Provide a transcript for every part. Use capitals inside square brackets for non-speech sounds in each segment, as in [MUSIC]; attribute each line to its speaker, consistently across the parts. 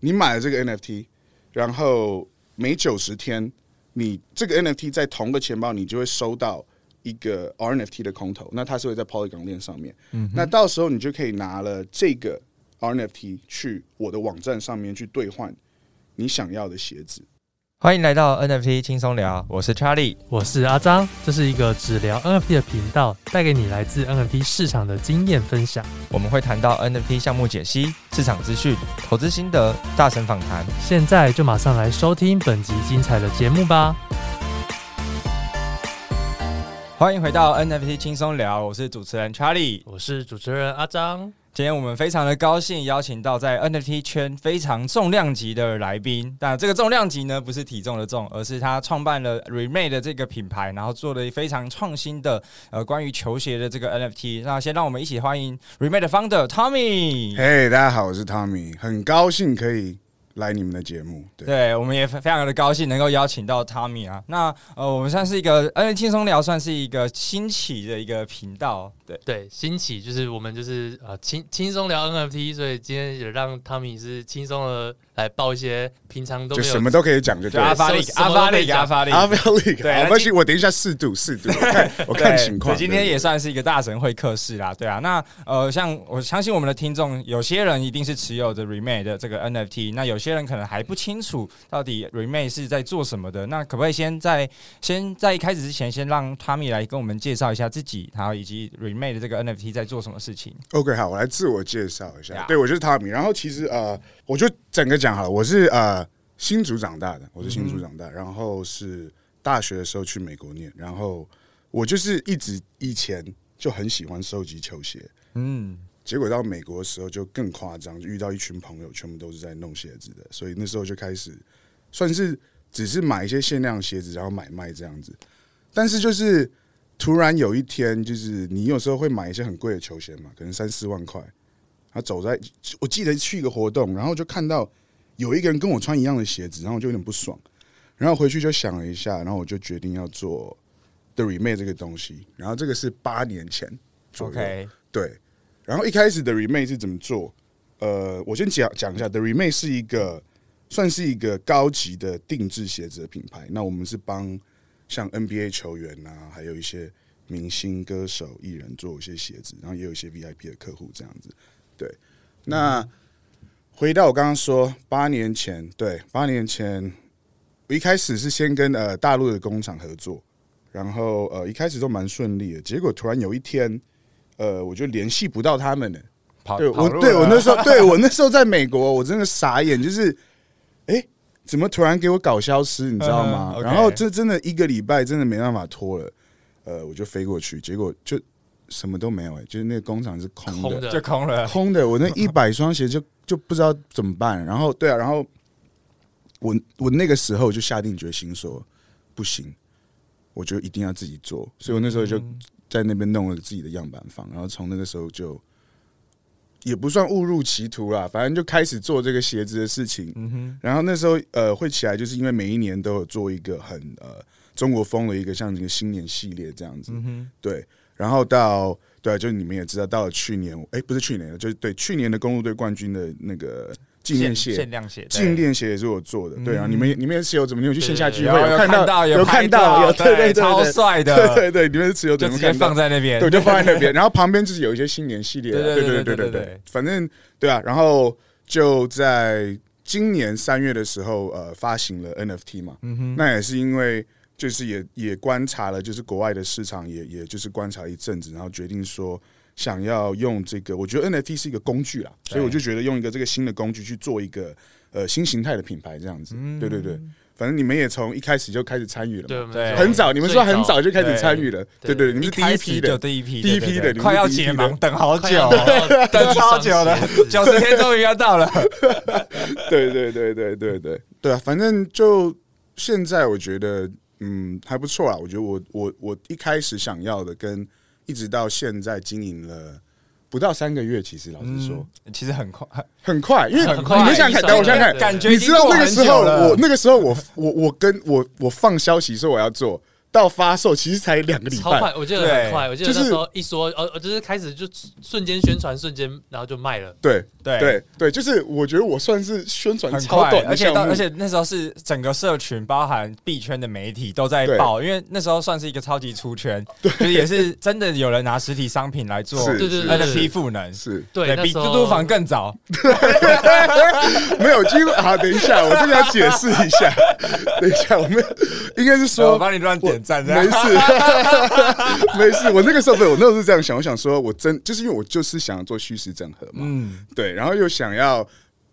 Speaker 1: 你买了这个 NFT，然后每九十天，你这个 NFT 在同个钱包，你就会收到一个 RNFT 的空投，那它是会在 Polygon 链上面。那到时候你就可以拿了这个 RNFT 去我的网站上面去兑换你想要的鞋子。
Speaker 2: 欢迎来到 NFT 轻松聊，我是 Charlie。
Speaker 3: 我是阿张，这是一个只聊 NFT 的频道，带给你来自 NFT 市场的经验分享。
Speaker 2: 我们会谈到 NFT 项目解析、市场资讯、投资心得、大神访谈。
Speaker 3: 现在就马上来收听本集精彩的节目吧！
Speaker 2: 欢迎回到 NFT 轻松聊，我是主持人 Charlie。
Speaker 3: 我是主持人阿张，
Speaker 2: 今天我们非常的高兴邀请到在 NFT 圈非常重量级的来宾。那这个重量级呢，不是体重的重，而是他创办了 Remade 的这个品牌，然后做了非常创新的呃关于球鞋的这个 NFT。那先让我们一起欢迎 Remade 的 founder Tommy。
Speaker 1: 嘿、大家好，我是 Tommy，很高兴可以来你们的节目。对，
Speaker 2: 对，我们也非非常的高兴能够邀请到 Tommy 啊。那呃，我们算是一个，呃，轻松聊算是一个新奇的一个频道，对，
Speaker 4: 对，新起就是我们就是呃轻轻松聊 NFT，所以今天也让汤米是轻松的来报一些平常都
Speaker 1: 就
Speaker 4: 没有
Speaker 1: 什么都可以讲，就
Speaker 2: 就
Speaker 1: 对
Speaker 2: 阿
Speaker 1: 了。
Speaker 2: 发力，
Speaker 4: 什
Speaker 2: 阿
Speaker 4: 么都
Speaker 2: 发
Speaker 4: 可以
Speaker 2: 力，
Speaker 4: 讲
Speaker 2: 阿发力。
Speaker 1: 阿飞利，
Speaker 2: 对
Speaker 1: 好
Speaker 2: 那
Speaker 1: 没关系，我等一下适度适度，我看我看
Speaker 2: 对
Speaker 1: 情况。
Speaker 2: 对今
Speaker 1: 对
Speaker 2: 天也算是一个大神会客室啦，对啊。那呃，像我相信我们的听众，有些人一定是持有着 Remade 的这个 NFT，那有些人可能还不清楚到底 Remade 是在做什么的。那可不可以先在先在一开始之前，先让 Tommy 来跟我们介绍一下自己，然后以及 Remade 的这个 NFT 在做什么事情？
Speaker 1: OK，好，我来自我介绍一下。
Speaker 2: Yeah
Speaker 1: 对，我就是 Tommy。然后其实呃，我就整个讲好了，我是呃新竹长大的，我是新竹长大，然后是大学的时候去美国念，然后我就是一直以前就很喜欢收集球鞋，
Speaker 2: 嗯。
Speaker 1: 结果到美国的时候就更夸张，就遇到一群朋友全部都是在弄鞋子的，所以那时候就开始算是只是买一些限量鞋子，然后买卖这样子。但是就是突然有一天，就是你有时候会买一些很贵的球鞋嘛，可能三四万块。他走在，我记得去一个活动，然后就看到有一个人跟我穿一样的鞋子，然后我就有点不爽，然后回去就想了一下，然后我就决定要做 The Remake 这个东西。然后这个是八年前左右
Speaker 2: OK，
Speaker 1: 对，然后一开始的 remake 是怎么做？呃，我先讲讲一下，The Remake 是一个算是一个高级的定制鞋子的品牌。那我们是帮像 NBA 球员啊，还有一些明星、歌手、艺人做一些鞋子，然后也有一些 VIP 的客户这样子。对，那回到我刚刚说，八年前，对，八年前，我一开始是先跟呃大陆的工厂合作，然后呃一开始都蛮顺利的，结果突然有一天，呃，我就联系不到他们了。
Speaker 2: 跑
Speaker 1: 对
Speaker 2: 跑
Speaker 1: 我
Speaker 2: 路
Speaker 1: 对我
Speaker 2: 了
Speaker 1: 那时候 [LAUGHS] 对我那时候在美国，我真的傻眼，就是哎、诶怎么突然给我搞消失，你知道吗？
Speaker 2: 嗯，OK
Speaker 1: 然后这真的一个礼拜真的没办法拖了，呃，我就飞过去，结果就什么都没有、诶就是那个工厂是空的，
Speaker 4: 空的
Speaker 2: 就空了。
Speaker 1: 空的，我那一百双鞋就就不知道怎么办。然后对啊，然后我我那个时候就下定决心说，不行，我就一定要自己做。所以我那时候就在那边弄了自己的样板房，然后从那个时候就也不算误入歧途啦，反正就开始做这个鞋子的事情。
Speaker 2: 嗯哼，
Speaker 1: 然后那时候呃会起来，就是因为每一年都有做一个很呃中国风的一个像这个新年系列这样子，
Speaker 2: 嗯哼，
Speaker 1: 对，然后到对，就你们也知道，到了去年，哎、不是去年，就是对去年的公路队冠军的那个 [LAUGHS] 纪念
Speaker 2: 限
Speaker 1: 鞋
Speaker 2: 限，量鞋，对
Speaker 1: 纪念鞋也是我做的，对啊，你们也你们也是有怎么，你有去线下聚
Speaker 2: 有
Speaker 1: 会，
Speaker 2: 有
Speaker 1: 看
Speaker 2: 看到
Speaker 1: 有
Speaker 2: 拍
Speaker 1: 看到，
Speaker 2: 照
Speaker 1: 有对对对
Speaker 2: 超
Speaker 1: 对
Speaker 2: 帅的，
Speaker 1: 对对对，你们是持有
Speaker 2: [LAUGHS] 就
Speaker 1: 怎
Speaker 2: 直
Speaker 1: 么看
Speaker 2: 接
Speaker 1: 到
Speaker 2: 放。在那边，
Speaker 1: 对，就放在那边，然后旁边就是有一些新年系列啊，
Speaker 2: 对对
Speaker 1: 对
Speaker 2: 对
Speaker 1: 对
Speaker 2: 对对
Speaker 1: 对
Speaker 2: 对对
Speaker 1: 对，反正对啊，然后就在今年三月的时候，呃，发行了 NFT 嘛，那也是因为就是也也观察了，就是国外的市场也也就是观察一阵子，然后决定说想要用这个，我觉得 NFT 是一个工具啦，所以我就觉得用一个这个新的工具去做一个呃新形态的品牌这样子，对对对，反正你们也从一开始就开始参与了
Speaker 4: 对
Speaker 1: 嘛。
Speaker 4: 我们
Speaker 2: 对
Speaker 4: 说
Speaker 1: 很早，你们说很早就开
Speaker 2: 对
Speaker 1: 始参与了，对对，你
Speaker 4: 对
Speaker 1: 们是第
Speaker 2: 开
Speaker 1: 一
Speaker 2: 始
Speaker 1: 批的
Speaker 2: 就，第一批，
Speaker 1: 第一
Speaker 2: 对
Speaker 1: 批
Speaker 2: 对
Speaker 1: 的
Speaker 2: 对
Speaker 1: 你们
Speaker 2: 快要
Speaker 1: 第一批
Speaker 2: 解
Speaker 1: 的
Speaker 2: 盲，等好
Speaker 4: 快
Speaker 1: [LAUGHS]
Speaker 4: 要
Speaker 2: 久，
Speaker 3: [LAUGHS]
Speaker 4: 到
Speaker 2: 等超
Speaker 4: 上
Speaker 2: 久了
Speaker 4: 市，
Speaker 2: 九十天终于要到了。
Speaker 1: 对对对对对对对啊！反正就现在，我觉得嗯还不错啦。我觉得我我我一开始想要的，跟一直到现在经营了不到三个月，其实老实说、
Speaker 2: 嗯其实很快，
Speaker 1: 很快，因为
Speaker 4: 很快
Speaker 1: 你们想看，
Speaker 4: 一
Speaker 1: 等我
Speaker 4: 上
Speaker 1: 想
Speaker 4: 来
Speaker 1: 看，
Speaker 4: 对
Speaker 2: 感觉
Speaker 1: 你知道那个时候，我
Speaker 2: 已经过很久了
Speaker 1: 那个时候我我我跟我我放消息说我要做，到发售其实才两个礼
Speaker 4: 超
Speaker 1: 拜，
Speaker 4: 快，我记得很
Speaker 2: 对
Speaker 4: 快，我记得
Speaker 1: 就
Speaker 4: 那
Speaker 1: 是
Speaker 4: 时候一说，哦，哦就是开始就瞬间宣传，瞬间然后就卖了。
Speaker 1: 对
Speaker 2: 对
Speaker 1: 对对，就是我觉得我算是宣传
Speaker 2: 很
Speaker 1: 超
Speaker 2: 快
Speaker 1: 短，的
Speaker 2: 而且
Speaker 1: 项
Speaker 2: 到
Speaker 1: 目，
Speaker 2: 而且那时候是整个社群，包含币圈的媒体都在
Speaker 1: 对
Speaker 2: 报，因为那时候算是一个超级出圈，就是也是真的有人拿实体商品来做
Speaker 1: 是
Speaker 4: 对对对对
Speaker 2: NFT 赋能，
Speaker 1: 是
Speaker 4: 对，那
Speaker 2: 比
Speaker 4: 时
Speaker 2: 嘟
Speaker 4: 候
Speaker 2: 嘟房更早，
Speaker 1: 没有几乎啊。等一下，我这个要解释一下。等一下，我们应该是
Speaker 2: 我
Speaker 1: 说
Speaker 2: 帮你乱点赞这
Speaker 1: 没
Speaker 2: 样。
Speaker 1: 事， [LAUGHS] 没事。我那个时候没有，我那时候是这样想，我想说，我真就是因为我就是想要做虚实整合嘛，
Speaker 2: 嗯，
Speaker 1: 对，然后又想要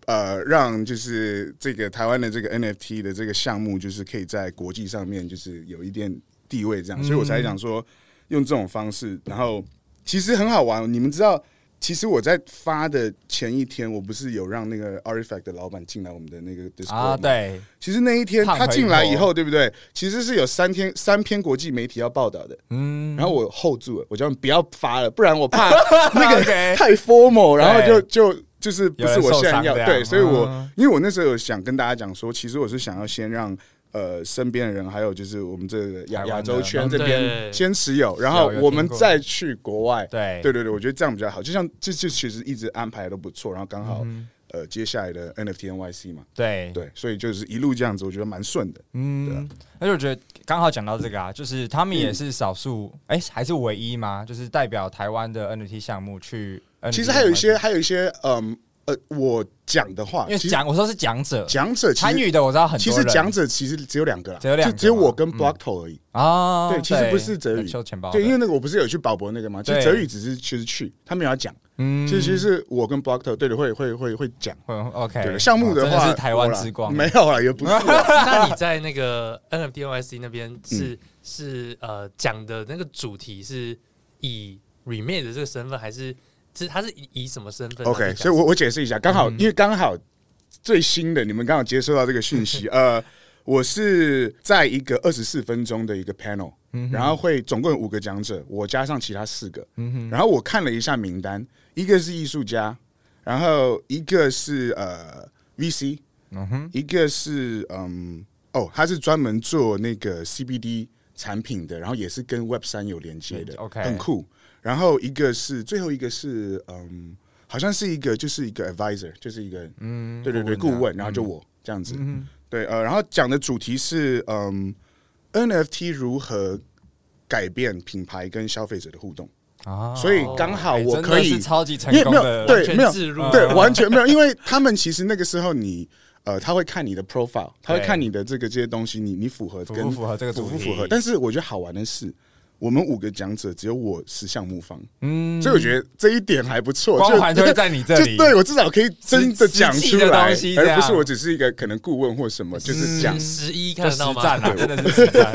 Speaker 1: 呃让就是这个台湾的这个 NFT 的这个项目，就是可以在国际上面就是有一点地位这样，所以我才想说用这种方式，然后其实很好玩，你们知道。其实我在发的前一天，我不是有让那个 Artifact 的老板进来我们的那个 Discord
Speaker 2: 啊，
Speaker 1: 吗
Speaker 2: 对，
Speaker 1: 其实那一天
Speaker 2: 胖
Speaker 1: 他
Speaker 2: 回
Speaker 1: 进来
Speaker 2: 头
Speaker 1: 以后，对不对？其实是有三天三篇国际媒体要报道的，
Speaker 2: 嗯，
Speaker 1: 然后我 hold 住了，我叫他们不要发了，不然我
Speaker 2: [LAUGHS]
Speaker 1: 怕那个
Speaker 2: OK
Speaker 1: 太 formal，然后就
Speaker 2: 对
Speaker 1: 就就是不是我现在要
Speaker 2: 有人受伤这样
Speaker 1: 对，所以我、
Speaker 2: 嗯
Speaker 1: 因为我那时候有想跟大家讲说，其实我是想要先让。呃，身边的人还有就是我们这个亚
Speaker 2: 台湾的
Speaker 1: 亚洲圈
Speaker 2: 嗯
Speaker 1: 这边
Speaker 4: 对
Speaker 1: 先持有，然后
Speaker 2: 有有
Speaker 1: 我们
Speaker 2: 听过
Speaker 1: 再去国外。
Speaker 2: 对
Speaker 1: 对对对，我觉得这样比较好。就像这这其实一直安排得都不错，然后刚好、
Speaker 2: 嗯
Speaker 1: 呃接下来的 NFT NYC 嘛，
Speaker 2: 对
Speaker 1: 对，所以就是一路这样子，我觉得蛮顺的。
Speaker 2: 嗯，而且我觉得刚好讲到这个啊，就是他
Speaker 1: 嗯
Speaker 2: 们也是少数，哎、还是唯一吗？就是代表台湾的 NFT 项目去 NFT
Speaker 1: 其实还有一些，，还有一些，嗯呃，我讲的话，
Speaker 2: 因为
Speaker 1: 其实
Speaker 2: 讲我说是讲者
Speaker 1: 讲者其实
Speaker 2: 参与的，我知道很
Speaker 1: 其
Speaker 2: 多
Speaker 1: 实
Speaker 2: 人
Speaker 1: 讲者其实只有两个啦，
Speaker 2: 只有两个
Speaker 1: 就只有我跟
Speaker 2: 嘛嗯
Speaker 1: Block 头而已。
Speaker 2: 啊，
Speaker 1: 对，其实不是泽
Speaker 2: 很
Speaker 1: 宇
Speaker 2: 秀钱包，
Speaker 1: 对，因为那个我不是有去保博那个嘛，就
Speaker 2: 哦对
Speaker 1: 泽宇只是其实去，他没有要讲，
Speaker 2: 嗯
Speaker 1: 其实其实是我跟 Block 头，对的，会会会会讲。
Speaker 2: 会 OK
Speaker 1: 对的，项目
Speaker 2: 哦真
Speaker 1: 话
Speaker 2: 是台湾
Speaker 1: 我啦
Speaker 2: 之光，
Speaker 1: 没有啦，也
Speaker 2: [LAUGHS]
Speaker 1: 不是啦
Speaker 4: [LAUGHS] 那你在那个 NFT NYC 那边是、
Speaker 1: 嗯
Speaker 4: 是呃讲的那个主题是以 remake 的这个身份，还是是他是以以什么身份然后
Speaker 1: OK，
Speaker 4: 去讲
Speaker 1: 所以我我解释一下，刚好
Speaker 2: 嗯
Speaker 1: 因为刚好最新的你们刚好接收到这个讯息，呃，我是在一个二十四分钟的一个 panel，然后会总共有五个讲者，我加上其他四个，然后我看了一下名单，一个是艺术家，然后一个是呃 VC，一
Speaker 2: 嗯
Speaker 1: 个是嗯哦，他是专门做那个 CBD 产品的，然后也是跟 Web 三有连接的
Speaker 2: 嗯，OK
Speaker 1: 很酷。然后一个是最后一个是嗯，好像是一个就是一个 advisor，就是一个嗯，对对对，
Speaker 2: 顾问啊嗯
Speaker 1: 顾问，然后就我、这样子，对呃，然后讲的主题是嗯，NFT 如何改变品牌跟消费者的互动，
Speaker 2: 啊
Speaker 1: 所以刚好
Speaker 2: 哎
Speaker 1: 我
Speaker 2: 真的
Speaker 1: 可以
Speaker 2: 是超级成
Speaker 1: 因为
Speaker 2: 功
Speaker 1: 没有
Speaker 2: 的，
Speaker 1: 对
Speaker 4: 全
Speaker 1: 没有
Speaker 4: 置入
Speaker 1: 对，
Speaker 2: 嗯
Speaker 1: 完全没有，因为他们其实那个时候你呃，他会看你的 profile，他会
Speaker 2: 对
Speaker 1: 看你的这个这些东西，你你符合
Speaker 2: 符
Speaker 1: 跟
Speaker 2: 不符合这个
Speaker 1: 符
Speaker 2: 主
Speaker 1: 不
Speaker 2: 题？
Speaker 1: 符合。但是我觉得好玩的是，我们五个讲者只有我是项目方，
Speaker 2: 嗯
Speaker 1: 所以我觉得这一点还不错，
Speaker 2: 光
Speaker 1: 就
Speaker 2: 环就会在你这
Speaker 1: 就
Speaker 2: 里，
Speaker 1: 对我至少可以真的讲
Speaker 2: 实
Speaker 1: 出
Speaker 2: 际的
Speaker 1: 来，
Speaker 2: 东西这
Speaker 1: 而
Speaker 2: 样
Speaker 1: 不是我只是一个可能顾问或什么，就是讲。
Speaker 4: 十一看
Speaker 2: 就
Speaker 4: 得
Speaker 2: 实
Speaker 4: 到吗？
Speaker 2: 战啊，真的是实
Speaker 1: [LAUGHS]
Speaker 2: 战。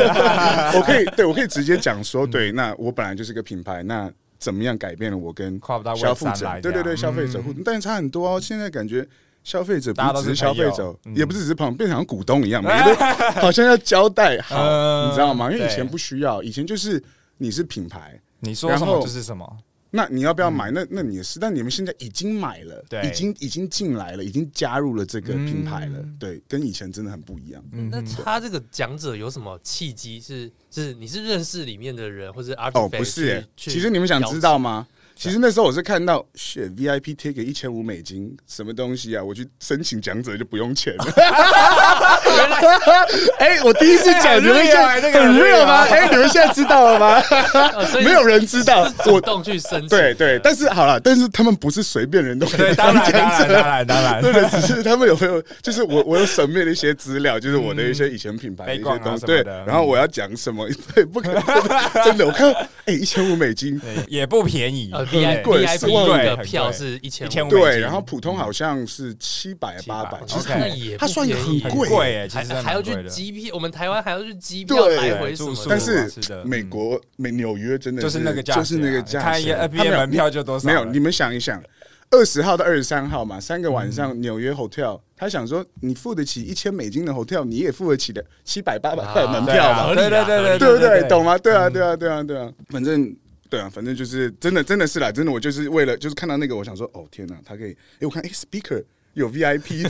Speaker 1: 我可以对我可以直接讲说，对，那我本来就是个品牌，那怎么样改变了我跟
Speaker 2: 跨不到
Speaker 1: 消
Speaker 2: Web
Speaker 1: 费
Speaker 2: 三
Speaker 1: 者？
Speaker 2: 来
Speaker 1: 对
Speaker 2: 这样，
Speaker 1: 对对，消费者互动，但是差很多哦。现在感觉消费者不只是消费
Speaker 2: 大家都是朋
Speaker 1: 者哦
Speaker 2: 友，嗯
Speaker 1: 也不是只是朋友，变成好像股东一样，每
Speaker 2: [LAUGHS]
Speaker 1: 个都好像要交代好，
Speaker 2: 嗯
Speaker 1: 你知道吗？因为以
Speaker 2: 对
Speaker 1: 前不需要，以前就是你是品牌。
Speaker 2: 你说什
Speaker 1: 然后
Speaker 2: 么就是什么，
Speaker 1: 那你要不要买？那那你也是，但你们现在已经买了，
Speaker 2: 嗯对嗯
Speaker 1: 已经已经进来了，已经加入了这个品牌了，对，跟以前真的很不一样。
Speaker 4: 那他这个讲者有什么契机？是是你是认识里面的人，或者 a r t
Speaker 1: 哦，不是耶，
Speaker 4: 去
Speaker 1: 其实你们想知道吗？其实那时候我是看到，shit VIP ticket 一千五美金，什么东西啊？我去申请讲者就不用钱了。 [LAUGHS] 哎、我第一次
Speaker 2: 哎
Speaker 1: 讲，
Speaker 2: 很
Speaker 1: 你们现
Speaker 2: real
Speaker 1: 在
Speaker 2: 哎这个
Speaker 1: 很
Speaker 2: 很
Speaker 1: real
Speaker 2: real
Speaker 1: 吗？
Speaker 2: 啊
Speaker 1: 哎、你们现在知道了
Speaker 2: [LAUGHS]
Speaker 1: 吗？
Speaker 4: 呃所以
Speaker 1: 没有人知道
Speaker 4: 是，主
Speaker 1: 我
Speaker 4: 动去申请
Speaker 1: 对
Speaker 4: 的，
Speaker 1: 对，但是好了，但是他们不是随便人都可以 [LAUGHS]
Speaker 2: 对，
Speaker 1: 当
Speaker 2: 当然，当
Speaker 1: 讲
Speaker 2: 然，
Speaker 1: 者
Speaker 2: 当。然，当
Speaker 1: [LAUGHS]
Speaker 2: 然，
Speaker 1: 对的，只是他们有没有，就是我我有省略了一些资料，就是我的一些以前品牌的一些
Speaker 2: 背光啊
Speaker 1: 东西，
Speaker 2: 什么
Speaker 1: 对，
Speaker 2: 的
Speaker 1: 然后我要讲什么， [LAUGHS] 对，不可能，真的，我看，哎，一千五美金，
Speaker 2: 对也不便宜，
Speaker 4: 呃
Speaker 2: 对
Speaker 4: VIP
Speaker 1: 贵四万
Speaker 4: VIP 的
Speaker 2: 很
Speaker 4: 票
Speaker 2: 贵
Speaker 4: 是一千
Speaker 2: 1500美
Speaker 1: 对，
Speaker 2: 金
Speaker 1: 然后普通好像是七百八百，
Speaker 2: 700
Speaker 1: 其实
Speaker 2: OK
Speaker 1: 很
Speaker 4: 哦那也
Speaker 1: 它算很
Speaker 2: 很
Speaker 1: 贵
Speaker 2: 贵哎，其
Speaker 4: 还
Speaker 2: 实真的
Speaker 4: 还要
Speaker 2: 蛮
Speaker 4: 去
Speaker 2: 贵的
Speaker 4: 机票，我们台湾还要去机票
Speaker 1: 对
Speaker 4: 来回什
Speaker 2: 住
Speaker 4: 么
Speaker 2: 宿
Speaker 4: 的，
Speaker 1: 但
Speaker 2: 啊
Speaker 1: 是
Speaker 2: 吃的
Speaker 1: 美国美纽约真的
Speaker 2: 就是那个价，啊
Speaker 1: 就是那个价
Speaker 2: 看一
Speaker 1: 钱啊
Speaker 2: 个
Speaker 1: 他没
Speaker 2: NBA
Speaker 1: 有
Speaker 2: 门票就多少
Speaker 1: 没
Speaker 2: 了？
Speaker 1: 有，你们想一想。二十号到二十三号嘛，三个晚上，
Speaker 2: 嗯
Speaker 1: 纽约 hotel，他想说你付得起一千美金的 hotel，你也付得起的七百八百块的门
Speaker 2: 对
Speaker 1: 票
Speaker 2: 啊
Speaker 1: 嘛，
Speaker 4: 合理
Speaker 2: 对
Speaker 4: 啦
Speaker 2: 对
Speaker 4: 合
Speaker 2: 对
Speaker 1: 对
Speaker 4: 理
Speaker 2: 对嗯
Speaker 1: 不对？懂吗？对啊，对啊，对啊，对啊，反正对啊，反正就是真的，真的是啦，真的，我就是为了就是看到那个，我想说，哦天哪，他可以，哎，我看哎，speaker 有
Speaker 2: [LAUGHS]
Speaker 1: VIP 的，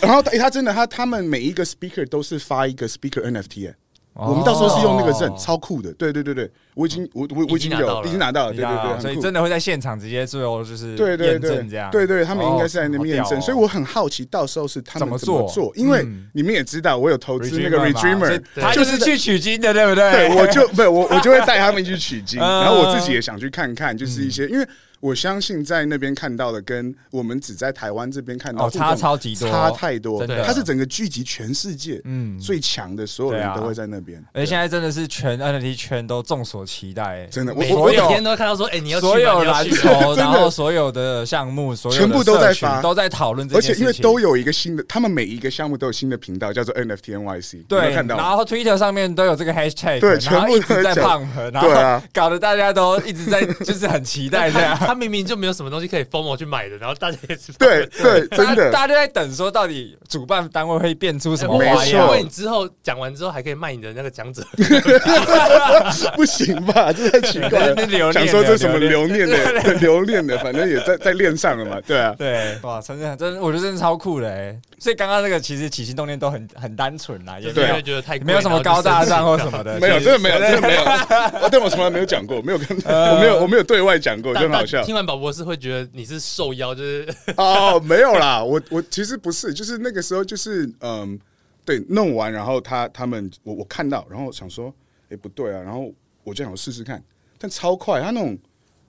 Speaker 1: 然后哎，他真的，他他们每一个 speaker 都是发一个 speaker NFT，哎我们到时候是用那个证，
Speaker 2: 哦
Speaker 1: 超酷的。对对对对，我已经我我我
Speaker 4: 已经拿到
Speaker 1: 有
Speaker 4: 了
Speaker 1: 已经拿到了，对
Speaker 2: 你知道啊
Speaker 1: 对对，
Speaker 2: 所
Speaker 1: 很
Speaker 2: 以
Speaker 1: 酷
Speaker 2: 真。的会在现场直接最后就是
Speaker 1: 对对
Speaker 2: 验
Speaker 1: 对
Speaker 2: 证这样，，
Speaker 1: 对对，他们应该是在那边验
Speaker 2: 哦好屌
Speaker 1: 证，
Speaker 2: 哦
Speaker 1: 所以我很好奇到时候是他们
Speaker 2: 怎么
Speaker 1: 怎么
Speaker 2: 做
Speaker 1: 做，因为
Speaker 2: 嗯
Speaker 1: 你们也知道我有投资那个
Speaker 2: Redreamer 嘛所
Speaker 1: Redreamer，
Speaker 2: 以他
Speaker 1: 就
Speaker 2: 就是是去取经的，对不对？
Speaker 1: 对，我就不是我我就会带他们去取
Speaker 2: [LAUGHS]
Speaker 1: 经，
Speaker 2: 嗯
Speaker 1: 然后我自己也想去看看，就是一些，因为我相信在那边看到的跟我们只在台湾这边看到
Speaker 2: 哦，
Speaker 1: 的
Speaker 2: 差超级多，
Speaker 1: 差太多
Speaker 2: 真的，
Speaker 1: 它是整个聚集全世界
Speaker 2: 嗯，
Speaker 1: 最强的，所有
Speaker 2: 对啊
Speaker 1: 人都会在那边。
Speaker 2: 而且现在真的是全 NFT 圈都众所期待，
Speaker 1: 真的，我
Speaker 4: 每
Speaker 1: 我我
Speaker 4: 每
Speaker 2: 有
Speaker 4: 天都看到说，哎，你要去吗
Speaker 2: 所有
Speaker 4: 你要
Speaker 2: 蓝
Speaker 4: 去吗
Speaker 1: [LAUGHS]
Speaker 2: 筹，
Speaker 1: 真的
Speaker 2: 然后所有的项目，所有的
Speaker 1: 全部都在
Speaker 2: 社群
Speaker 1: 发
Speaker 2: 都在讨论这
Speaker 1: 而
Speaker 2: 件
Speaker 1: 且
Speaker 2: 事
Speaker 1: 因
Speaker 2: 情，
Speaker 1: 为都有一个新的，他们每一个项目都有新的频道，叫做 NFT NYC，你有
Speaker 2: 对，
Speaker 1: 看到
Speaker 2: 然
Speaker 1: 吗？
Speaker 2: 后 Twitter 上面都有这个 hashtag，
Speaker 1: 对
Speaker 2: 然后
Speaker 1: 全部
Speaker 2: 一直在
Speaker 1: 都在讲
Speaker 2: 胖和，然
Speaker 1: 对
Speaker 2: 后
Speaker 1: 啊，
Speaker 2: 搞得大家都一直在
Speaker 1: [LAUGHS]
Speaker 2: 就是很期待这样。
Speaker 4: 他明明就没有什么东西可以封我去买的，然后大家也是
Speaker 1: 对对，真
Speaker 2: 大
Speaker 1: 的，
Speaker 2: 大家就在等说到底主办单位会变出什么
Speaker 1: 没
Speaker 2: 花
Speaker 1: 错
Speaker 2: 样
Speaker 4: 因。为你之后讲完之后还可以卖你的那个讲者，
Speaker 1: 不行吧？这太奇怪
Speaker 2: 那 [LAUGHS] 留
Speaker 1: 了。
Speaker 2: 念
Speaker 1: 想说这什么
Speaker 2: 留
Speaker 1: 留念的，留念的，反正也在在链上了嘛，对啊。
Speaker 2: 对，哇，真的真的，我觉得真的超酷的哎！所以刚刚那个其实起心动念都很很单纯啦，也
Speaker 4: 就
Speaker 2: 没
Speaker 4: 是
Speaker 2: 有
Speaker 4: 会觉得太贵
Speaker 2: 啊没有什么高大上
Speaker 4: [LAUGHS]
Speaker 2: 或什么的，
Speaker 1: 没有，
Speaker 2: 其
Speaker 1: 真的
Speaker 2: 实
Speaker 1: 没有，真的
Speaker 2: [LAUGHS]
Speaker 1: 没有。我但我从来没有讲过，没有跟，
Speaker 2: 呃
Speaker 1: 我没有，我没有对外讲过，
Speaker 4: 然后就
Speaker 1: 就很好
Speaker 4: 生气。但但
Speaker 1: 笑。
Speaker 4: 听完宝博士会觉得你是受邀，就是 [LAUGHS]
Speaker 1: 哦，没有啦，我我其实不是，就是那个时候就是嗯，对，弄完然后他他们我我看到，然后想说，哎、不对啊，然后我就想试试看，但超快，他那种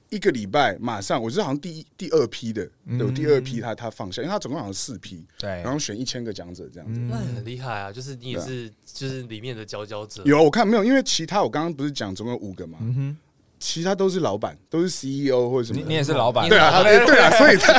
Speaker 1: 一个礼拜马上，我是好像第一第二批的，对，我第二批他他放下，因为他总共好像四批，
Speaker 2: 嗯对嗯
Speaker 1: 然后选一千个讲者这样子。
Speaker 4: 那很厉害啊，就是你也是就是里面的佼佼者，
Speaker 1: 有我看没有？因为其他我刚刚不是讲总共有五个嘛，其他都是老板，都是 CEO 或者什么
Speaker 2: 你
Speaker 1: 的。
Speaker 2: 嗯你也是老板，
Speaker 1: 对啊，他对 [LAUGHS] 对啊，所以他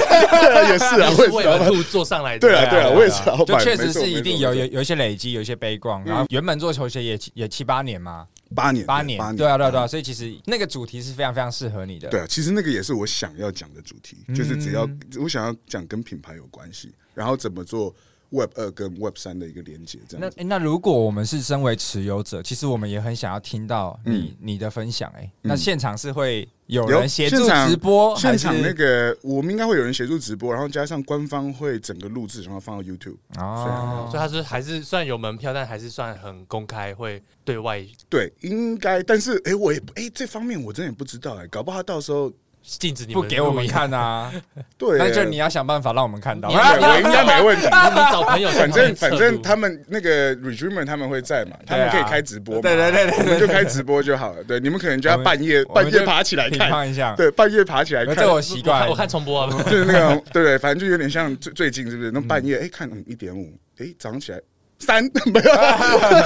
Speaker 1: 也是啊，
Speaker 4: 你
Speaker 1: 我
Speaker 4: 是
Speaker 1: 也
Speaker 4: 为
Speaker 1: 是老
Speaker 4: 了
Speaker 1: 板。
Speaker 4: 兔做上来的，
Speaker 1: 对啊，对啊，我也是老
Speaker 2: 就
Speaker 1: 板。
Speaker 2: 确实
Speaker 1: 没错
Speaker 2: 是一定
Speaker 1: 没错
Speaker 2: 有
Speaker 1: 没错嗯
Speaker 2: 有有一些累积，有一些背光。然后原本做球鞋也七也七八年嘛，
Speaker 1: 八年，
Speaker 2: 八
Speaker 1: 年，八嗯
Speaker 2: 年，对啊，对啊，对啊。所以其实那个主题是非常非常适合你的。
Speaker 1: 对啊，其实那个也是我想要讲的主题，就是只要我想要讲跟品牌有关系，然后怎么做 Web 二跟 Web 三的一个连接，这
Speaker 2: 那
Speaker 1: 样
Speaker 2: 诶
Speaker 1: 子。
Speaker 2: 那如果我们是身为持有者，其实我们也很想要听到
Speaker 1: 嗯
Speaker 2: 你、你的分享、诶，欸那现场是会有人协助
Speaker 1: 现场
Speaker 2: 直播，
Speaker 1: 现场
Speaker 2: 还是
Speaker 1: 那个我们应该会有人协助直播，然后加上官方会整个录制，然后放到 YouTube。
Speaker 2: 哦
Speaker 1: 啊
Speaker 4: 所以，他是还是算有门票，但还是算很公开，会对外
Speaker 1: 对，应该，但是哎、诶我也哎、诶这方面我真的也不知道哎、搞不好他到时候
Speaker 4: 禁止你
Speaker 2: 不
Speaker 4: 们
Speaker 2: 给我们看啊？
Speaker 1: 对、
Speaker 2: 那就
Speaker 1: 诶
Speaker 2: 你要想办法让我们看到
Speaker 4: 你。
Speaker 1: 对我应该没问题。
Speaker 4: 录影，你找朋友去
Speaker 1: [LAUGHS] 反
Speaker 4: 旁边
Speaker 1: 正
Speaker 4: 侧
Speaker 1: 反
Speaker 4: 录，
Speaker 1: 正他们那个 r e d r e a m e r 他们会在嘛，他
Speaker 2: 对啊
Speaker 1: 们可以开直播嘛，
Speaker 2: 对对对对
Speaker 1: [LAUGHS] 我们就开直播就好了。对，你们可能就要半夜
Speaker 2: 我们
Speaker 1: 半夜
Speaker 2: 就
Speaker 1: 爬起来
Speaker 2: 评
Speaker 1: 看，
Speaker 2: 判一下，
Speaker 1: 对，半夜爬起来看
Speaker 2: 这，我习惯
Speaker 4: 我看我看重 [LAUGHS] 播啊，
Speaker 1: 就是那个对对，反正就有点像最最近是不是？那半
Speaker 2: 嗯
Speaker 1: 夜哎、诶看一点五，哎、早上起来三 [LAUGHS] 没有，
Speaker 2: [LAUGHS]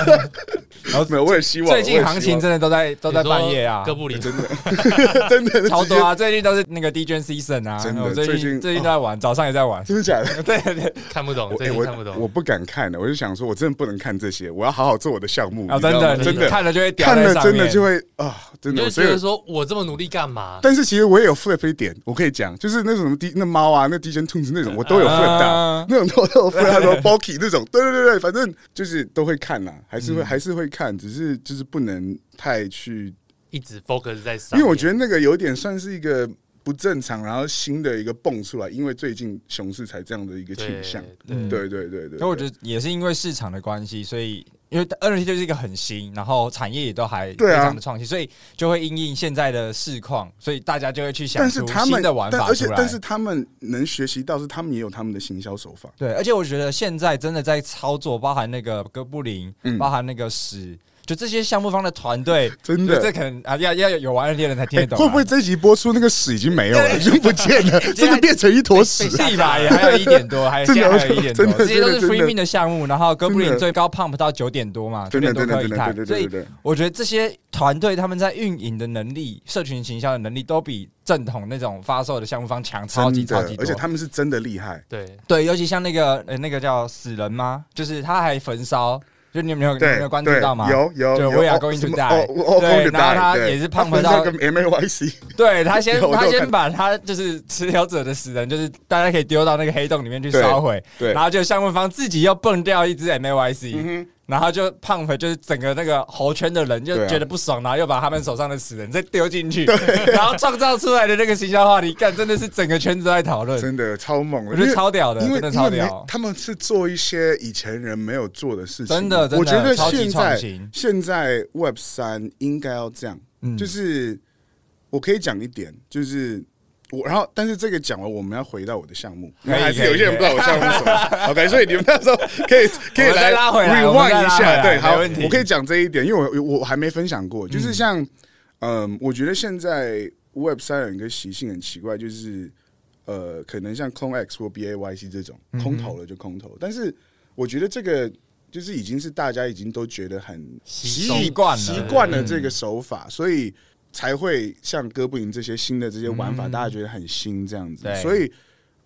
Speaker 2: 然后
Speaker 1: 没有，我也希望
Speaker 2: 最近行情
Speaker 1: 真
Speaker 2: 真的都在都
Speaker 4: 都
Speaker 2: 在半夜啊，
Speaker 4: 哥布林真的
Speaker 1: [LAUGHS] 真的
Speaker 2: 超多
Speaker 1: 直接
Speaker 2: 啊！最近都是那个 DJ season 啊，
Speaker 1: 真的
Speaker 2: 我最
Speaker 1: 最近哦
Speaker 2: 最近都在玩，早上也
Speaker 1: [LAUGHS]
Speaker 2: 在玩。
Speaker 1: 真的假的？
Speaker 2: 对对，
Speaker 4: [LAUGHS] 看不懂，
Speaker 1: 我、
Speaker 4: 哦最
Speaker 1: 诶
Speaker 4: 近看不
Speaker 1: 我
Speaker 4: 懂
Speaker 1: 我。不敢看的，我就想说，我真的不能看这些，我要好好做我的项目。
Speaker 2: 啊，
Speaker 1: 你知
Speaker 2: 真
Speaker 1: 道
Speaker 2: 的
Speaker 1: 吗
Speaker 2: 你
Speaker 1: 真的
Speaker 2: 看了就会掉
Speaker 1: 看
Speaker 2: 在
Speaker 1: 了
Speaker 2: 上
Speaker 1: 真的
Speaker 2: 面
Speaker 1: 就会啊，真
Speaker 4: 你就
Speaker 1: 的，
Speaker 4: 会
Speaker 1: 所
Speaker 4: 觉
Speaker 1: 以
Speaker 4: 得说我这么努力干嘛？
Speaker 1: 但是其实我也有 flip 一点，我可以讲，就是那种什么 D 那猫啊，那 DJ Tunes
Speaker 4: 嗯
Speaker 1: 那种，我都有 flip 到，
Speaker 2: 啊
Speaker 1: [LAUGHS] 那种都有 flip 到，什么 Bulky 那种，对对对对，反正就是都会看啦，还是会、还是会看，只是就是不能太去，
Speaker 4: 一直 focus 在
Speaker 1: 因
Speaker 4: 上
Speaker 1: 为
Speaker 4: 面，
Speaker 1: 我觉得那个有点算是一个不正常，然后新的一个蹦出来，因为最近熊市才这样的一个倾向，
Speaker 4: 对
Speaker 2: 嗯
Speaker 1: 对对对对
Speaker 2: 可我觉得也是因为市场的关系，所以因为 NFT 就是一个很新，然后产业也都还非
Speaker 1: 对啊
Speaker 2: 常的创新，所以就会因应现在的市况，所以大家就会去想
Speaker 1: 但是
Speaker 2: 出
Speaker 1: 他
Speaker 2: 新
Speaker 1: 们
Speaker 2: 的玩
Speaker 1: 但
Speaker 2: 法
Speaker 1: 而且
Speaker 2: 出来。
Speaker 1: 但是他们能学习到是他们也有他们的行销手法，
Speaker 2: 对，而且我觉得现在真的在操作，包含那个哥布林，
Speaker 1: 嗯
Speaker 2: 包含那个史，就这些项目方的团队，
Speaker 1: [LAUGHS] 真
Speaker 2: 就
Speaker 1: 的
Speaker 2: 这可能啊，要要有玩 NFT 的人才听得懂、
Speaker 1: 哎
Speaker 2: 啊
Speaker 1: 会不会这一集播出那个屎已经没有了，已经不见
Speaker 2: [LAUGHS]
Speaker 1: 了，真的变成一坨屎了？
Speaker 2: 地吧，也还有一点多，还有现
Speaker 1: 真的
Speaker 2: 在还有一点多
Speaker 1: 真，的
Speaker 2: 这些都是
Speaker 1: 真的
Speaker 2: free min 的项目。然后哥布
Speaker 1: 真
Speaker 2: 林
Speaker 1: 的
Speaker 2: 最高 pump 到九点多嘛，九
Speaker 1: 真的
Speaker 2: 点多
Speaker 1: 真的
Speaker 2: 可以
Speaker 1: 真的
Speaker 2: 看
Speaker 1: 对对。对
Speaker 2: 所以
Speaker 1: 对对
Speaker 2: 我觉得这些团队他们在运营的能力、社群行销的能力，都比正统那种发售的项目方强超级
Speaker 1: 真
Speaker 2: 超
Speaker 1: 的
Speaker 2: 级，多
Speaker 1: 而且。他们是真的厉害。
Speaker 4: 对，
Speaker 2: 对，尤其像那个呃那个叫死人吗？就是他还焚烧，就你有没有你有
Speaker 1: 对，
Speaker 2: 没有关注
Speaker 1: 对
Speaker 2: 到吗？
Speaker 1: 有有
Speaker 2: 就
Speaker 1: 有
Speaker 2: We are
Speaker 1: 哦
Speaker 2: going to
Speaker 1: 什么
Speaker 2: die
Speaker 1: 哦哦
Speaker 2: 对
Speaker 1: going to
Speaker 2: 然
Speaker 1: die，
Speaker 2: 后他
Speaker 1: 对
Speaker 2: 也是胖
Speaker 1: 他
Speaker 2: 回
Speaker 1: 分
Speaker 2: 到
Speaker 1: 这个 M A Y C，
Speaker 2: 对他先
Speaker 1: 有我都
Speaker 2: 他
Speaker 1: 有
Speaker 2: 先
Speaker 1: 看
Speaker 2: 把他就是持有者的死人，就是大家可以丢到那个黑洞里面去
Speaker 1: 对
Speaker 2: 烧毁，
Speaker 1: 对
Speaker 2: 然后就项目方自己又蹦掉一只 MYC，、
Speaker 1: 嗯哼
Speaker 2: 然后就胖回就是整个那个猴圈的人就
Speaker 1: 对啊
Speaker 2: 觉得不爽，然后又把他们手上的死人再丢进去，然后创造出来的那个形象话题，干真的是整个圈子都在讨论，
Speaker 1: 真的超猛的，
Speaker 2: 我觉得超屌的，
Speaker 1: 因为
Speaker 2: 真的超
Speaker 1: 因为
Speaker 2: 屌
Speaker 1: 没，他们是做一些以前人没有做的事情，
Speaker 2: 真的真的
Speaker 1: 我觉得
Speaker 2: 超级
Speaker 1: 现
Speaker 2: 创
Speaker 1: 在
Speaker 2: 新
Speaker 1: 现在 Web 三应该要这样，
Speaker 2: 嗯
Speaker 1: 就是我可以讲一点，就是。我然后，但是这个讲完，我们要回到我的项目，因为
Speaker 2: 可以
Speaker 1: 还是
Speaker 2: 可以
Speaker 1: 有些人不知道我项目是什么。OK，所以 [LAUGHS] 你们那时候
Speaker 2: [LAUGHS]
Speaker 1: 可以可以
Speaker 2: 我们再
Speaker 1: 来
Speaker 2: 拉回来我
Speaker 1: rewind
Speaker 2: 们再拉
Speaker 1: 一
Speaker 2: 回
Speaker 1: 下，
Speaker 2: 来
Speaker 1: 对，
Speaker 2: 没
Speaker 1: 好
Speaker 2: 问题，
Speaker 1: 我可以讲这一点，因为我我我还没分享过，就是像，嗯，我觉得现在 Web 三有一个习性很奇怪，就是呃，可能像 Clone X 或 BAYC 这种空投了就空投，但是我觉得这个就是已经是大家已经都觉得很
Speaker 4: 习
Speaker 1: 以
Speaker 2: 习惯了
Speaker 1: 习惯了这个手法，所以才会像哥布林这些新的这些玩法，大家觉得很新这样子
Speaker 2: 对。
Speaker 1: 所以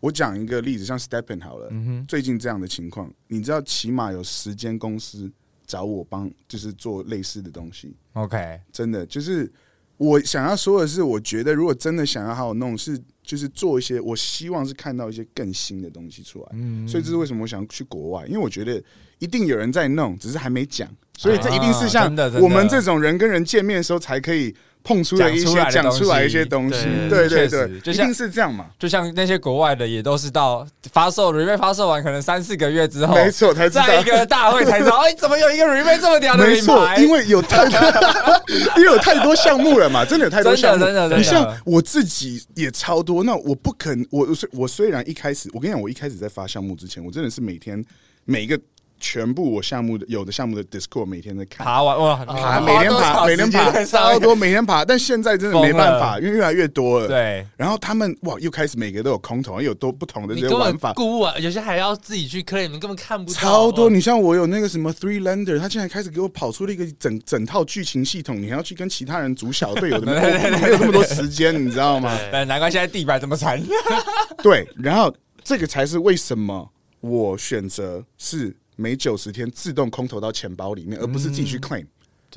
Speaker 1: 我讲一个例子，像 Stepen 好了，最近这样的情况，你知道，起码有十间公司找我帮，就是做类似的东西。
Speaker 2: ，OK，
Speaker 1: 真的就是我想要说的是，我觉得如果真的想要好好弄，是就是做一些，我希望是看到一些更新的东西出来。
Speaker 2: 嗯
Speaker 1: 所以这是为什么我想要去国外，因为我觉得一定有人在弄，只是还没讲，所以这一定是
Speaker 2: 啊
Speaker 1: 像
Speaker 2: 真的真的
Speaker 1: 我们这种人跟人见面的时候才可以碰出的一
Speaker 2: 讲出来
Speaker 1: 些
Speaker 2: 的
Speaker 1: 讲出来一些
Speaker 2: 东
Speaker 1: 东
Speaker 2: 西
Speaker 1: 西。对
Speaker 2: 对确
Speaker 1: 对
Speaker 2: 实
Speaker 1: 对，
Speaker 2: 就
Speaker 1: 一
Speaker 2: 像
Speaker 1: 定是这样嘛。
Speaker 2: 就像那些国外的也都是到发售 remake 发售完可能三四个月之后，
Speaker 1: 没错，才知道
Speaker 2: 在一个大会才
Speaker 1: [LAUGHS]
Speaker 2: 知道，哎，怎么有一个 remake 这么屌的
Speaker 1: 没
Speaker 2: 品
Speaker 1: 错
Speaker 2: 牌？，
Speaker 1: 因为有太多，因为有太多项目了嘛，真的有太多项目。
Speaker 2: 真的真的
Speaker 1: 你
Speaker 2: 真的
Speaker 1: 像我自己也超多，那我不肯，我我虽我虽然一开始，我跟你讲，我一开始在发项目之前，我真的是每天每一个全部我项目的有的项目的 Discord 每天在看。
Speaker 2: 爬完哇，
Speaker 1: 爬
Speaker 2: 爬
Speaker 1: 每天爬，每天爬，超多，每天爬。但现在真的没办法，因为越来越多了。。
Speaker 2: 对，
Speaker 1: 然后他们哇，又开始每个都有空投，又有多不同的
Speaker 4: 你
Speaker 1: 这
Speaker 4: 根
Speaker 1: 些玩
Speaker 4: 本
Speaker 1: 法，
Speaker 4: 顾不完，有些还要自己去 claim，你根本看不到。啊
Speaker 1: 超多！你像我有那个什么 Three Lander，他竟然开始给我跑出了一个整整套剧情系统，你还要去跟其他人组小队，有
Speaker 4: [LAUGHS]
Speaker 1: 的没有没有那么多时间，你知道吗？
Speaker 4: 对
Speaker 2: 但难怪现在地板这么惨。
Speaker 1: [LAUGHS] 对，然后这个才是为什么我选择是每九十天自动空投到钱包里面，而不是自己去 claim，、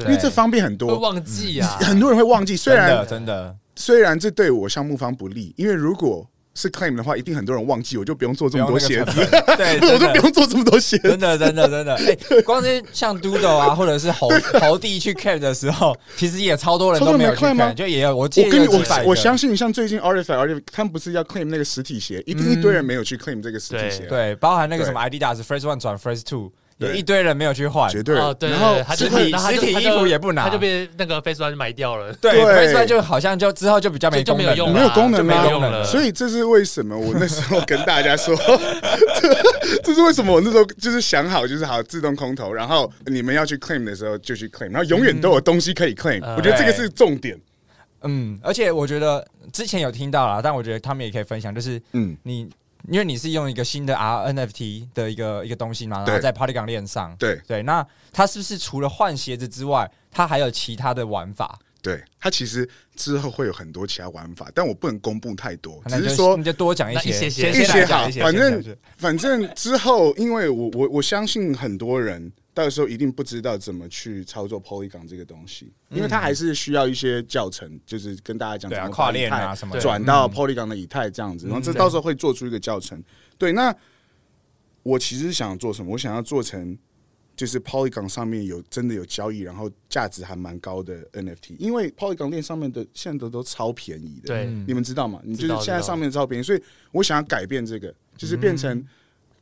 Speaker 1: 因为这方便很
Speaker 4: 嗯会
Speaker 1: 多。
Speaker 4: 忘记啊，
Speaker 1: 很多人会忘记，虽
Speaker 2: 真
Speaker 1: 然
Speaker 2: 的真的
Speaker 1: 虽然这对我项目方不利，因为如果是 claim 的话，一定很多人忘记，我就不用做这么多鞋子，
Speaker 2: 对，
Speaker 1: [LAUGHS] [LAUGHS] 我
Speaker 2: 真
Speaker 1: 就不
Speaker 2: 的
Speaker 1: 用做这么多鞋子。
Speaker 2: 真的真的真的，哎，光是像 Doodle 啊，或者
Speaker 1: [LAUGHS]
Speaker 2: 是猴猴弟去 c a m 的时候，其实也超多人都没有去
Speaker 1: 超多人没 claim 吗
Speaker 2: c 就也有我记
Speaker 1: 我
Speaker 2: 得
Speaker 1: 跟你
Speaker 2: 有
Speaker 1: 我
Speaker 2: 几百个
Speaker 1: 我相信，像最近 Artifact Artifact 他们不是要 claim 那个实体鞋，一定一堆人没有去 claim 这个实体鞋，
Speaker 2: 对，包含那个什
Speaker 1: 对
Speaker 2: 么 Adidas First One 转 First Two，有
Speaker 1: 对
Speaker 2: 一堆人没有去换，
Speaker 1: [LAUGHS] 绝对。
Speaker 4: 哦，对，
Speaker 1: 然后
Speaker 4: 他
Speaker 2: 实
Speaker 4: 就
Speaker 2: 体
Speaker 4: 然后他就
Speaker 2: 实体
Speaker 4: 他就
Speaker 2: 衣服也不拿
Speaker 4: 他就被那个 Face One 买掉了。
Speaker 2: 对
Speaker 1: 对
Speaker 2: ，First One 就好像就之后就比较没
Speaker 4: 就就
Speaker 2: 功
Speaker 4: 没
Speaker 2: 能
Speaker 4: 有
Speaker 2: 了
Speaker 4: 用
Speaker 1: 没有功能
Speaker 4: 没
Speaker 1: 啊
Speaker 4: 有用了，
Speaker 1: 所以这是为什么我那时候跟大家说， [LAUGHS] 这这是为什么我那时候就是想好就是好自动空投，然后你们要去 claim 的时候就去 claim，然后永远都有东西可以 claim，
Speaker 4: 嗯
Speaker 1: 我觉得这个是重点。
Speaker 2: 嗯，而且我觉得之前有听到啦，但我觉得他们也可以分享，就是
Speaker 1: 嗯，
Speaker 2: 你因为你是用一个新的 RNFT 的一个一个东西嘛，然后
Speaker 1: 对
Speaker 2: 在 Polygon 链上，
Speaker 1: 对
Speaker 2: 对，那它是不是除了换鞋子之外，它还有其他的玩法？
Speaker 1: 对，它其实之后会有很多其他玩法，但我不能公布太多，只
Speaker 2: 那你就是
Speaker 1: 说
Speaker 2: 你就多讲一些，
Speaker 4: 那一些
Speaker 2: 先
Speaker 4: 些
Speaker 1: 一
Speaker 2: 先来
Speaker 1: 些
Speaker 2: 讲
Speaker 1: 好
Speaker 2: 一，些
Speaker 1: 反
Speaker 2: 先讲一
Speaker 1: 正
Speaker 2: 些
Speaker 1: 反正之后，因为我我我相信很多人到时候一定不知道怎么去操作 Polygon 这个东西，因为它还是需要一些教程，就是跟大家讲
Speaker 2: 对
Speaker 1: 怎
Speaker 2: 啊，
Speaker 1: 么
Speaker 2: 跨
Speaker 1: 把
Speaker 2: 链
Speaker 1: 以太
Speaker 2: 啊什么的，嗯
Speaker 1: 转到 Polygon 的以太这样子，然后这到时候会做出一个教程。对，那我其实想做什么？我想要做成就是 Polygon 上面有真的有交易，然后价值还蛮高的 NFT，因为 Polygon 链上面的现在都超便宜的，
Speaker 4: 对
Speaker 1: 你们知道吗？你就
Speaker 4: 知
Speaker 1: 是
Speaker 4: 道
Speaker 1: 现在上面超便宜，所以我想要改变这个，就是变成。
Speaker 2: 嗯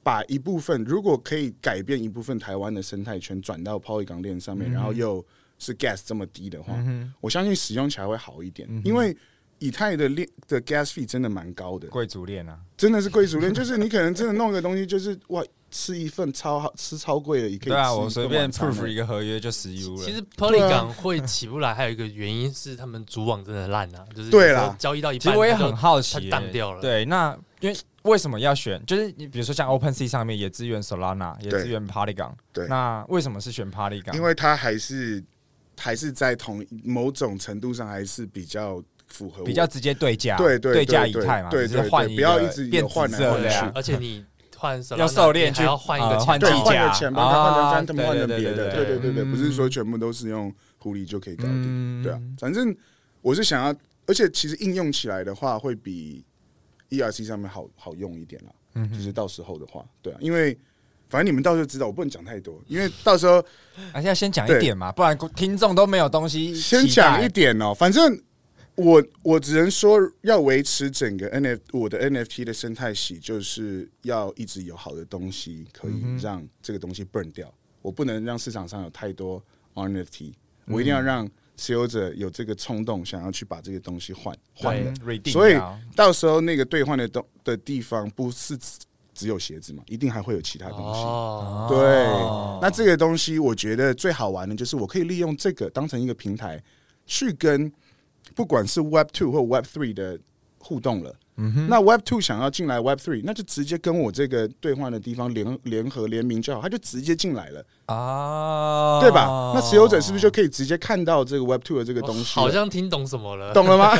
Speaker 1: 把一部分，如果可以改变一部分台湾的生态圈，转到 Polygon 链上
Speaker 2: 嗯
Speaker 1: 面，然后又是 gas 这么低的话，我相信使用起来会好一点，
Speaker 2: 嗯
Speaker 1: 因为以太的链的 gas fee 真的蛮高的，
Speaker 2: 贵族链啊，
Speaker 1: 真的是贵
Speaker 2: [LAUGHS]
Speaker 1: 族链，就是你可能真的弄个东西，就是哇，吃一份超好吃超贵的，也可以吃一
Speaker 2: 对
Speaker 1: 个晚
Speaker 2: 啊，
Speaker 1: 餐欸。
Speaker 2: 我随便 proof 一个合约就十 U 了，
Speaker 4: 其实
Speaker 1: 对啊
Speaker 4: Polygon 会起不来，还有一个原因是他们主网真的烂啊，就是
Speaker 1: 对
Speaker 4: 有时
Speaker 1: 啦
Speaker 4: 候交易到一
Speaker 2: 其
Speaker 4: 半，
Speaker 2: 实我也很好奇、
Speaker 4: 它荡掉了
Speaker 2: 对，那因为为什么要选？就是你比如说像 OpenSea 上面也支援 Solana，也
Speaker 1: 对
Speaker 2: 支援 Polygon。
Speaker 1: 对
Speaker 2: 那为什么是选 Polygon？
Speaker 1: 因为它还是还是在同某种程度上还是比较符合我
Speaker 2: 比较直接对价，
Speaker 1: 对对对
Speaker 2: 价以太嘛，
Speaker 1: 对
Speaker 2: 只
Speaker 1: 对
Speaker 2: 是换一个
Speaker 1: 对不啊要一直有
Speaker 2: 变
Speaker 1: 换来
Speaker 2: 紫色
Speaker 1: 换
Speaker 2: 这
Speaker 1: 去
Speaker 2: 样。
Speaker 4: 而且你换 Solana，
Speaker 2: 要狩猎
Speaker 4: 你
Speaker 2: 去
Speaker 4: 还要换一
Speaker 2: 呃
Speaker 4: 个
Speaker 2: 换
Speaker 1: 对
Speaker 2: 计
Speaker 1: 换
Speaker 2: 价
Speaker 1: 了钱包，换
Speaker 2: 啊
Speaker 1: 了 Phantom，换了
Speaker 2: 对
Speaker 1: 别
Speaker 2: 对
Speaker 1: 的，
Speaker 2: 对
Speaker 1: 对对对对，
Speaker 2: 嗯
Speaker 1: 不是说全部都是用狐狸就可以搞定，
Speaker 2: 嗯
Speaker 1: 对啊，反正我是想要，而且其实应用起来的话，会 E
Speaker 2: 嗯
Speaker 1: 比 ERC 上面好好用一点啦，就是到时候的话，对啊，因为反正你们到时候知道，我不能讲太多，因为到时候
Speaker 2: 而且要啊先讲一
Speaker 1: 对
Speaker 2: 点嘛，不然听众都没有东西期待。
Speaker 1: 先讲一点哦，反正我我只能说，要维持整个 N F 我的 N F T 的生态系，就是要一直有好的东西可以让这个东西 burn 掉，我不能让市场上有太多 N F T，我一定要让持有者有这个冲动，想要去把这个东西换换了。
Speaker 2: reading，
Speaker 1: 所以
Speaker 2: 啊
Speaker 1: 到时候那个兑换的东的地方不是只只有鞋子嘛，一定还会有其他东西。
Speaker 4: 哦，
Speaker 1: 对
Speaker 2: 哦，
Speaker 1: 那这个东西我觉得最好玩的就是我可以利用这个当成一个平台，去跟不管是 Web Two 或 Web Three 的互动了。嗯哼，那 Web Two 想要进来 Web Three，那就直接跟我这个兑换的地方联联合联名就好，他就直接进来了，
Speaker 2: 啊，
Speaker 1: 对吧？那持有者是不是就可以直接看到这个 Web Two 的这个
Speaker 4: 我
Speaker 1: 东西了？
Speaker 4: 哦好像听懂什么了。
Speaker 1: 懂了吗？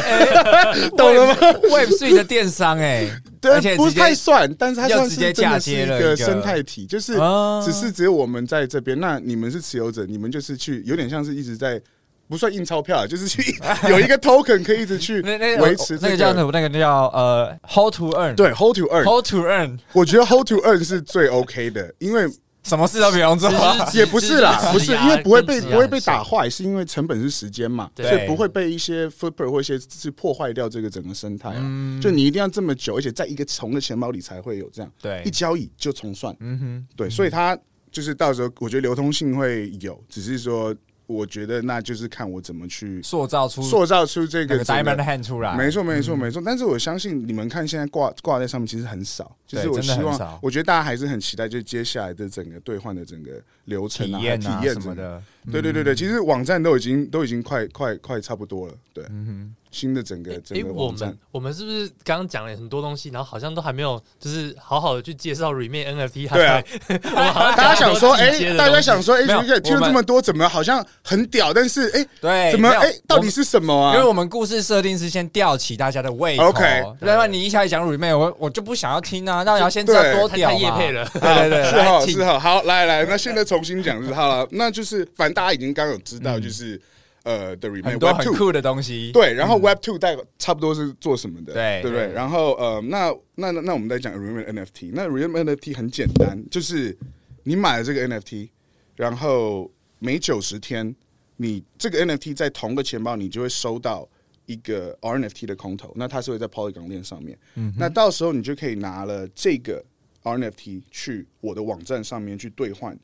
Speaker 1: 懂
Speaker 2: [LAUGHS]
Speaker 1: 了吗？
Speaker 2: Web Three 的电商哎，而且
Speaker 1: [LAUGHS] 对，啊不
Speaker 2: 直接
Speaker 1: 太算，但是它
Speaker 2: 又
Speaker 1: 算
Speaker 2: 直
Speaker 1: 是
Speaker 2: 接
Speaker 1: 真的
Speaker 2: 嫁
Speaker 1: 是
Speaker 2: 接
Speaker 1: 一
Speaker 2: 了一
Speaker 1: 个
Speaker 2: 个
Speaker 1: 生态体，就是
Speaker 2: 啊
Speaker 1: 只是只有我们在这边，那你们是持有者，你们就是去有点像是一直在不算印钞票啊，
Speaker 2: [LAUGHS]
Speaker 1: 就是去有一个 token 可以一直去
Speaker 2: 那那哦
Speaker 1: 维持
Speaker 2: 那
Speaker 1: 这
Speaker 2: 个叫什么？那个叫呃，How to Earn，
Speaker 1: 对 hold to earn，
Speaker 2: ，How to Earn，
Speaker 1: 我觉得 hold to earn 是最 OK 的，因为
Speaker 2: 什么事都不用做
Speaker 4: [LAUGHS] 就。是
Speaker 1: 啊也不是
Speaker 2: [LAUGHS]
Speaker 1: 啦，不
Speaker 4: 就是
Speaker 1: 是
Speaker 4: 指甲
Speaker 1: 因为不会被
Speaker 4: 跟指甲
Speaker 1: 不会被打
Speaker 4: 很像
Speaker 1: 坏，是因为成本是时间嘛，
Speaker 4: 啊对
Speaker 1: 所
Speaker 2: 哎
Speaker 1: 以不会被一些 flipper 或一些是破坏掉这个整个生态
Speaker 2: 嗯
Speaker 1: 啊。就你一定要这么久，而且在一个穷的钱包里才会有这样，
Speaker 2: 对
Speaker 1: 一交易就重算，
Speaker 2: 嗯哼，
Speaker 1: 对，所以它就是到时候我觉得流通性会有，只是说我觉得那就是看我怎么去
Speaker 2: 塑造出
Speaker 1: 塑造出这
Speaker 2: 那
Speaker 1: 个
Speaker 2: 个
Speaker 1: 整
Speaker 2: Diamond
Speaker 1: 个。
Speaker 2: Hand 出来，
Speaker 1: 没错，没
Speaker 2: 嗯
Speaker 1: 错，没错。但是我相信你们看现在挂挂在上面其实很少，就
Speaker 2: 对
Speaker 1: 是我
Speaker 2: 真的
Speaker 1: 希
Speaker 2: 很
Speaker 1: 望
Speaker 2: 少，
Speaker 1: 我觉得大家还是很期待，就接下来的整个兑换的整个流程
Speaker 2: 体
Speaker 1: 啊、
Speaker 2: 验啊
Speaker 1: 体验
Speaker 2: 什
Speaker 1: 整
Speaker 2: 么
Speaker 1: 个。
Speaker 2: 的。
Speaker 1: 对对对对，其实网站都已经都已经快快快差不多了，对，
Speaker 2: 嗯
Speaker 1: 新的整个整
Speaker 4: 诶
Speaker 1: 个
Speaker 4: 我
Speaker 1: 网站
Speaker 4: 们。我们是不是刚刚讲了很多东西，然后好像都还没有就是好好的去介绍 Remake NFT？
Speaker 1: 对啊，
Speaker 4: [LAUGHS] 我们好像
Speaker 1: 大家想说，
Speaker 4: 哎
Speaker 1: 哎、，大家想说，哎、
Speaker 2: 没有
Speaker 1: 徐姐听
Speaker 2: 我
Speaker 1: 了
Speaker 2: 们
Speaker 1: 这么多，怎么好像很屌？但是，哎、
Speaker 2: 对，
Speaker 1: 怎么
Speaker 2: 没有
Speaker 1: 哎、到
Speaker 2: 我
Speaker 1: 底
Speaker 2: 们
Speaker 1: 是什么啊
Speaker 2: 因为？我们故事设定是先吊起大家的胃口
Speaker 1: OK
Speaker 2: 要不然你一下子讲 remake，我我就不想要听啊。那你要先知道
Speaker 1: 对
Speaker 2: 多
Speaker 4: 太
Speaker 2: 屌
Speaker 4: 太
Speaker 2: 嘛
Speaker 4: 夜配，了，
Speaker 2: 对对对，
Speaker 1: 是
Speaker 2: 来
Speaker 1: 哈
Speaker 2: 请
Speaker 1: 是哦哈，好，来来，那现在重新讲是好了，那就是反正大家已经刚刚有知道，就是、呃，The
Speaker 2: 嗯很
Speaker 1: Remake
Speaker 2: 多
Speaker 1: Web
Speaker 2: 很
Speaker 1: Two，
Speaker 2: 酷的东西。
Speaker 1: 对，然后 Web Two 代差不多是做什么的，
Speaker 2: 对
Speaker 1: 对不对？然后呃，那那那那我们再讲 Remake NFT，那 Remake NFT 很简单，就是你买了这个 NFT，然后每九十天，你这个 NFT 在同个钱包，你就会收到一个 RNFT 的空投，那它是会在 Polygon 链上面。那到时候你就可以拿了这个 RNFT 去我的网站上面去兑换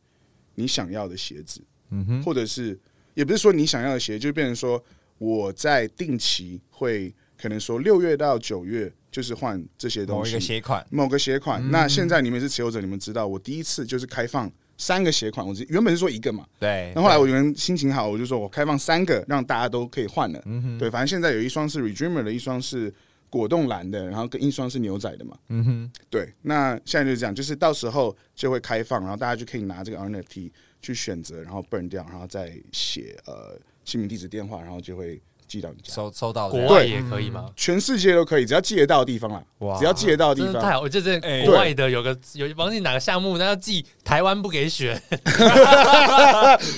Speaker 1: 你想要的鞋子，嗯哼，或者是也不是说你想要的鞋，就变成说我在定期会可能说六月到九月就是换这些东
Speaker 2: 某
Speaker 1: 西，
Speaker 2: 一个鞋嗯款，
Speaker 1: 某个鞋款。那现在你们是持有者，你们知道，我第一次就是开放三个鞋款，我只原本是说一个嘛，
Speaker 2: 对
Speaker 1: 那，后来我原心情好，我就说我开放三个，让大家都可以换了。
Speaker 2: 嗯
Speaker 1: 对，反正现在有一双是 Redreamer 的，一双是果冻蓝的，然后跟一双是牛仔的嘛。嗯哼，对。那现在就是这样，就是到时候就会开放，然后大家就可以拿这个 NFT 去选择，然后 burn 掉，然后再写呃姓名、地址、电话，然后就会寄到你家。
Speaker 2: 收收到的
Speaker 4: 国外也可以吗？
Speaker 1: 全世界都可以，只要寄得到的地方啦，
Speaker 2: 哇
Speaker 1: 只要寄得到的
Speaker 4: 真
Speaker 1: 地
Speaker 4: 的
Speaker 1: 方
Speaker 4: 太，好！我记得
Speaker 2: 哎
Speaker 4: 国外的有个有忘记哪个项目，那要记台湾不给选，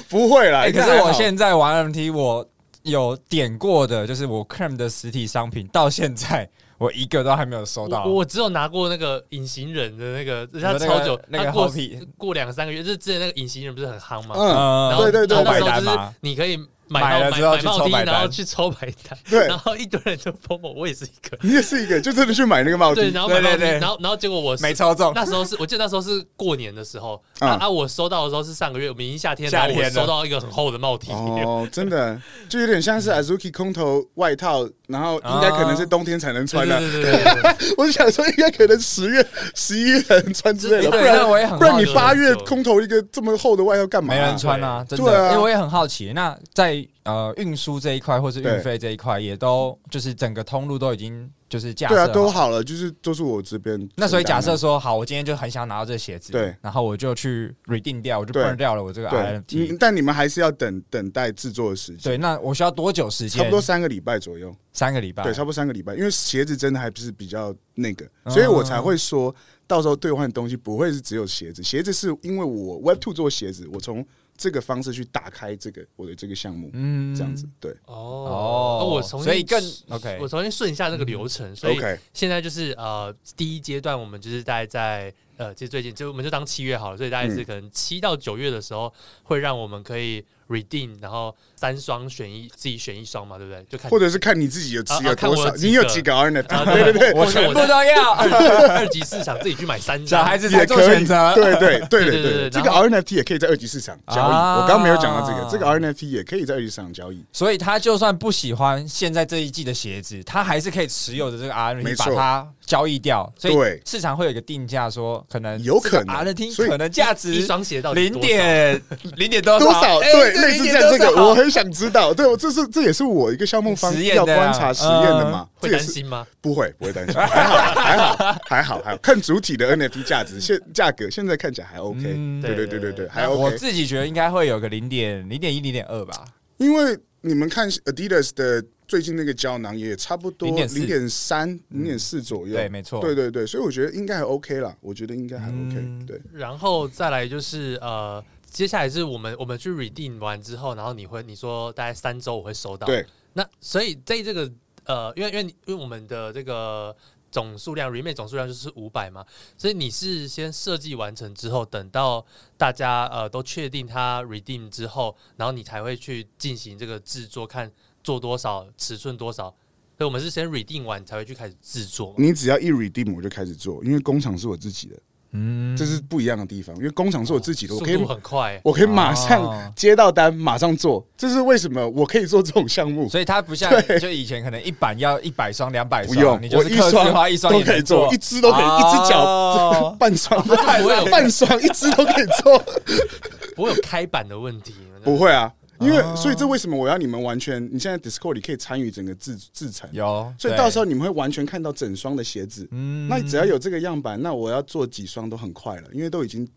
Speaker 1: 不会啦。
Speaker 2: 哎、
Speaker 1: 应
Speaker 2: 可
Speaker 1: 该
Speaker 2: 是
Speaker 1: 还
Speaker 2: 我
Speaker 1: 好
Speaker 2: 现在玩 MT，我有点过的，就是我 Cram 的实体商品，到现在我一个都还没有收到。
Speaker 4: 我我只有拿过那个隐形人的那个，
Speaker 2: 说
Speaker 4: 人家
Speaker 2: 那个
Speaker 4: 超久，
Speaker 2: 那个
Speaker 4: 他过
Speaker 2: Hopi
Speaker 4: 过两三个月，就是之前那个隐形人不是很夯吗？
Speaker 1: 嗯，
Speaker 2: 呃
Speaker 4: 然后
Speaker 1: 对对对
Speaker 4: 然后那
Speaker 2: 抽白单
Speaker 4: 时候就
Speaker 2: 嘛
Speaker 4: 是你可以
Speaker 2: 买
Speaker 4: 买
Speaker 2: 了
Speaker 4: 到
Speaker 2: 之后
Speaker 4: 买
Speaker 2: 去
Speaker 4: 帽
Speaker 2: 抽
Speaker 4: 钉，
Speaker 2: 白单
Speaker 4: 然后去抽白单，
Speaker 1: 对
Speaker 4: [LAUGHS] 然后一堆人就 FOMO，我也是一个，
Speaker 1: 你也是一个，就真的去买那个帽
Speaker 4: 对，
Speaker 1: 子。
Speaker 4: 然后买帽
Speaker 2: 对
Speaker 4: 钉，
Speaker 2: 对对
Speaker 4: 然后然后结果我是
Speaker 2: 没抽中，
Speaker 4: 那时候是我记得那时候是过年的时候
Speaker 1: 嗯
Speaker 4: 啊啊，我收到的时候是上个月，我们已经夏天，
Speaker 2: 夏
Speaker 4: 然
Speaker 2: 天
Speaker 4: 后
Speaker 2: 了
Speaker 4: 我收到一个很厚的帽 T，
Speaker 1: 哦，真的，就有点像是
Speaker 4: 嗯
Speaker 1: Azuki 空投外套，然后应该可能是冬天才能
Speaker 4: 对
Speaker 1: 穿
Speaker 4: 啊对
Speaker 1: 的。
Speaker 4: 对对对对，
Speaker 1: 我想说，应该可能十月、十一月才能穿之类的，
Speaker 2: 对
Speaker 1: 不然
Speaker 2: 那我也很
Speaker 1: 不然
Speaker 2: 好
Speaker 1: 你
Speaker 2: 奇
Speaker 1: 八月空投一个这么厚的外套干嘛、
Speaker 2: 没人穿啊，真的，
Speaker 1: 对啊
Speaker 2: 因为我也很好奇。那在呃运输这一块或是运费这一块，也都就是整个通路都已经就是架设
Speaker 1: 对啊，
Speaker 2: 好
Speaker 1: 都好了，就是都是我这边。
Speaker 2: 那所以假设说，好，我今天就很想拿到这鞋子，
Speaker 1: 对，
Speaker 2: 然后我就去 redeem 掉，我就
Speaker 1: 对
Speaker 2: burn 掉了我这个
Speaker 1: 对，
Speaker 2: NFT，
Speaker 1: 嗯但你们还是要等等待制作的时间，
Speaker 2: 对，那我需要多久时间？
Speaker 1: 差不多三个礼拜左右。
Speaker 2: 三个礼拜，
Speaker 1: 对，差不多三个礼拜，因为鞋子真的还不是比较那个，所以我才会说到时候兑换的东西不会是只有鞋子，鞋子是因为我 Web Two 做鞋子，我从这个方式去打开这个我的这个项目，
Speaker 2: 嗯
Speaker 1: 这样子。对
Speaker 4: 哦，
Speaker 2: 哦
Speaker 4: 哦我重新
Speaker 2: 所以更嗯 OK
Speaker 4: 我重新顺一下这个流程，所以
Speaker 1: ，OK，
Speaker 4: 现在就是呃，第一阶段我们就是大概在呃，其实最近就我们就当七月好了，所以大概是
Speaker 1: 嗯
Speaker 4: 可能七到九月的时候，会让我们可以 redeem，然后三双选一，自己选一双嘛，对不对？就看
Speaker 1: 或者是看你自己有持
Speaker 4: 啊
Speaker 1: 有
Speaker 4: 啊看
Speaker 1: 多
Speaker 4: 我有
Speaker 1: 少，
Speaker 4: 几个
Speaker 1: 你有几个 NFT？
Speaker 2: [LAUGHS]
Speaker 4: 啊
Speaker 1: 对对对，
Speaker 2: 我
Speaker 4: 或者
Speaker 2: 全部
Speaker 1: [LAUGHS]
Speaker 4: 在
Speaker 2: 都要，
Speaker 4: 二级市场自己去买三
Speaker 2: 小
Speaker 4: 张，
Speaker 2: 孩子才
Speaker 1: 也
Speaker 2: 做
Speaker 1: 可以
Speaker 2: 选，择。
Speaker 1: 对对对
Speaker 4: 对
Speaker 1: 对
Speaker 4: 对
Speaker 1: 对，
Speaker 4: 对
Speaker 1: 这个
Speaker 4: 然后
Speaker 1: RNFT 也可以在二级市场交易。
Speaker 2: 啊
Speaker 1: 我刚没有讲到这个，这个 RNFT 也可以在二级市场交易。
Speaker 2: 所以他就算不喜欢现在这一季的鞋子，他还是可以持有的这个 R N
Speaker 1: 没
Speaker 2: T
Speaker 1: 错
Speaker 2: 把它交易掉。所以
Speaker 1: 对
Speaker 2: 市场会有一个定价，说可能
Speaker 1: 有可能
Speaker 2: R N T
Speaker 1: 所以
Speaker 2: 可能价
Speaker 4: 一
Speaker 2: 值
Speaker 4: 双鞋到底
Speaker 2: 零
Speaker 4: 多少 [LAUGHS]
Speaker 2: 点零点多
Speaker 1: 多少？
Speaker 2: 哎
Speaker 1: 对，类似
Speaker 2: 0.多
Speaker 1: 这样这个，
Speaker 2: 少
Speaker 1: 我很想知道。对，我这是这也是我一个项目方
Speaker 2: 实验
Speaker 1: 要
Speaker 2: 的啊
Speaker 1: 观察实验的嘛。这
Speaker 4: 会
Speaker 1: 也
Speaker 4: 担
Speaker 1: 是
Speaker 4: 心吗？
Speaker 1: 不会不会担心，还好啦还好还好还 [LAUGHS] 好，看主体的 NFT 价值现价格现在看起来还 OK。
Speaker 2: 嗯
Speaker 1: 对对对对
Speaker 4: 对对
Speaker 1: 对，
Speaker 4: 对
Speaker 1: 还
Speaker 2: 我
Speaker 1: 哎 OK。
Speaker 2: 自己觉得应该会有个零点零点一零点二吧。
Speaker 1: 因为你们看 Adidas 的最近那个胶囊也差不多
Speaker 2: 0.4
Speaker 1: 零点三、零点四左右，
Speaker 2: 对没
Speaker 4: 哦
Speaker 2: 错
Speaker 1: 对对对，所以我觉得应该还 OK 啦，我觉得应该还 OK，、
Speaker 2: 嗯
Speaker 1: 对，
Speaker 4: 然后再来就是呃，接下来是我们我们去 redeem 完之后，然后你会你说大概三周我会收到。
Speaker 1: 对，
Speaker 4: 那所以在这个呃，因为因为因为我们的这个总数量 remake 总数量就是五百嘛，所以你是先设计完成之后，等到大家呃都确定它 redeem 之后，然后你才会去进行这个制作，看做多少尺寸多少。所以我们是先 redeem 完才会去开始制作嘛。
Speaker 1: 你只要一 redeem 我就开始做，因为工厂是我自己的，
Speaker 2: 嗯，
Speaker 1: 这是不一样的地方，因为工厂是我自己的，
Speaker 4: 速
Speaker 1: 我可以
Speaker 4: 度很快、啊
Speaker 1: 我可以马上
Speaker 2: 哦
Speaker 1: 接到单，马上做，这是为什么我可以做这种项目？
Speaker 2: 所以它不像就以前可能一版要一百双、两百
Speaker 1: 不
Speaker 2: 双，
Speaker 1: 用
Speaker 2: 你，就
Speaker 1: 我
Speaker 2: 是刻字化一
Speaker 1: 双
Speaker 2: 双
Speaker 1: 都
Speaker 2: 也
Speaker 1: 可以
Speaker 2: 能
Speaker 1: 做，一只都可以，一只脚 [LAUGHS]
Speaker 2: 哦
Speaker 1: 半双，
Speaker 4: 啊不会有
Speaker 1: 半双一只都可以做。
Speaker 4: [LAUGHS] 不会有开版的问题。
Speaker 1: 不会啊，因为、
Speaker 2: 哦
Speaker 1: 所以这为什么我要你们完全？你现在 Discord 里可以参与整个制制成，
Speaker 2: 有，
Speaker 1: 所以到时候
Speaker 2: 候
Speaker 1: 你们会完全看到整双的鞋子。
Speaker 2: 嗯
Speaker 1: 那只要有这个样板，那我要做几双都很快了，因为都已经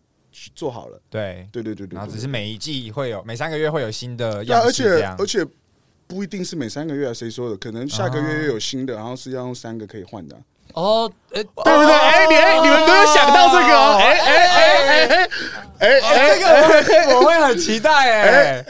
Speaker 1: 做好了。
Speaker 2: 对，
Speaker 1: 对对对对
Speaker 2: 然后只
Speaker 1: 对，
Speaker 2: 是每一季会有每三个月会有新的
Speaker 1: 对啊，
Speaker 2: 样
Speaker 1: 而
Speaker 2: 式这
Speaker 1: 且
Speaker 2: 样
Speaker 1: 而且不一定是每三个月啊，谁说的？可能下个月又有新的，然后是要用三个可以换的啊、
Speaker 4: 哦，哎、
Speaker 1: 对不对？哎、你
Speaker 2: 哦
Speaker 1: 哎你们都有想到这个哦，哎哎哎哎哎哎
Speaker 2: 哦这个 [LAUGHS] 我会我会很期待哎，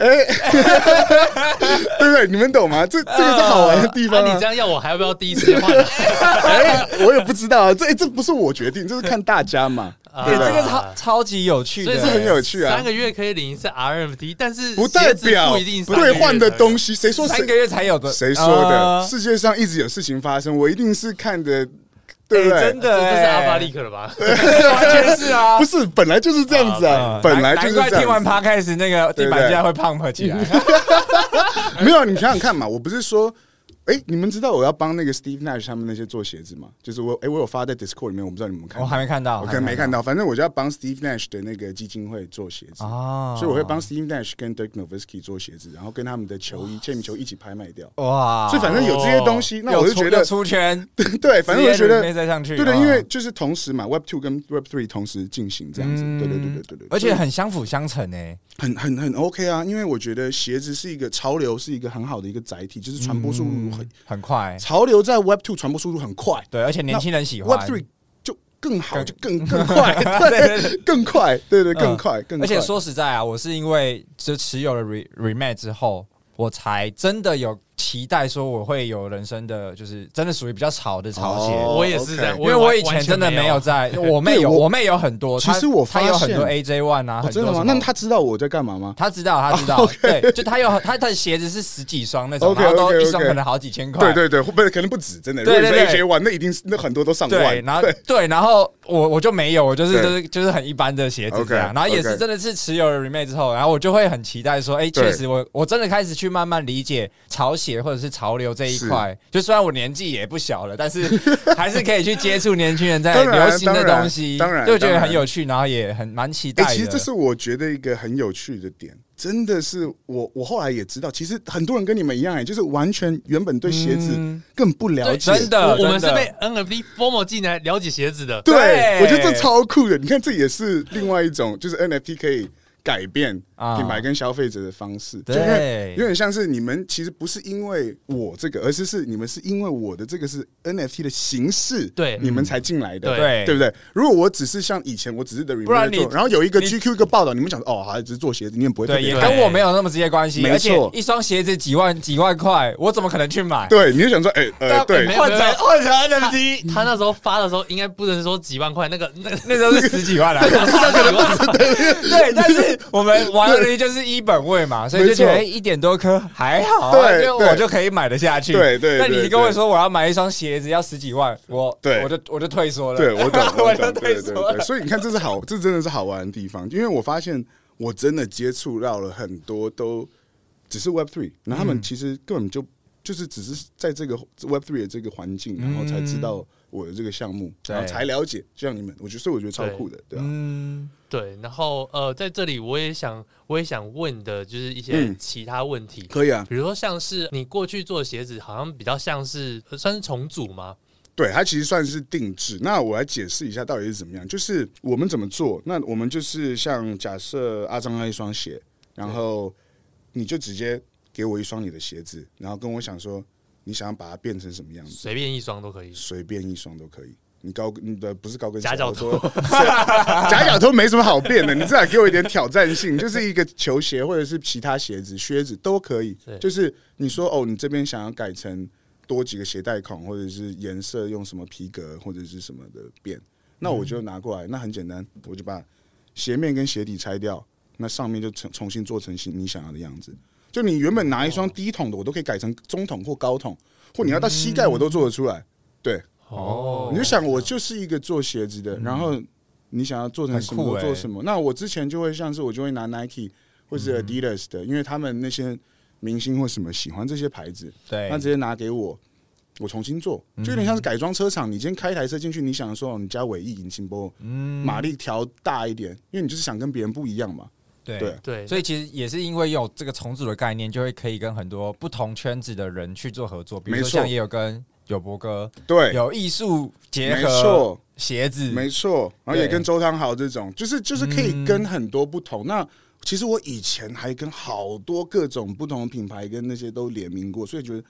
Speaker 1: 对不对？你们懂吗？这这个是好玩的地
Speaker 4: 那、
Speaker 1: 方、啊。
Speaker 4: 你这样要我还要不要第一时间换
Speaker 1: [LAUGHS]
Speaker 4: 啊？
Speaker 1: 哎，我也不知道啊，这哎这不是我决定，这是看大家嘛，
Speaker 4: 啊
Speaker 1: 对
Speaker 2: 对，
Speaker 1: 不
Speaker 2: 这
Speaker 1: 对
Speaker 2: 个？超超级有趣
Speaker 4: 所
Speaker 2: 的，哎
Speaker 4: 以
Speaker 1: 这很有趣啊
Speaker 4: 三个月可以领一次 RMD，但是
Speaker 1: 不代
Speaker 4: 鞋子
Speaker 1: 表
Speaker 4: 不一定
Speaker 1: 兑换的东
Speaker 4: 西。
Speaker 1: 西，谁说
Speaker 2: 三
Speaker 1: 谁
Speaker 2: 个月才有的，
Speaker 1: 谁说的？
Speaker 2: 呃
Speaker 1: 世界上一直有事情发生，我一定是看的，对不对
Speaker 2: 哎真？
Speaker 4: 这
Speaker 2: 的哎，
Speaker 4: 这是阿
Speaker 2: [LAUGHS]
Speaker 4: 巴利克了吧？
Speaker 2: 完全是啊
Speaker 1: 不。是，本来就是这样子啊
Speaker 2: 嗯，
Speaker 1: 本来就是
Speaker 2: 难怪
Speaker 1: 这
Speaker 2: 听完
Speaker 1: 样子。
Speaker 2: p 开始那个地板竟然会胖回起来，
Speaker 1: [LAUGHS] 没有，你想想看嘛，我不是说。哎，你们知道我要帮那个 Steve Nash 他们那些做鞋子吗？就是我，哎，我有发在 Discord 里面，我不知道你们有没有看
Speaker 2: 我
Speaker 1: 到，
Speaker 2: 哦还没看到，
Speaker 1: 我可能没看到。反正我就要帮 Steve Nash 的那个基金会做鞋子，
Speaker 2: 哦，
Speaker 1: 所以我会帮 Steve Nash 跟 Dirk Nowitzki 做鞋子，然后跟他们的球衣、签名球一起拍卖掉。
Speaker 2: 哇，
Speaker 1: 所以反正有这些东西，那
Speaker 2: 又
Speaker 1: 我就
Speaker 2: 出
Speaker 1: 觉得
Speaker 2: 又，出圈，
Speaker 1: [LAUGHS] 对，反正我就觉
Speaker 2: 没
Speaker 1: 得，
Speaker 2: 再上去，
Speaker 1: 对的，
Speaker 2: 哦
Speaker 1: 因为就是同时嘛，Web Two 跟 Web Three 同时进行这样子，
Speaker 2: 嗯
Speaker 1: 对对对对对对，
Speaker 2: 而
Speaker 1: 所
Speaker 2: 且
Speaker 1: 以
Speaker 2: 很相辅相成哎诶，
Speaker 1: 很很很 OK 啊，因为我觉得鞋子是一个潮流，是一个很好的一个载体，就是传播速度很，
Speaker 2: 很快，
Speaker 1: 潮流在 Web Two 传播速度很快
Speaker 2: 对，而且年轻人喜欢
Speaker 1: ，Web Three 就更好，
Speaker 2: 啊更
Speaker 1: 就更更快，
Speaker 2: [LAUGHS] 对
Speaker 1: 对， [LAUGHS] 更快，对对，
Speaker 2: 嗯
Speaker 1: 更快，更快。
Speaker 2: 而且说实在啊，我是因为就持有了 re remake 之后，我才真的有期待说我会有人生的，就是真的属于比较潮的潮鞋。
Speaker 1: 哦
Speaker 4: 我也是这样，
Speaker 1: OK
Speaker 2: 因为我以
Speaker 4: 完
Speaker 2: 前
Speaker 4: 全
Speaker 2: 真的
Speaker 4: 没
Speaker 2: 没有，在，我妹
Speaker 1: 对
Speaker 2: 有，
Speaker 1: 我
Speaker 2: 我妹有很多。
Speaker 1: 其实我发
Speaker 2: 她她有很多
Speaker 1: 现
Speaker 2: AJ One 啊，
Speaker 1: 哦，
Speaker 2: 很
Speaker 1: 真
Speaker 2: 多
Speaker 1: 的吗
Speaker 2: 什？么
Speaker 1: 那他知道我在干嘛吗？
Speaker 2: 她知道，她知
Speaker 1: [LAUGHS]
Speaker 2: 道，对，就她有很她她的鞋子是十几双那种，
Speaker 1: OK，
Speaker 2: 然后都
Speaker 1: OK，
Speaker 2: 一双
Speaker 1: OK
Speaker 2: 可能好几千块。
Speaker 1: 对对对，不是可能不止，真的。如
Speaker 2: 对
Speaker 1: 果你
Speaker 2: 对
Speaker 1: 在
Speaker 2: 对
Speaker 1: AJ 玩，那一定是那很多都上
Speaker 2: 对，
Speaker 1: 万。
Speaker 2: 然后对，然后我我就没有，我就是
Speaker 1: 对
Speaker 2: 就是就是很一般的鞋子
Speaker 1: OK，
Speaker 2: 这样，然后也
Speaker 1: OK
Speaker 2: 是真的是持有了 remake 之后，然后我就会很期待说，哎，
Speaker 1: 对
Speaker 2: 确实我我真的开始去慢慢理解潮鞋或者是潮流这一
Speaker 1: 是
Speaker 2: 块，就虽然我年纪也不小了，
Speaker 1: [LAUGHS]
Speaker 2: 但是还是可以去接触年轻人在
Speaker 1: 当然啊
Speaker 2: 流行的
Speaker 1: 当然
Speaker 2: 东西，
Speaker 1: 当然
Speaker 2: 就觉
Speaker 1: 当
Speaker 2: 得
Speaker 1: 然
Speaker 2: 很有趣，然后也很蛮期
Speaker 1: 哎、
Speaker 2: 待的。
Speaker 1: 其实这是我觉得一个很有趣的点，真的是我我后来也知道，其实很多人跟你们一样、哎，就是完全原本对鞋子
Speaker 2: 嗯
Speaker 1: 更不了
Speaker 4: 对
Speaker 1: 解。
Speaker 2: 真的，
Speaker 4: 我我们是
Speaker 2: 真的
Speaker 4: 被 NFT FOMO 进来了解鞋子的。
Speaker 1: 对
Speaker 2: 对
Speaker 1: 我觉得这超酷的。你看，这也是另外一种，就是 NFT 可以改变
Speaker 2: 啊
Speaker 1: 品牌跟消费者的方式，就因为
Speaker 2: 对
Speaker 1: 有，点像是你们其实不是因为我这个，而是是你们是因为我的这个是 NFT 的形式，
Speaker 4: 对
Speaker 1: 你们才进来的，
Speaker 2: 嗯对
Speaker 1: 对不对？如果我只是像以前我只是的 r e
Speaker 2: 不然你
Speaker 1: 然后有一个
Speaker 2: 你
Speaker 1: GQ 一个报道，你们讲说哦，好像只是做鞋子，你们不会特
Speaker 2: 对，
Speaker 1: 别
Speaker 2: 也
Speaker 1: 看
Speaker 2: 跟我没有那么直接关系。
Speaker 1: 没
Speaker 2: 而且
Speaker 1: 错
Speaker 2: 一双鞋子几万几万块，我怎么可能去买？
Speaker 1: 对，你就想说，哎呃，
Speaker 2: 但
Speaker 1: 对
Speaker 4: 没，有
Speaker 2: 换成换成 NFT，
Speaker 4: 他那时候发的时候，应该不能说几万块，那个那个
Speaker 2: [LAUGHS] 那时候是十几
Speaker 1: [LAUGHS]
Speaker 2: 万来的。对，但是我们玩 NFT 就是一本位嘛，所以就觉得
Speaker 1: 没错
Speaker 2: 哎一点多颗还好啊，
Speaker 1: 对
Speaker 2: 就
Speaker 1: 对
Speaker 2: 我就可以买得下去。
Speaker 1: 对对
Speaker 2: 那
Speaker 1: 对
Speaker 2: 你
Speaker 1: 对
Speaker 2: 跟我说我要买一双鞋子要十几万，我
Speaker 1: 对
Speaker 2: 我就我就退缩了。，
Speaker 1: 对我懂
Speaker 2: [LAUGHS]
Speaker 1: 我
Speaker 2: 我
Speaker 1: 懂，对
Speaker 2: 就退
Speaker 1: 对
Speaker 2: 缩
Speaker 1: 对。
Speaker 2: 了。
Speaker 1: 所以你看，这是好，这真的是好玩的地方，因为我发现我真的接触到了很多都只是 Web Three，然后他
Speaker 2: 嗯
Speaker 1: 们其实根本就就是只是在这个 Web Three 的这个环境，然后才知道我的这个项目，
Speaker 2: 嗯对
Speaker 1: 然后才了解，就像你们，我觉得，所以我觉得超酷的，对啊，
Speaker 2: 嗯，
Speaker 4: 对，然后呃，在这里我也想，我也想问的就是一些
Speaker 1: 嗯
Speaker 4: 其他问题，
Speaker 1: 可以啊，
Speaker 4: 比如说像是你过去做的鞋子，好像比较像是呃算是重组吗？
Speaker 1: 对，它其实算是定制。那我来解释一下到底是怎么样，就是我们怎么做。那我们就是像假设阿张那一双鞋，然后你就直接给我一双你的鞋子，然后跟我想说你想要把它变成什么样子，
Speaker 4: 随便一双都可以。
Speaker 1: 随便一双都可以。你高你的不是高跟鞋，
Speaker 4: 夹脚
Speaker 1: 我
Speaker 4: 拖
Speaker 1: 说 [LAUGHS] 夹脚拖没什么好变的，你至少给我一点挑战性， [LAUGHS] 就是一个球鞋或者是其他鞋子、靴子都可以
Speaker 4: 对。
Speaker 1: 就是你说哦，你这边想要改成多几个鞋带孔，或者是颜色用什么皮革或者是什么的变，那我就拿过来，那很简单，我就把鞋面跟鞋底拆掉，那上面就重重新做成你想要的样子。就你原本拿一
Speaker 4: 哦
Speaker 1: 双低筒的，我都可以改成中筒或高筒，或你要到膝盖我都做得出来。对，
Speaker 2: 哦嗯
Speaker 1: 你就想我就是一个做鞋子的，然后你想要做成什么
Speaker 2: 很酷
Speaker 1: 我
Speaker 2: 欸
Speaker 1: 做什么。那我之前就会像是我就会拿 Nike 或
Speaker 2: 嗯
Speaker 1: 者 Adidas 的，因为他们那些明星或什么喜欢这些牌子，
Speaker 2: 对嗯
Speaker 1: 那，直接拿给我，我重新做，就有点像是改装车厂。你今天开一台车进去，你想说哦你加尾翼、引擎波，
Speaker 2: 嗯
Speaker 1: 马力调大一点，因为你就是想跟别人不一样嘛。对
Speaker 2: 对。
Speaker 4: 对，
Speaker 2: 所以其实也是因为有这个重组的概念，就会可以跟很多不同圈子的人去做合作，比如
Speaker 1: 没
Speaker 2: 说
Speaker 1: 错
Speaker 2: 像也有跟有博哥
Speaker 1: 对，
Speaker 2: 有艺术结
Speaker 1: 没
Speaker 2: 合
Speaker 1: 错。
Speaker 2: 鞋子，
Speaker 1: 没错，然后也
Speaker 2: 对嗯
Speaker 1: 跟周汤豪这种，就是就是可以跟很多不同。那其实我以前还跟好多各种不同的品牌跟那些都联名过，所以觉得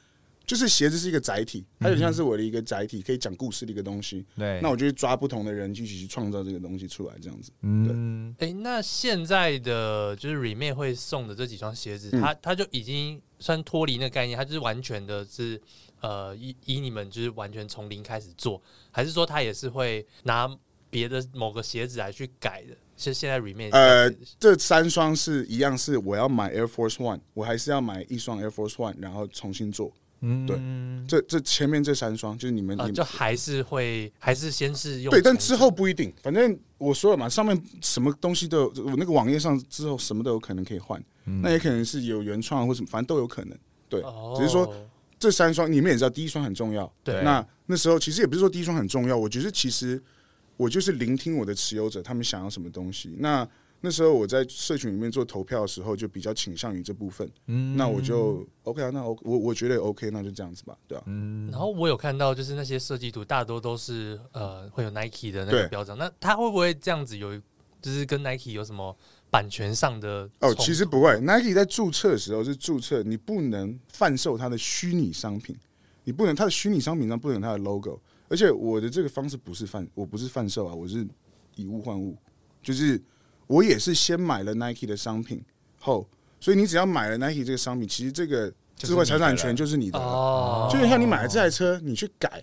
Speaker 1: 就是鞋子是一个载体，它有点像是我的一个载体，可以讲故事的一个东西。
Speaker 2: 嗯对，
Speaker 1: 那我就去抓不同的人一起去创造这个东西出来，这样子。
Speaker 2: 嗯，
Speaker 4: 哎、那现在的就是 Remake 会送的这几双鞋子，
Speaker 1: 嗯
Speaker 4: 它它就已经算脱离那个概念，它就是完全的是呃，以以你们就是完全从零开始做，还是说它也是会拿别的某个鞋子来去改的？是啊现在 Remake
Speaker 1: 呃
Speaker 4: 这样子
Speaker 1: 这三双是一样，是我要买 Air Force One，我还是要买一双 Air Force One，然后重新做。
Speaker 2: 嗯，啊
Speaker 1: 对这这前面这三双就是你们、
Speaker 4: 呃，
Speaker 1: 你
Speaker 4: 就还是会还是先是用
Speaker 1: 对，但
Speaker 4: 重组
Speaker 1: 之后不一定。反正我说了嘛，上面什么东西都有，我那个网页上之后什么都有可能可以换，那也可能是有原创或什么，反正都有可能。对，
Speaker 4: 嗯哦
Speaker 1: 只是说这三双你们也知道，第一双很重要。
Speaker 4: 对
Speaker 1: 那那时候其实也不是说第一双很重要，我觉得其实我就是聆听我的持有者他们想要什么东西。那那时候我在社群里面做投票的时候，就比较倾向于这部分。嗯，那我就 OK 啊，那我我我觉得 OK，那就这样子吧，对啊。
Speaker 4: 然后我有看到，就是那些设计图大多都是呃会有 Nike 的那个
Speaker 1: 对
Speaker 4: 标章，那它会不会这样子有，就是跟 Nike 有什么版权上的
Speaker 1: 哦，
Speaker 4: 冲
Speaker 1: 其实不会，Nike 在注册的时候是注册，你不能贩售它的虚拟商品，你不能它的虚拟商品上不能有它的 logo。而且我的这个方式不是贩，我不是贩售啊，我是以物换物，就是我也是先买了 Nike 的商品后，所以你只要买了 Nike 这个商品，其实这个
Speaker 2: 就是
Speaker 1: 智慧财产
Speaker 2: 你的了
Speaker 1: 权就是你的了。
Speaker 4: 哦，
Speaker 1: 就像你买了这台车，你去改，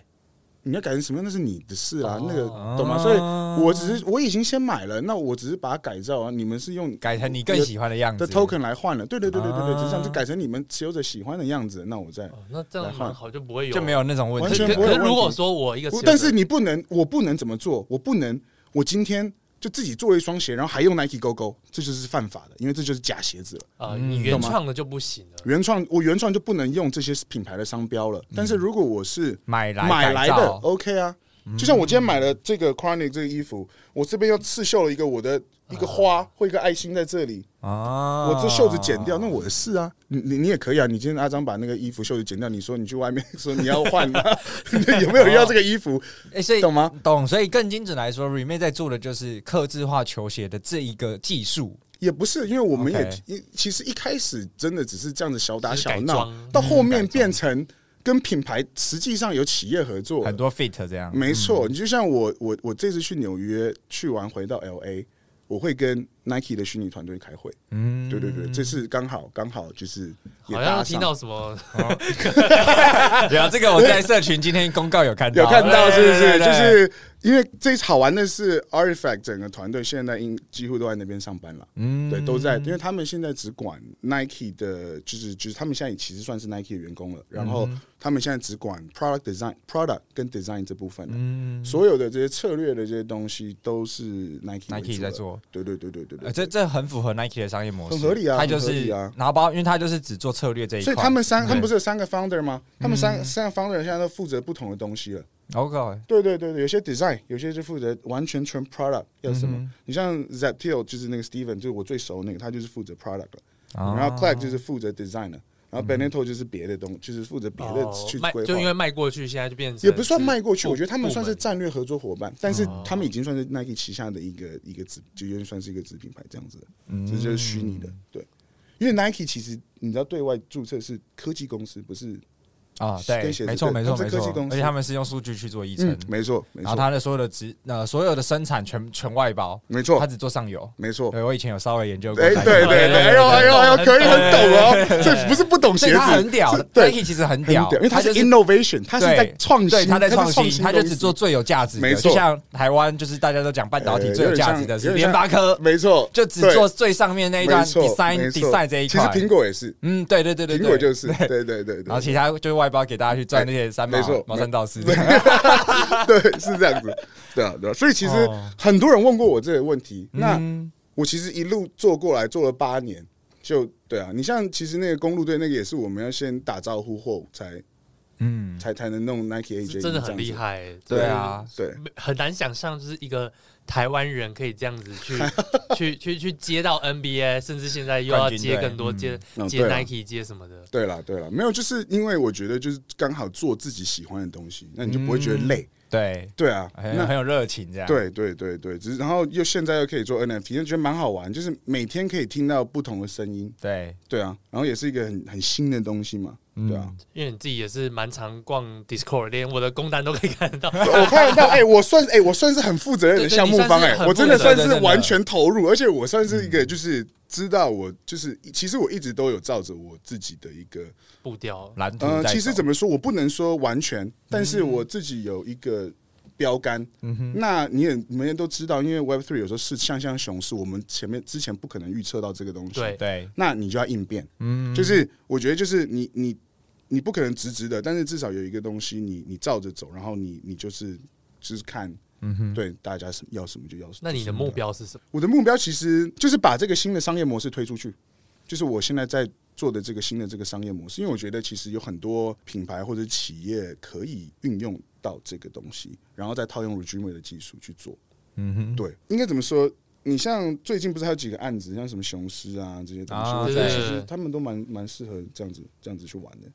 Speaker 1: 你要改成什么样那是你的事啊，
Speaker 4: 哦
Speaker 1: 那个懂吗？
Speaker 2: 哦
Speaker 1: 所以我只是我已经先买了，那我只是把它改造啊，你们是用
Speaker 2: 改成你更喜欢的样子
Speaker 1: 的 token 来换了，对对对对对对，
Speaker 2: 啊
Speaker 1: 只是这样就改成你们持有者喜欢的样子，那我再。
Speaker 4: 哦那这样蛮好，就不会有
Speaker 2: 就没。有那种问
Speaker 1: 完
Speaker 4: 可
Speaker 2: 题
Speaker 1: 全不
Speaker 4: 可
Speaker 1: 会有
Speaker 4: 可是
Speaker 1: 问题
Speaker 4: 如果说我一个持有
Speaker 1: 不
Speaker 4: 者，
Speaker 1: 但是你不能，我不能怎么做？我不能，我今天就自己做了一双鞋，然后还用 Nike 勾勾，这就是犯法的，因为这就是假鞋子了。
Speaker 4: 啊，你原创的就不行了。
Speaker 1: 原创我原创就不能用这些品牌的商标了。但是如果我是
Speaker 2: 买嗯来
Speaker 1: 买
Speaker 2: 改
Speaker 1: 来
Speaker 2: 造嗯
Speaker 1: 的，OK 啊。就像我今天买了这个 Chronic 这个衣服，我这边又刺绣了一个我的一个花或一个爱心在这里，
Speaker 2: 啊
Speaker 1: 我这袖子剪掉，那我的事啊。你你你也可以啊。你今天阿张把那个衣服袖子剪掉，你说你去外面说你要换、啊，有没有人要这个衣服？
Speaker 2: 哎，所以
Speaker 1: 懂吗？
Speaker 2: 懂，所以更精准来说，Remake 在做的就是克制化球鞋的这一个技术，
Speaker 1: 也不是，因为我们也
Speaker 2: OK
Speaker 1: 一其实一开始真的只是这样子小打
Speaker 4: 就是
Speaker 1: 小
Speaker 4: 改
Speaker 1: 闹
Speaker 4: 装，
Speaker 1: 到后
Speaker 2: 改
Speaker 1: 面
Speaker 2: 装
Speaker 1: 变成跟品牌实际上有企业合作了
Speaker 2: 很。多 fit 这样，
Speaker 1: 没错，你就像我我我这次去纽约去完回到 L A，我会跟 Nike 的虚拟团队开会。
Speaker 2: 嗯，
Speaker 1: 对对对，这次刚好刚好就是也
Speaker 4: 好
Speaker 1: 搭
Speaker 4: 像
Speaker 1: 上
Speaker 4: 听到什么，
Speaker 2: 对啊，这个我在社群今天公告有看到，
Speaker 1: 有看到是不
Speaker 2: 对
Speaker 1: 是？
Speaker 2: 对对
Speaker 1: 就是因为最好玩的是 Artifact 整个团队现在应几乎都在那边上班了，
Speaker 2: 嗯
Speaker 1: 对，都在，因为他们现在只管 Nike 的，就是就是他们现在其实算是 Nike 的员工了，然
Speaker 2: 嗯
Speaker 1: 后他们现在只管 product design、product 跟 design 这部分了，
Speaker 2: 嗯
Speaker 1: 所有的这些策略的这些东西都是 Nike 为
Speaker 2: Nike
Speaker 1: 主
Speaker 2: 在
Speaker 1: 了，
Speaker 2: 做，
Speaker 1: 对对对对对对，
Speaker 2: 呃，这这很符合 Nike 的商业模式，
Speaker 1: 很合理啊
Speaker 2: 他就
Speaker 1: 很合
Speaker 2: 是
Speaker 1: 理啊
Speaker 2: 然后包，因为他就是只做策略这一
Speaker 1: 所
Speaker 2: 块，
Speaker 1: 以他们三，
Speaker 2: 对
Speaker 1: 他们不是有三个 founder 吗？他们三
Speaker 2: 嗯
Speaker 1: 三个 founder 现在都负责不同的东西了。
Speaker 2: OK，
Speaker 1: 对对对对，有些 design，有些是负责完全纯 product 要什么。
Speaker 4: 嗯
Speaker 1: 你像 Zaptil 就是那个 Steven，就是我最熟那个，他就是负责 product 了。
Speaker 2: 啊
Speaker 1: 然后 Clark 就是负责 design 了，然后 Benetto 就是别的东，就是负责 [LAUGHS] 别的
Speaker 4: 嗯哦
Speaker 1: 去
Speaker 4: 卖
Speaker 1: 规
Speaker 4: 就因
Speaker 1: 划。
Speaker 4: 为卖过去，现在就变成
Speaker 1: 也不算
Speaker 4: 是
Speaker 1: 卖过去，
Speaker 4: 部
Speaker 1: 我觉得他们算是
Speaker 4: 部门哦
Speaker 1: 战略合作伙伴，但是他们已经算是 Nike 旗下的一个一个子，就有点算是一个子品牌这样子，
Speaker 4: 嗯
Speaker 1: 这就是虚拟的，对。因为 Nike 其实你知道对外注册是科技公司，不是
Speaker 2: 啊，
Speaker 1: 跟
Speaker 2: 对
Speaker 1: 鞋，子
Speaker 2: 没错
Speaker 1: 对
Speaker 2: 没错
Speaker 1: 他们
Speaker 2: 没
Speaker 1: 是科技
Speaker 2: 错，
Speaker 1: 公
Speaker 2: 而
Speaker 1: 司
Speaker 2: 且他们是用数据去做议程
Speaker 1: 嗯，，没错，没
Speaker 2: 然后
Speaker 1: 错，
Speaker 2: 他的所有的职呃所有的生产全全外包，
Speaker 1: 没
Speaker 2: 他
Speaker 1: 错，
Speaker 2: 只做上游。
Speaker 1: 没错。
Speaker 2: 对我以前有稍微研究过
Speaker 1: [LAUGHS] 哎，
Speaker 2: 它，
Speaker 1: 对对
Speaker 2: [LAUGHS]
Speaker 1: 对，哎呦哎呦哎呦，可以很懂哦， [LAUGHS] 这不是不懂
Speaker 2: 所
Speaker 1: 鞋
Speaker 2: 以
Speaker 1: 子，
Speaker 2: 他很屌
Speaker 1: 是对，
Speaker 2: ，Nike 其实很
Speaker 1: 很
Speaker 2: 屌
Speaker 1: 屌，因，为它
Speaker 2: 就是
Speaker 1: innovation，它是
Speaker 2: 对
Speaker 1: 在创
Speaker 2: 对，
Speaker 1: 新，
Speaker 2: 他在
Speaker 1: 创
Speaker 2: 创新，他就
Speaker 1: 公司
Speaker 2: 只做最有价值的，
Speaker 1: 没错
Speaker 2: 就像台湾就是大家都讲半导体
Speaker 1: 呃
Speaker 2: 最有
Speaker 1: 有点
Speaker 2: 价
Speaker 1: 像
Speaker 2: 值的
Speaker 1: 有
Speaker 2: 是
Speaker 1: 点
Speaker 2: 联
Speaker 1: 像
Speaker 2: 发科，
Speaker 1: 没错，
Speaker 2: 就只
Speaker 1: 对
Speaker 2: 做最上面那一段
Speaker 1: 没错
Speaker 2: design
Speaker 1: 没错
Speaker 2: design 这一
Speaker 1: 其实
Speaker 2: 块。
Speaker 1: 苹果也是，
Speaker 2: 嗯，对对对对，
Speaker 1: 苹
Speaker 2: 对
Speaker 1: 果就是，
Speaker 2: 对
Speaker 1: 对对对对，
Speaker 2: 然后其他就是外包给大家去赚那些三毛
Speaker 1: 哎没错
Speaker 2: 毛三到四。
Speaker 1: [LAUGHS] 对是这样子，对啊对啊，所以其实
Speaker 3: 哦
Speaker 1: 很多人问过我这个问题，那
Speaker 2: 嗯
Speaker 1: 我其实一路做过来，做了八年，就对啊，你像其实那个公路队那个也是我们要先打招呼后才
Speaker 2: 嗯，
Speaker 1: 才才能弄 Nike AJ，
Speaker 4: 是真的很厉，害，欸
Speaker 2: 对啊，
Speaker 1: 对，
Speaker 4: 没，很难想象就是一个台湾人可以这样子
Speaker 1: [LAUGHS]
Speaker 4: 去去去去接到 NBA，甚至现在又要
Speaker 2: 冠军队
Speaker 4: 接更多接
Speaker 1: 嗯
Speaker 4: 接
Speaker 1: 对啊
Speaker 4: Nike 接什么的，
Speaker 1: 对啦，对啦，没有，就是因为我觉得就是刚好做自己喜欢的东西，那你就不会觉得
Speaker 2: 嗯
Speaker 1: 累。
Speaker 2: 对，
Speaker 1: 对啊，
Speaker 2: 很
Speaker 1: 那
Speaker 2: 很有热情这样。，
Speaker 1: 对对对对，只是然后又现在又可以做 NFT，就觉得蛮好玩，就是每天可以听到不同的声音。
Speaker 2: 对，
Speaker 1: 对啊，然后也是一个很很新的东西嘛。
Speaker 2: 嗯
Speaker 1: 对
Speaker 2: [LAUGHS]
Speaker 1: 啊，
Speaker 4: 因为你自己也是蛮常逛 Discord，连我的工单都可以看得到。
Speaker 1: 我看得到，哎，我算哎，我算是很负责任的项目方，哎
Speaker 4: 对对你算是，很
Speaker 1: 我真的
Speaker 4: 负责
Speaker 1: 算
Speaker 2: 任
Speaker 1: 是
Speaker 2: 真的
Speaker 1: 完全投入，而且我算是一
Speaker 2: 嗯
Speaker 1: 个就是知道我就是其实我一直都有照着我自己的一个
Speaker 4: 步
Speaker 1: [LAUGHS]
Speaker 4: 调，
Speaker 2: 蓝图在
Speaker 1: 呃，
Speaker 2: 走。
Speaker 1: 其实怎么说，我不能说完全，但
Speaker 4: 嗯
Speaker 1: 是我自己有一个标杆。那你也你们也都知道，因为 Web Three 有时候是像像熊市，我们前面之前不可能预测到这个东西。
Speaker 4: 对
Speaker 2: 对，
Speaker 1: 那你就要应变。嗯，就是我觉得就是你你你不可能直直的，但是至少有一个东西你你照着走，然后你你就是就是看。嗯哼，对，大家什要什么就要什么。
Speaker 4: 那你的目标是什么？
Speaker 1: 我的目标其实就是把这个新的商业模式推出去，就是我现在在做的这个新的这个商业模式，因为我觉得其实有很多品牌或者企业可以运用到这个东西，然后再套用 Regimer 的技术去做。
Speaker 2: 嗯哼，
Speaker 1: 对，应该怎么说？你像最近不是还有几个案子，像什么雄狮啊这些东西，
Speaker 2: 啊
Speaker 1: 我觉得
Speaker 4: 对
Speaker 1: 其实他们都蛮蛮适合这样子这样子去玩的。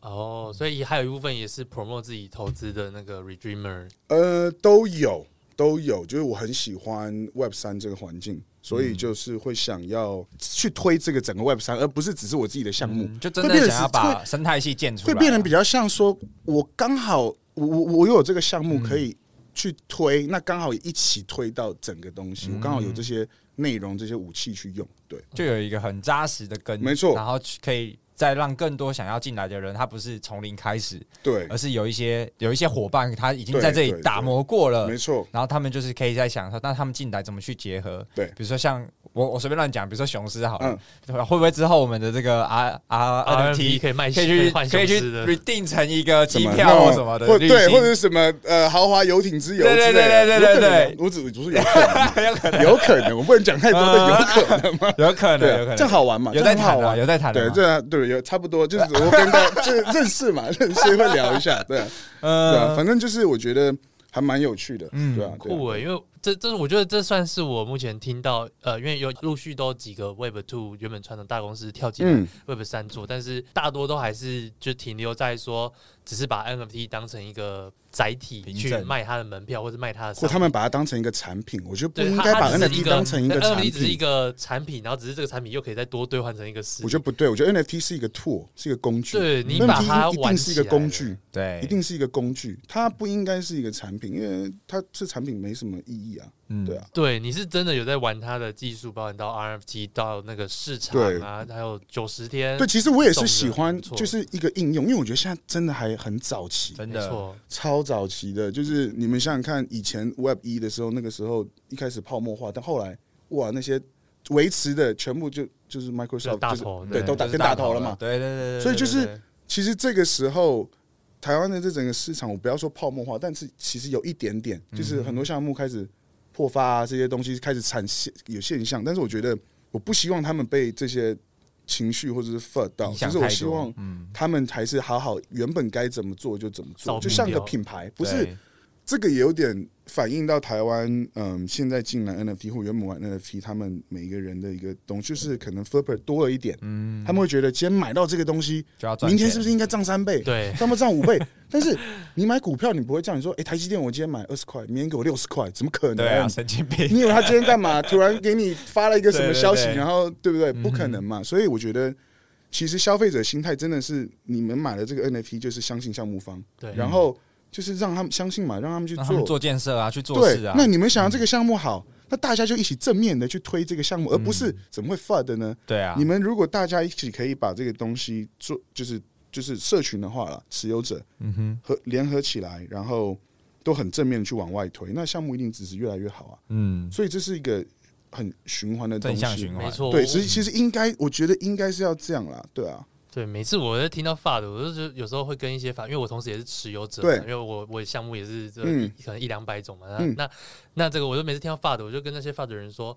Speaker 4: 哦，所以还有一部分也是 promote 自己投资的那个 Redreamer，
Speaker 1: 呃，都有都有，就是我很喜欢 Web 三这个环
Speaker 2: 嗯
Speaker 1: 境，所以就是会想要去推这个整个 Web 三，而不是只是我自己的项目，
Speaker 2: 就真
Speaker 1: 嗯
Speaker 2: 的
Speaker 1: 会变成
Speaker 2: 想要
Speaker 1: 是
Speaker 2: 把生态系建出
Speaker 1: 会
Speaker 2: 来，
Speaker 1: 变得比较像说，我刚好我我我有这个项
Speaker 2: 嗯
Speaker 1: 目可以去推，那刚好也一起推到整个东
Speaker 2: 嗯
Speaker 1: 西，我刚好有这些内容、这些武器去用，对。
Speaker 2: 就有一个很扎实的根，
Speaker 1: 没错
Speaker 2: 然后去可以再让更多想要进来的人，他不是从零开始，
Speaker 1: 对
Speaker 2: 而是有一些有一些伙伴，他已经
Speaker 1: 对
Speaker 2: 在这
Speaker 1: 对
Speaker 2: 里
Speaker 1: 对
Speaker 2: 打磨过了，
Speaker 1: 没错，
Speaker 2: 然后他们就是可以在想说，那他们进来怎么去结合？
Speaker 1: 对
Speaker 2: 比如说像我我随便乱讲，比如说雄狮好了
Speaker 1: 嗯，
Speaker 2: 会不会之后我们的这个 R R
Speaker 4: RMT
Speaker 2: RMT
Speaker 4: 可以卖
Speaker 2: 可以去
Speaker 4: 可以换
Speaker 2: 可以去
Speaker 4: 雄狮的
Speaker 2: redeem 成一个
Speaker 1: 怎
Speaker 2: 机
Speaker 1: 么
Speaker 2: 票或
Speaker 1: 弄
Speaker 2: 什么的
Speaker 1: 或
Speaker 2: 旅
Speaker 1: 对，
Speaker 2: 行，
Speaker 1: 或者是什么呃豪华游艇之游之类的，
Speaker 2: 对对对对
Speaker 1: 有可
Speaker 2: 对对
Speaker 1: 能我只我只是有可能，
Speaker 2: [LAUGHS]
Speaker 1: 有可能，我不能讲太多，
Speaker 2: 嗯
Speaker 1: 但有可能嘛，
Speaker 2: 有
Speaker 1: 对
Speaker 2: 可能有可
Speaker 1: 啊，
Speaker 2: 能
Speaker 1: 这样好玩嘛，
Speaker 2: 有在
Speaker 1: 这样很
Speaker 2: 谈
Speaker 1: 好
Speaker 2: 啊，
Speaker 1: 玩，
Speaker 2: 有在谈啊
Speaker 1: 对，这样对有差不
Speaker 4: [LAUGHS]
Speaker 1: 多，就是我跟大家就是认识嘛， [LAUGHS] 认识会聊一下，对
Speaker 4: [LAUGHS]
Speaker 1: 啊对啊，
Speaker 2: 呃
Speaker 1: 反正就是我觉得还蛮有趣的，
Speaker 2: 嗯
Speaker 1: 对啊，对啊
Speaker 4: 酷诶，欸因为这这是我觉得这算是我目前听到呃，因为有陆续都几个 Web Two 原本传统大公司跳进来
Speaker 1: 嗯
Speaker 4: Web 三做，但是大多都还是就停留在说，只是把 NFT 当成一个载体
Speaker 2: 凭
Speaker 4: 去
Speaker 2: 证
Speaker 4: 卖它的门票或者卖它的商
Speaker 1: 或
Speaker 4: 品，
Speaker 1: 他们把它当成一个产品，我觉得不
Speaker 4: 对
Speaker 1: 应
Speaker 4: 它
Speaker 1: 该把
Speaker 4: 它只是
Speaker 1: NFT 当成一个
Speaker 4: 对
Speaker 1: 产
Speaker 4: NFT 只是一
Speaker 1: 品，
Speaker 4: 个产品，然后只是这个产品又可以再多兑换成一个实体。
Speaker 1: 我觉得不对。我觉得 NFT 是一个 tool，是一个工具。
Speaker 4: 对你把它
Speaker 1: NFT 一
Speaker 4: 玩
Speaker 1: 定是一
Speaker 4: 起
Speaker 1: 个
Speaker 4: 来
Speaker 1: 工
Speaker 4: 了哎
Speaker 1: 具，
Speaker 2: 对，
Speaker 1: 一定是一个工具，它不应该是一个产品，因为它是产品没什么意义啊。
Speaker 2: 嗯
Speaker 1: 对啊，
Speaker 4: 对，你是真的有在玩它的技术，包含到 RFT 到那个市场啊，还有九十天，
Speaker 1: 对，其实我也是
Speaker 4: 懂
Speaker 1: 喜
Speaker 4: 的
Speaker 1: 欢，
Speaker 4: 不错
Speaker 1: 就是一个应用，因为我觉得现在真的还很早期，
Speaker 2: 真
Speaker 4: 没
Speaker 2: 的
Speaker 4: 错，
Speaker 1: 超早期的。就是你们想想看，以前 Web 一的时候，那个时候一开始泡沫化，但后来哇，那些维持的全部就就是 Microsoft
Speaker 4: 大
Speaker 1: 就是
Speaker 4: 头
Speaker 1: 对，都打
Speaker 2: 就是
Speaker 1: 变大头了嘛。
Speaker 2: 对对对对，
Speaker 1: 所以就是
Speaker 2: 对对
Speaker 1: 其实这个时候，台湾的这整个市场，我不要说泡沫化，但是其实有一点点，就是很多项目开始破发啊，这些东西开始产现有现象。但是我觉得，我不希望他们被这些情绪或者是 fuck 到，
Speaker 2: 影
Speaker 1: 就
Speaker 2: 响
Speaker 1: 是我
Speaker 2: 太
Speaker 1: 希
Speaker 2: 多
Speaker 1: 望
Speaker 2: 嗯，
Speaker 1: 他们还是好好原本该怎么做就怎么
Speaker 4: 照
Speaker 1: 做，
Speaker 4: 目
Speaker 1: 就像个
Speaker 4: 标
Speaker 1: 品牌，不是
Speaker 2: 对
Speaker 1: 这个也有点反映到台湾，嗯，现在进来 NFT 或原本玩 NFT，他们每一个人的一个东西，就是可能 flipper 多了一点，嗯，他们会觉得今天买到这个东西，
Speaker 2: 就要赚
Speaker 1: 明天是
Speaker 2: 钱
Speaker 1: 不是应该涨三倍？
Speaker 4: 对
Speaker 1: 他们涨五
Speaker 2: [LAUGHS]
Speaker 1: 倍，但是你买股票，你不会这样，你说，哎、台积电我今天买二十块，明天给我六十块，怎么可能？
Speaker 2: 对啊，神经病，
Speaker 1: 你以为他今天干嘛？突然给你发了一个什么消息，
Speaker 2: 对对嗯对
Speaker 1: 然后对不对？不可能嘛！所以我觉得，其实消费者心态真的是，你们买了这个 NFT 就是相信项目方，
Speaker 4: 对，
Speaker 1: 然后就是让他们相信嘛，让他们去
Speaker 2: [LAUGHS] 嗯让他们
Speaker 1: 做。
Speaker 2: 做建设啊，去做
Speaker 1: 对
Speaker 2: 事啊，，
Speaker 1: 那你们想要这个项目好，那大家就一起正面的去推这个项目，而不是怎么会 FUD 的呢？
Speaker 2: 对嗯啊，
Speaker 1: 你们如果大家一起可以把这个东西做，就是就是社群的话了，持有者，嗯哼，和联合起来，然后都很正面的去往外推，那项目一定只是越来越好啊。
Speaker 2: 嗯，
Speaker 1: 所以这是一个很循环的东
Speaker 2: 正
Speaker 1: 西。
Speaker 2: 向循环，
Speaker 4: 没错，
Speaker 1: 对，
Speaker 4: 我
Speaker 1: 其实其实应该，我觉得应该是要这样啦，对啊，
Speaker 4: 对，每次我在听到发的，我就觉得有时候会跟一些发，因为我同时也是持有者嘛，
Speaker 1: 对
Speaker 4: 因为我我项目也是这
Speaker 1: 嗯
Speaker 4: 可能一两百种嘛，
Speaker 1: 嗯
Speaker 4: 那那那这个我就每次听到发的，我就跟那些发的人说。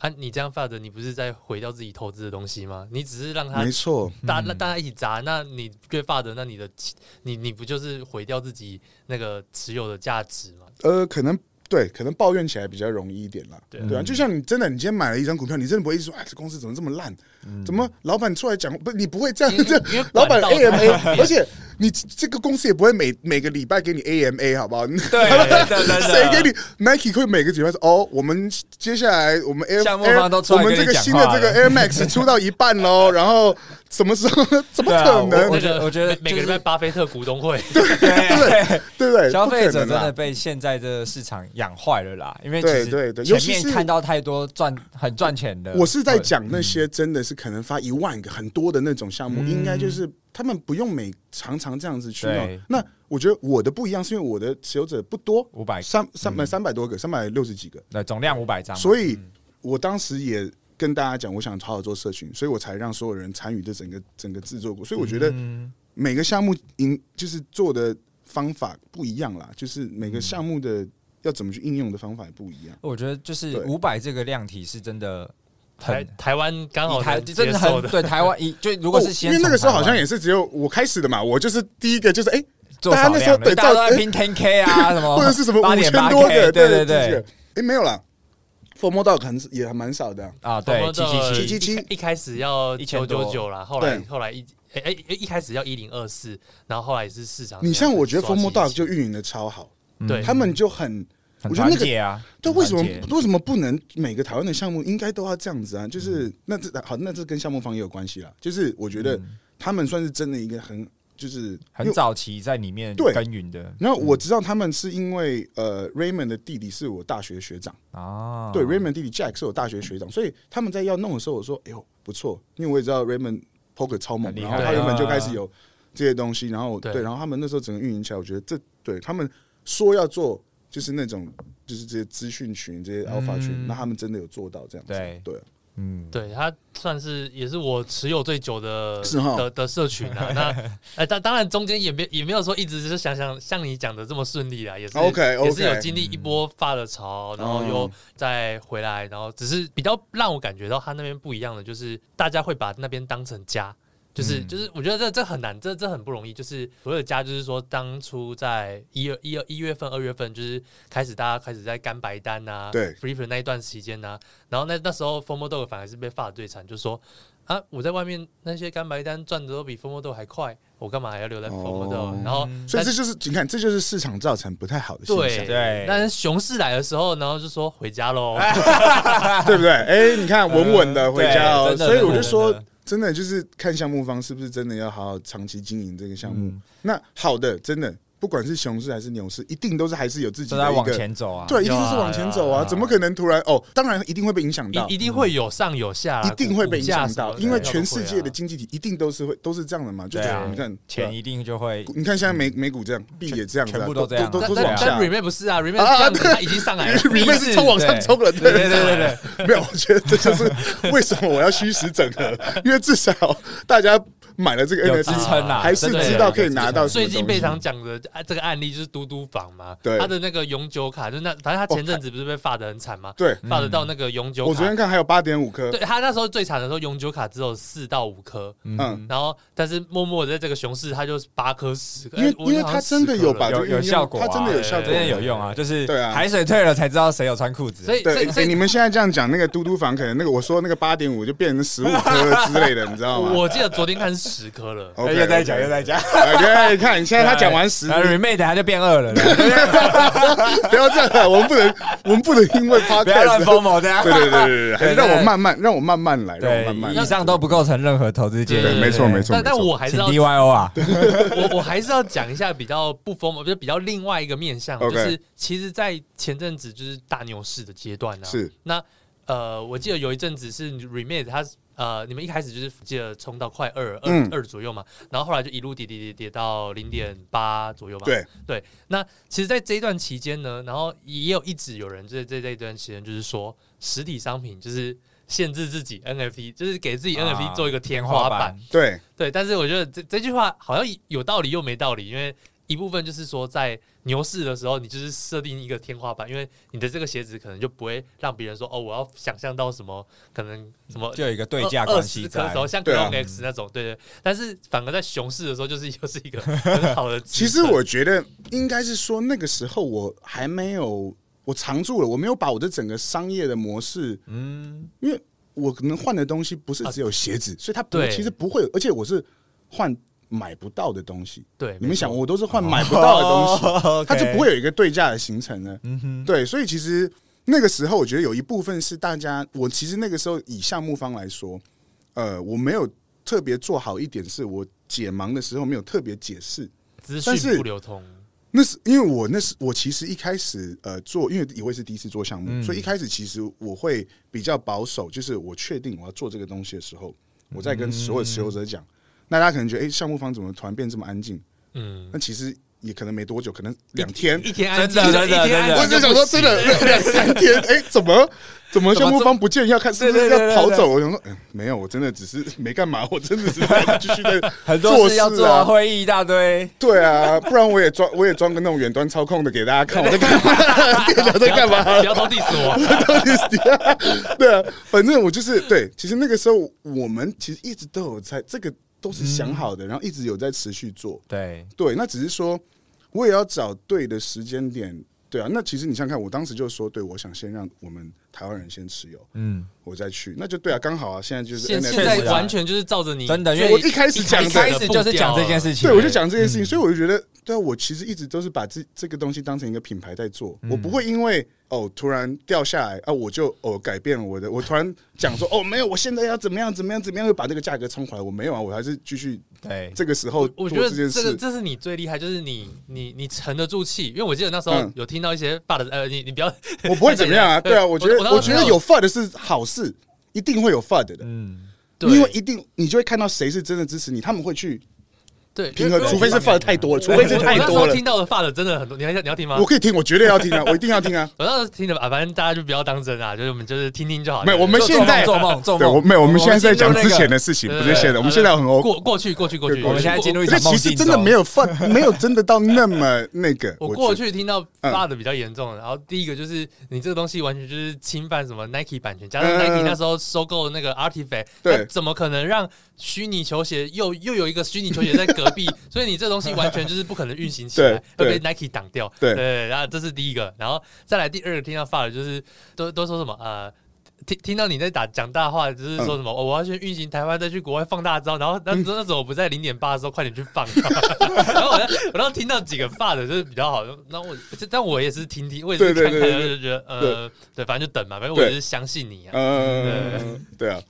Speaker 4: 啊，你这样发的，你不是在毁掉自己投资的东西吗？你只是让他
Speaker 1: 没错，
Speaker 4: 大那大家一起砸，那你越发的，那你的你你不就是毁掉自己那个持有的价值吗？
Speaker 1: 呃，可能。对，可能抱怨起来比较容易一点啦，
Speaker 4: 对
Speaker 1: 对
Speaker 2: 嗯
Speaker 1: 啊，就像你真的，你今天买了一张股票，你真的不会一直说，哎，这公司怎么这么烂？
Speaker 2: 嗯
Speaker 1: 怎么老板出来讲不？你不会这
Speaker 4: 因
Speaker 1: 样，
Speaker 4: 为
Speaker 1: 这
Speaker 4: 因为
Speaker 1: 老板
Speaker 4: 管道它
Speaker 1: AMA，而且你这个公司也不会每每个礼拜给你 AMA，好不好？
Speaker 2: 对对对对
Speaker 1: [LAUGHS] 谁给你 Nike 会每个礼拜说哦，我们接下来我们 Air
Speaker 2: [LAUGHS] 项目方都
Speaker 1: Air
Speaker 2: 出
Speaker 1: 我
Speaker 2: 来跟
Speaker 1: 们
Speaker 2: 你
Speaker 1: 这
Speaker 2: 讲话了
Speaker 1: 个新的这个 Air
Speaker 2: [LAUGHS]
Speaker 1: Max 出到一半喽，然后什么时候 [LAUGHS] 怎么
Speaker 2: 对啊
Speaker 1: 可能？
Speaker 2: 我
Speaker 4: 那
Speaker 2: 觉得
Speaker 4: 个
Speaker 2: 我觉得
Speaker 4: 每每个
Speaker 2: 就是
Speaker 4: 礼拜巴菲特股东 [LAUGHS] 会，
Speaker 2: [LAUGHS] 对对。
Speaker 1: 对不对？
Speaker 2: 消费者真
Speaker 1: 不可能啊
Speaker 2: 的
Speaker 1: 啦
Speaker 2: 被现在这个市场养坏了啦，因为其
Speaker 1: 对
Speaker 2: 实
Speaker 1: 对对尤
Speaker 2: 前
Speaker 1: 其
Speaker 2: 面
Speaker 1: 是
Speaker 2: 看到太多赚很赚钱的，嗯
Speaker 1: 我是在讲那些真的是可能发一万个很多的那种项目，应该就是他们不用每常常这样子去弄
Speaker 2: 对。
Speaker 1: 那我觉得我的不一样，是因为我的持有者不多，
Speaker 2: 五百
Speaker 1: 三三百三百多个，三百六十几个，
Speaker 2: 对总量五百张嘛，
Speaker 1: 所以我当时也跟大家讲，我想好好做社群，所以我才让所有人参与这整个整个制作过。所以我觉得
Speaker 2: 嗯
Speaker 1: 每个项目应就是做的方法不一样啦，就是每个项目的要怎么去应用的方法也不一样。
Speaker 2: 我觉得就是
Speaker 1: 对
Speaker 2: 五百这个量体是真的
Speaker 4: 台
Speaker 2: 很。
Speaker 4: 台湾刚好
Speaker 2: 以台
Speaker 4: 能接
Speaker 2: 真的
Speaker 4: 受
Speaker 2: 很
Speaker 4: 的，
Speaker 2: 对台湾以就如果是
Speaker 1: 哦
Speaker 2: 先
Speaker 1: 因为那个时候好像
Speaker 2: 也
Speaker 1: 也是只有我开始的嘛，我就是第一个就是哎、
Speaker 2: 做少
Speaker 1: 大家那时候
Speaker 2: 量的
Speaker 1: 对
Speaker 2: 大家都
Speaker 1: 照
Speaker 2: 在拼 10K
Speaker 1: [LAUGHS]
Speaker 2: 啊什么，
Speaker 1: 或者是什么
Speaker 2: 八
Speaker 1: 五
Speaker 2: 点
Speaker 1: 千
Speaker 2: 八
Speaker 1: 多个，
Speaker 2: K，对
Speaker 1: 对
Speaker 2: 对，
Speaker 1: 哎、没有啦 f o r m o d o g 很也还蛮少的啊、
Speaker 2: 啊对七
Speaker 4: 到
Speaker 2: 七
Speaker 1: 七
Speaker 2: 七，
Speaker 1: 七
Speaker 4: 一开始要九九九啦，后来
Speaker 1: 对
Speaker 4: 后来一哎哎一开始要一零二四，然后后来是市场。
Speaker 1: 你像我觉得 f o r m o d o g
Speaker 4: 就
Speaker 1: 就运营的超好，
Speaker 4: 对
Speaker 1: 他们就很，
Speaker 2: 嗯很
Speaker 1: 我觉得那
Speaker 2: 团
Speaker 1: 个
Speaker 2: 结啊，
Speaker 1: 对，
Speaker 2: 很
Speaker 1: 为什么
Speaker 2: 团结
Speaker 1: 为什么不能每个台湾的项目应该都要这样子啊？
Speaker 2: 嗯
Speaker 1: 就是那这好，那这跟项目方也有关系啦。就是我觉得他们算是真的一个很就是
Speaker 2: 嗯很。早期在里面
Speaker 1: 对
Speaker 2: 耕耘的
Speaker 1: 然后我知道他们是因为呃，Raymond 的弟弟是我大学学长，
Speaker 2: 啊，
Speaker 1: 对，Raymond 弟弟 Jack 是我大学学长，所以他们在要弄的时候，我说：“哎呦，不错，因为我也知道 Raymond poker 超猛，
Speaker 2: 很厉
Speaker 1: 然
Speaker 2: 害
Speaker 1: 后他原本就开始
Speaker 2: 啊
Speaker 1: 有这些东西，然后
Speaker 4: 对
Speaker 1: 对，然后他们那时候整个运营起来，我觉得这对他们说要做就是那种就是这些资讯群、这些 alpha 群，那他们真的有做到这样子，
Speaker 2: 嗯对
Speaker 1: 对，啊
Speaker 2: 嗯，
Speaker 4: 对他算是也是我持有最久的
Speaker 1: 是齁
Speaker 4: 的的社群啊。那哎，当当然中间也没也没有说一直就是想想像你讲的这么顺利啊啦，也是
Speaker 1: 啊 OK，OK 嗯
Speaker 4: 也是有经历一波发的潮，然后又再回来，然后只是比较让我感觉到他那边不一样的，就是大家会把那边当成家。
Speaker 1: 嗯
Speaker 4: 就是就是，我觉得这这很难，这这很不容易。就是所有的家，就是说当初在一月一月一月份、二月份，就是开始大家开始在干白单啊，
Speaker 1: 对
Speaker 4: ，free for 那一段时间啊，然后那那时候 Formo Dog 反而是被发的最惨，就是说啊，我在外面那些干白单赚的都比 Formo Dog 还快，我干嘛还要留在 Pomodoro？、
Speaker 1: 哦
Speaker 4: 然后
Speaker 1: 所以这就是你看，这就是市场造成不太好的现象
Speaker 4: 对，
Speaker 2: 对
Speaker 4: 但是熊市来的时候，然后就说回家喽。
Speaker 1: 哎
Speaker 2: [LAUGHS]
Speaker 1: 对不对？哎，你看稳稳的回家
Speaker 2: 对
Speaker 1: 哦。
Speaker 2: 真的
Speaker 1: 所以我就
Speaker 2: 真
Speaker 1: 说
Speaker 2: 的，
Speaker 1: 真的就是看项目方是不是真的要好好长期经营这个项
Speaker 2: 嗯
Speaker 1: 目。那好的，真的不管是熊市还是牛市，一定都是还是有自己
Speaker 2: 都在
Speaker 1: 的一
Speaker 2: 往
Speaker 1: 个。
Speaker 2: 前走啊。
Speaker 1: 对，一定
Speaker 4: 有
Speaker 1: 是
Speaker 4: 啊
Speaker 1: 往前走啊！
Speaker 2: 有啊
Speaker 1: 怎么可能突然哦？当然一定会被影响到
Speaker 4: 一，一定会有上有下，
Speaker 1: 一定会被影响
Speaker 4: 股
Speaker 1: 到，
Speaker 4: 价什么的
Speaker 1: 因为
Speaker 4: 都会啊
Speaker 1: 全世界的经济体一定都是会都是这样的嘛。就是
Speaker 2: 对啊
Speaker 1: 你看
Speaker 2: 钱一定就会
Speaker 1: 你看现在美美股这样，币也这样子啊，
Speaker 2: 全部都这样啊
Speaker 1: 都都是
Speaker 4: 但
Speaker 1: 往
Speaker 4: 但但
Speaker 1: 下。 [LAUGHS]
Speaker 4: remake 不是啊，remake
Speaker 1: 啊
Speaker 4: 这样子它已经
Speaker 1: [LAUGHS]
Speaker 4: 上来了
Speaker 1: remake 是冲往上冲了，对
Speaker 2: 对对对对
Speaker 1: [LAUGHS] 没有，我觉得这就是为什么我要虚实整合，因为至少大家买了这个
Speaker 2: 对，有支
Speaker 1: NFT，
Speaker 2: 撑啦，
Speaker 1: 还是
Speaker 2: 真的有
Speaker 1: 知道可以拿到什么
Speaker 4: 最近
Speaker 1: 东西
Speaker 4: 被常讲的啊这个案例就是嘟嘟房嘛，
Speaker 1: 对
Speaker 4: 他的那个永久卡，就那反正他前阵子不是被罚的很惨吗？
Speaker 1: 对。
Speaker 2: 嗯
Speaker 4: 罚得到那个永久
Speaker 1: 我昨
Speaker 4: 卡
Speaker 1: 天，看还有八点五颗
Speaker 4: 对，他那时候最惨的时候，永久卡只有四到五颗，
Speaker 1: 嗯，
Speaker 4: 然后但是默默地在这个熊市，他就八颗十颗，
Speaker 1: 因为
Speaker 4: 哎
Speaker 1: 因为他真的有把这
Speaker 2: 有
Speaker 1: 个
Speaker 2: 有
Speaker 1: 运
Speaker 2: 效
Speaker 1: 用，
Speaker 2: 果
Speaker 1: 他
Speaker 2: 啊，
Speaker 1: 真的有效果
Speaker 2: 真。的有用啊，就是
Speaker 1: 对啊
Speaker 2: 海水退了才知道谁有穿裤子。
Speaker 4: 所以所
Speaker 1: 对，
Speaker 4: 以所
Speaker 1: 哎，你
Speaker 4: 以。
Speaker 1: 们现在这样讲，那个嘟嘟房可能那个我说那个八点五就变成十五颗之类的，你知道吗？
Speaker 4: 我记得昨天看是十颗了，
Speaker 1: OK，
Speaker 2: 又在讲又在讲，
Speaker 1: OK，看你哎现在他讲完十，
Speaker 2: 然后 remake 等下就变二了，
Speaker 1: 不要这样了，我们不能，我们不能因为 podcast
Speaker 2: 哎不要乱疯魔这样。
Speaker 1: 对对对对对，还是
Speaker 2: 对
Speaker 1: 让我慢慢，让我慢慢来，让我慢慢
Speaker 2: 对，
Speaker 1: 来。
Speaker 2: 以上都不构成任何投资建议。
Speaker 1: 对，没错没错。
Speaker 4: 但但
Speaker 1: 没错
Speaker 4: 我还是
Speaker 2: 请
Speaker 4: 要
Speaker 2: DYO 啊，
Speaker 4: 我我还是要讲一下比较不疯魔，就是比较另外一个面向
Speaker 1: OK
Speaker 4: 就是其实，在前阵子就是大牛市的阶段呢、啊。
Speaker 1: 是
Speaker 4: 那呃，我记得有一阵子是 remade 它呃，你们一开始就是记得冲到快二二
Speaker 1: 嗯
Speaker 4: 二左右嘛，然后后来就一路跌跌跌跌到零点八左右嘛。
Speaker 1: 对
Speaker 4: 对。那其实，在这一段期间呢，然后也有一直有人就是在这一段期间就是说，实体商品就是限制自己 NFT，就是给自己
Speaker 2: 啊
Speaker 4: NFT 做一个天花板。
Speaker 1: 对，
Speaker 4: 对，但是我觉得这这句话好像有道理又没道理，因为一部分就是说，在牛市的时候，你就是设定一个天花板，因为你的这个鞋子可能就不会让别人说哦，我要想象到什么，可能什么
Speaker 2: 就有一个对
Speaker 4: 二
Speaker 2: 价
Speaker 4: 二
Speaker 2: 关
Speaker 4: 十
Speaker 2: 系
Speaker 4: 颗
Speaker 2: 在
Speaker 4: 时。候，像 c
Speaker 1: 对
Speaker 4: l
Speaker 1: 啊
Speaker 4: o X 那种，对对。但是反而在熊市的时候，就是又是
Speaker 2: [LAUGHS]
Speaker 4: 一个很好的
Speaker 1: 其
Speaker 4: 支撑。
Speaker 1: 实我觉得应该是说那个时候我还没有，我常住了，我没有把我的整个商业的模式，
Speaker 2: 嗯，
Speaker 1: 因为我可能换的东西不是只有鞋
Speaker 4: 嗯
Speaker 1: 子，所以它不
Speaker 4: 对
Speaker 1: 其实不会有，而且我是换买不到的东西。
Speaker 4: 对，
Speaker 1: 你
Speaker 4: 没
Speaker 1: 们
Speaker 4: 错哦
Speaker 1: 想，我都是换买不到的东 [LAUGHS] 西，
Speaker 2: 西
Speaker 1: 它就不会。有一个对价的形成呢。
Speaker 2: 嗯哼，
Speaker 1: 对，所以其实那个时候，我觉得有一部分是大家，我其实那个时候以项目方来说，呃，我没有特别做好一点，是我解盲的时候没有特别解释。
Speaker 4: 资
Speaker 1: 但
Speaker 4: 讯
Speaker 1: 是
Speaker 4: 不流通，
Speaker 1: 那是因为我那是我其实一开始呃做，因为也会是第一次做项目，
Speaker 2: 嗯
Speaker 1: 所以一开始其实我会比较保守，就是我确定我要做这个东西的时候，我再跟
Speaker 2: 嗯
Speaker 1: 所有持有者讲。那大家可能觉得，哎、项目方怎么突然变这么安静？
Speaker 4: 嗯，
Speaker 1: 那其实也可能没多久，可能两天。
Speaker 4: 一天安
Speaker 2: 真
Speaker 4: 静，
Speaker 2: 的真
Speaker 4: 一
Speaker 2: 的
Speaker 4: 天
Speaker 2: 真的
Speaker 1: 我
Speaker 4: 安静
Speaker 1: 就
Speaker 4: 就
Speaker 1: 想
Speaker 4: 不
Speaker 1: 说，
Speaker 4: 行
Speaker 1: 真的
Speaker 2: 啊
Speaker 1: 两三天，哎、怎么怎么项目方不见要看，是不是
Speaker 2: 对对对
Speaker 1: 要
Speaker 2: 对
Speaker 1: 跑
Speaker 2: 对
Speaker 1: 走？我想说，嗯、没有，我真的只是没干嘛，我真的
Speaker 2: [LAUGHS]
Speaker 1: 只是在继续在
Speaker 2: 很多事要
Speaker 1: 做
Speaker 2: 做
Speaker 1: 事啊
Speaker 2: 啊，会议一大堆。
Speaker 1: 对啊，不然我也装，我也装个那种远端操控的给大家看我在干嘛，店长在干
Speaker 4: 不
Speaker 1: 嘛。
Speaker 4: 要偷 diss
Speaker 1: [LAUGHS]
Speaker 4: 我。
Speaker 1: 到底是怎样 [LAUGHS] 对啊，反正我就是对。其实那个时候，我们其实一直都有在这个都是想好的，然后一直有在持续做。
Speaker 2: 对，
Speaker 1: 对，那只是说我也要找对的时间点。对啊，那其实你想想看，我当时就说，对我想先让我们台湾人先持有，
Speaker 2: 嗯，
Speaker 1: 我再去，那就对啊，刚好啊，现在就是
Speaker 4: 现
Speaker 1: NFT
Speaker 4: 现在
Speaker 2: 确实啊
Speaker 4: 完全就是照着你
Speaker 2: 真的，因
Speaker 1: 所以我
Speaker 2: 为
Speaker 1: 一开始讲
Speaker 2: 一
Speaker 1: 的，
Speaker 2: 开始就是讲这件事情。
Speaker 1: 对，我就讲这件事
Speaker 4: 嗯
Speaker 1: 情，所以我就觉得，对啊，我其实一直都是把这这个东西当成一个品牌在做，我
Speaker 4: 嗯
Speaker 1: 不会因为哦突然掉下来啊，我就哦改变我的，我突然讲说哦没有，我现在要怎么样怎么样怎么样，又把这个价格冲回来，我没有啊，我还是继续
Speaker 2: 对，
Speaker 1: 这个时候
Speaker 4: 哎我
Speaker 1: 做
Speaker 4: 觉得
Speaker 1: 这件
Speaker 4: 这
Speaker 1: 事。
Speaker 4: 个这是你最厉害，就是你你你沉得住气，因为我记得那时候
Speaker 1: 嗯
Speaker 4: 有听到一些爸的呃，你你不要 [LAUGHS]
Speaker 1: 我不会怎么样啊，
Speaker 4: 对
Speaker 1: 对啊，我觉得
Speaker 4: 我我当时
Speaker 1: 我觉得
Speaker 4: 没有
Speaker 1: 有 FUD 是好事，一定会有 FUD 的，
Speaker 2: 嗯，
Speaker 4: 对
Speaker 1: 因为一定你就会看到谁是真的支持你，他们会去
Speaker 4: 对
Speaker 1: 平衡，除非是 FUD 太多了，除
Speaker 4: 我
Speaker 1: 非是太
Speaker 4: 我那
Speaker 1: 多
Speaker 4: 时候
Speaker 1: 了
Speaker 4: 听。到的爸的真的很多，你还你要听吗？
Speaker 1: 我可以听，我绝对要听啊，我一定要听啊。
Speaker 4: 我那时候听的啊，反正大家就不要当真啊，就是我们就是听听 [LAUGHS] 就好。
Speaker 1: 没有我们
Speaker 4: 就
Speaker 1: 现在
Speaker 2: 做梦做梦，
Speaker 1: 对，我没有，我
Speaker 2: 哦
Speaker 1: 们现在在讲之前的事情，
Speaker 4: 对
Speaker 1: 不
Speaker 4: 对
Speaker 1: 是现在，
Speaker 4: 对
Speaker 1: 我们现在很 OK。
Speaker 4: 过过去过去过去，
Speaker 1: 我们
Speaker 2: 现在进入
Speaker 4: 我
Speaker 2: 一
Speaker 1: 这
Speaker 2: 场梦
Speaker 1: 其实真的没有放，没有真的到那
Speaker 2: [LAUGHS]
Speaker 1: 么那个。
Speaker 4: 我
Speaker 1: 觉得嗯
Speaker 4: 过去听到爸的比较严重的，然后第一个就是你这个东西完全就是侵犯什么 Nike 版权，加上
Speaker 1: 嗯
Speaker 4: Nike 那时候收购那个 Artifact，
Speaker 1: 对
Speaker 4: 那怎么可能让虚拟球鞋又又有一个虚拟球鞋在隔壁？ [LAUGHS] 所以你这东西完全就是不可能运行起来，会
Speaker 1: 对
Speaker 4: 被 Nike 挡掉。
Speaker 1: 对
Speaker 4: 然后这是第一个，然后再来第二个听到爸的就是都都说什么呃。听听到你在打讲大话，就是
Speaker 1: 嗯
Speaker 4: 说什么、哦我要去运行台湾，再去国外放大招，然后那那那时候我不在零点八的时候，快点去
Speaker 1: [LAUGHS]
Speaker 4: 放。然后我在我当时听到几个发的，就是比较好。那我但我也是听听，我也是
Speaker 1: 对对
Speaker 4: 看看，
Speaker 1: 对对
Speaker 4: 就觉得呃，对，反正就等嘛，反正我也是相信你啊。
Speaker 1: 呃，对啊，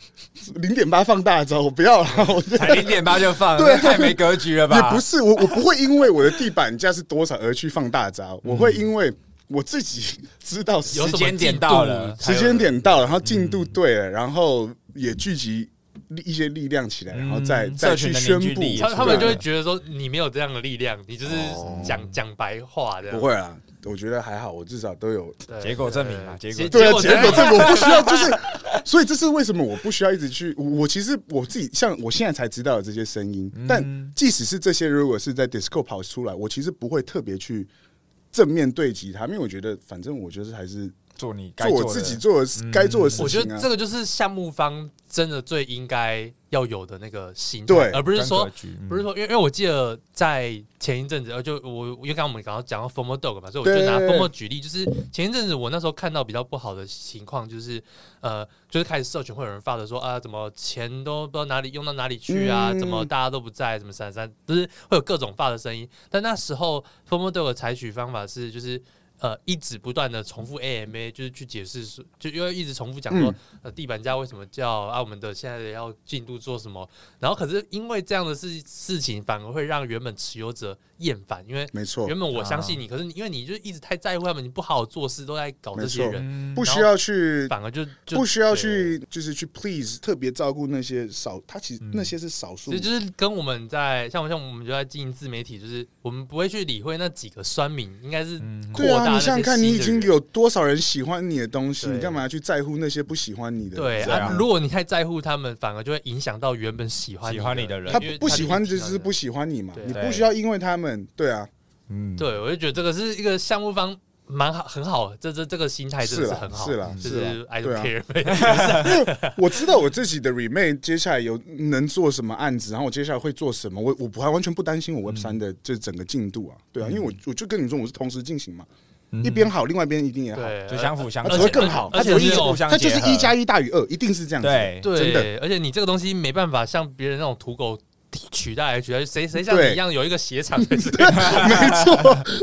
Speaker 1: 零点八放大招，我不要了，我觉得
Speaker 2: 才零点八就放，
Speaker 1: [LAUGHS] 对
Speaker 2: 那太没格局了吧？
Speaker 1: 也不是我，我不会因为我的地板价是多少而去放大招，我
Speaker 2: 嗯
Speaker 1: 会因为我自己 [LAUGHS] 知道时
Speaker 4: 有什
Speaker 2: 时
Speaker 4: 么
Speaker 2: 间点
Speaker 4: 进度
Speaker 2: 到了，
Speaker 1: 时间点到了，然后进
Speaker 2: 嗯
Speaker 1: 度对了，然后也聚集力一些力量起来，然后再
Speaker 2: 嗯
Speaker 1: 再
Speaker 2: 社群
Speaker 1: 去
Speaker 2: 的
Speaker 1: 宣
Speaker 2: 凝聚
Speaker 1: 布
Speaker 2: 力也。
Speaker 4: 他
Speaker 2: 出
Speaker 4: 他们
Speaker 2: 来
Speaker 4: 就会
Speaker 2: 了
Speaker 4: 觉得说你没有这样的力量，你就是
Speaker 2: 哦
Speaker 4: 讲讲白话的。
Speaker 1: 不会啊，我觉得还好，我至少都有
Speaker 4: 对，
Speaker 2: 结果证明嘛
Speaker 4: 对
Speaker 2: 结果
Speaker 1: 对啊，
Speaker 4: 果
Speaker 1: 结
Speaker 4: 证
Speaker 1: 果
Speaker 4: 明
Speaker 1: 这我不需要，就是，所以这是为什么我不需要一直去。我我其实我自己像我现在才知道有这些声音，
Speaker 4: 嗯
Speaker 2: 嗯
Speaker 1: 但即使是这些，如果是在 disco 跑出来，我其实不会特别去正面对击他，因为我觉得反正我就是还是
Speaker 2: 做你该
Speaker 1: 做我
Speaker 2: 的
Speaker 1: 自己做的该做的事情、啊
Speaker 4: 嗯我觉得这个就是项目方真的最应该要有的那个心态，
Speaker 1: 对
Speaker 4: 而不是说
Speaker 2: 跟格局，嗯
Speaker 4: 不是说，因为因为我记得在前一阵子，呃，就我因为刚刚我们刚刚讲到 Formal Dog 嘛，所以我就
Speaker 1: 对
Speaker 4: 拿 Formal 举例，就是前一阵子我那时候看到比较不好的情况，就是呃，就是开始社群会有人发的说啊，怎么钱都不知道哪里用到哪里去啊，
Speaker 1: 嗯
Speaker 4: 怎么大家都不在，怎么闪闪，就是会有各种发的声音。但那时候 Formal Dog 采取方法是就是。呃，一直不断的重复 AMA，就是去解释说，就因为一直重复讲
Speaker 1: 嗯
Speaker 4: 说，呃，地板价为什么叫啊，我们的现在的要进度做什么，然后可是因为这样的事事情，反而会让原本持有者厌烦，因为
Speaker 1: 没错
Speaker 4: 原，本我相信你，可是你因为你就一直太在乎他们，你不好好做事，都在搞这些
Speaker 1: 没错
Speaker 4: 人，
Speaker 1: 不需要去。
Speaker 4: 反而就就
Speaker 1: 不需要。去，就是去 please 特别照顾那些少，他其实那些是少数
Speaker 4: 对，这嗯就是跟我们在像我像我们就在经营自媒体，就是我们不会去理会那几个酸民，应该是扩
Speaker 1: 对啊，
Speaker 4: 大那
Speaker 1: 你
Speaker 4: 些
Speaker 1: 想想看，你
Speaker 4: 新
Speaker 1: 已
Speaker 4: 的
Speaker 1: 经
Speaker 4: 人
Speaker 1: 有多少人喜欢你的东西，
Speaker 4: 对
Speaker 1: 你干嘛要去在乎那些不喜欢你的？
Speaker 4: 对
Speaker 1: 这样
Speaker 4: 啊。如果你太在乎他们，反而就会影响到原本喜欢
Speaker 2: 喜欢你的人
Speaker 4: 人。
Speaker 1: 他
Speaker 4: 啊因为
Speaker 1: 不喜欢
Speaker 4: 就
Speaker 1: 就
Speaker 4: 一直
Speaker 1: 是不喜欢你嘛，
Speaker 4: 对
Speaker 1: 你不需要因为他们，对啊，
Speaker 2: 嗯，
Speaker 4: 对，我就觉得这个是一个项目方蛮好，很好，这这这个心态真的
Speaker 1: 是啦
Speaker 4: 很好，
Speaker 1: 是啦
Speaker 4: 就是是
Speaker 1: 啦
Speaker 4: I
Speaker 1: 对
Speaker 4: don't
Speaker 1: 啊
Speaker 4: care，
Speaker 1: 我知道我自己的 remake 接下来有能做什么案子，然后我接下来会做什么，我我不还完全不担心我 Web 三的这整个进度啊，对啊，因为我我就跟你说我是同时进行嘛，一边好，另外一边一定也好，
Speaker 4: 对，
Speaker 2: 嗯
Speaker 4: 呃
Speaker 2: 就相辅相
Speaker 1: 啊
Speaker 2: 成，
Speaker 1: 只会更好，
Speaker 4: 而
Speaker 1: 它
Speaker 4: 且
Speaker 1: 只会一
Speaker 4: 而且
Speaker 1: 直
Speaker 4: 互
Speaker 2: 相
Speaker 1: 它就是
Speaker 2: 结合
Speaker 1: 一加一大于二，一定是这样子，
Speaker 2: 对，
Speaker 4: 对，
Speaker 1: 真的
Speaker 4: 而且你这个东西没办法像别人那种土狗取取代来取代，谁谁像你
Speaker 1: 对
Speaker 4: 一样有一个鞋厂
Speaker 1: [LAUGHS]
Speaker 4: 在这里，
Speaker 1: [LAUGHS]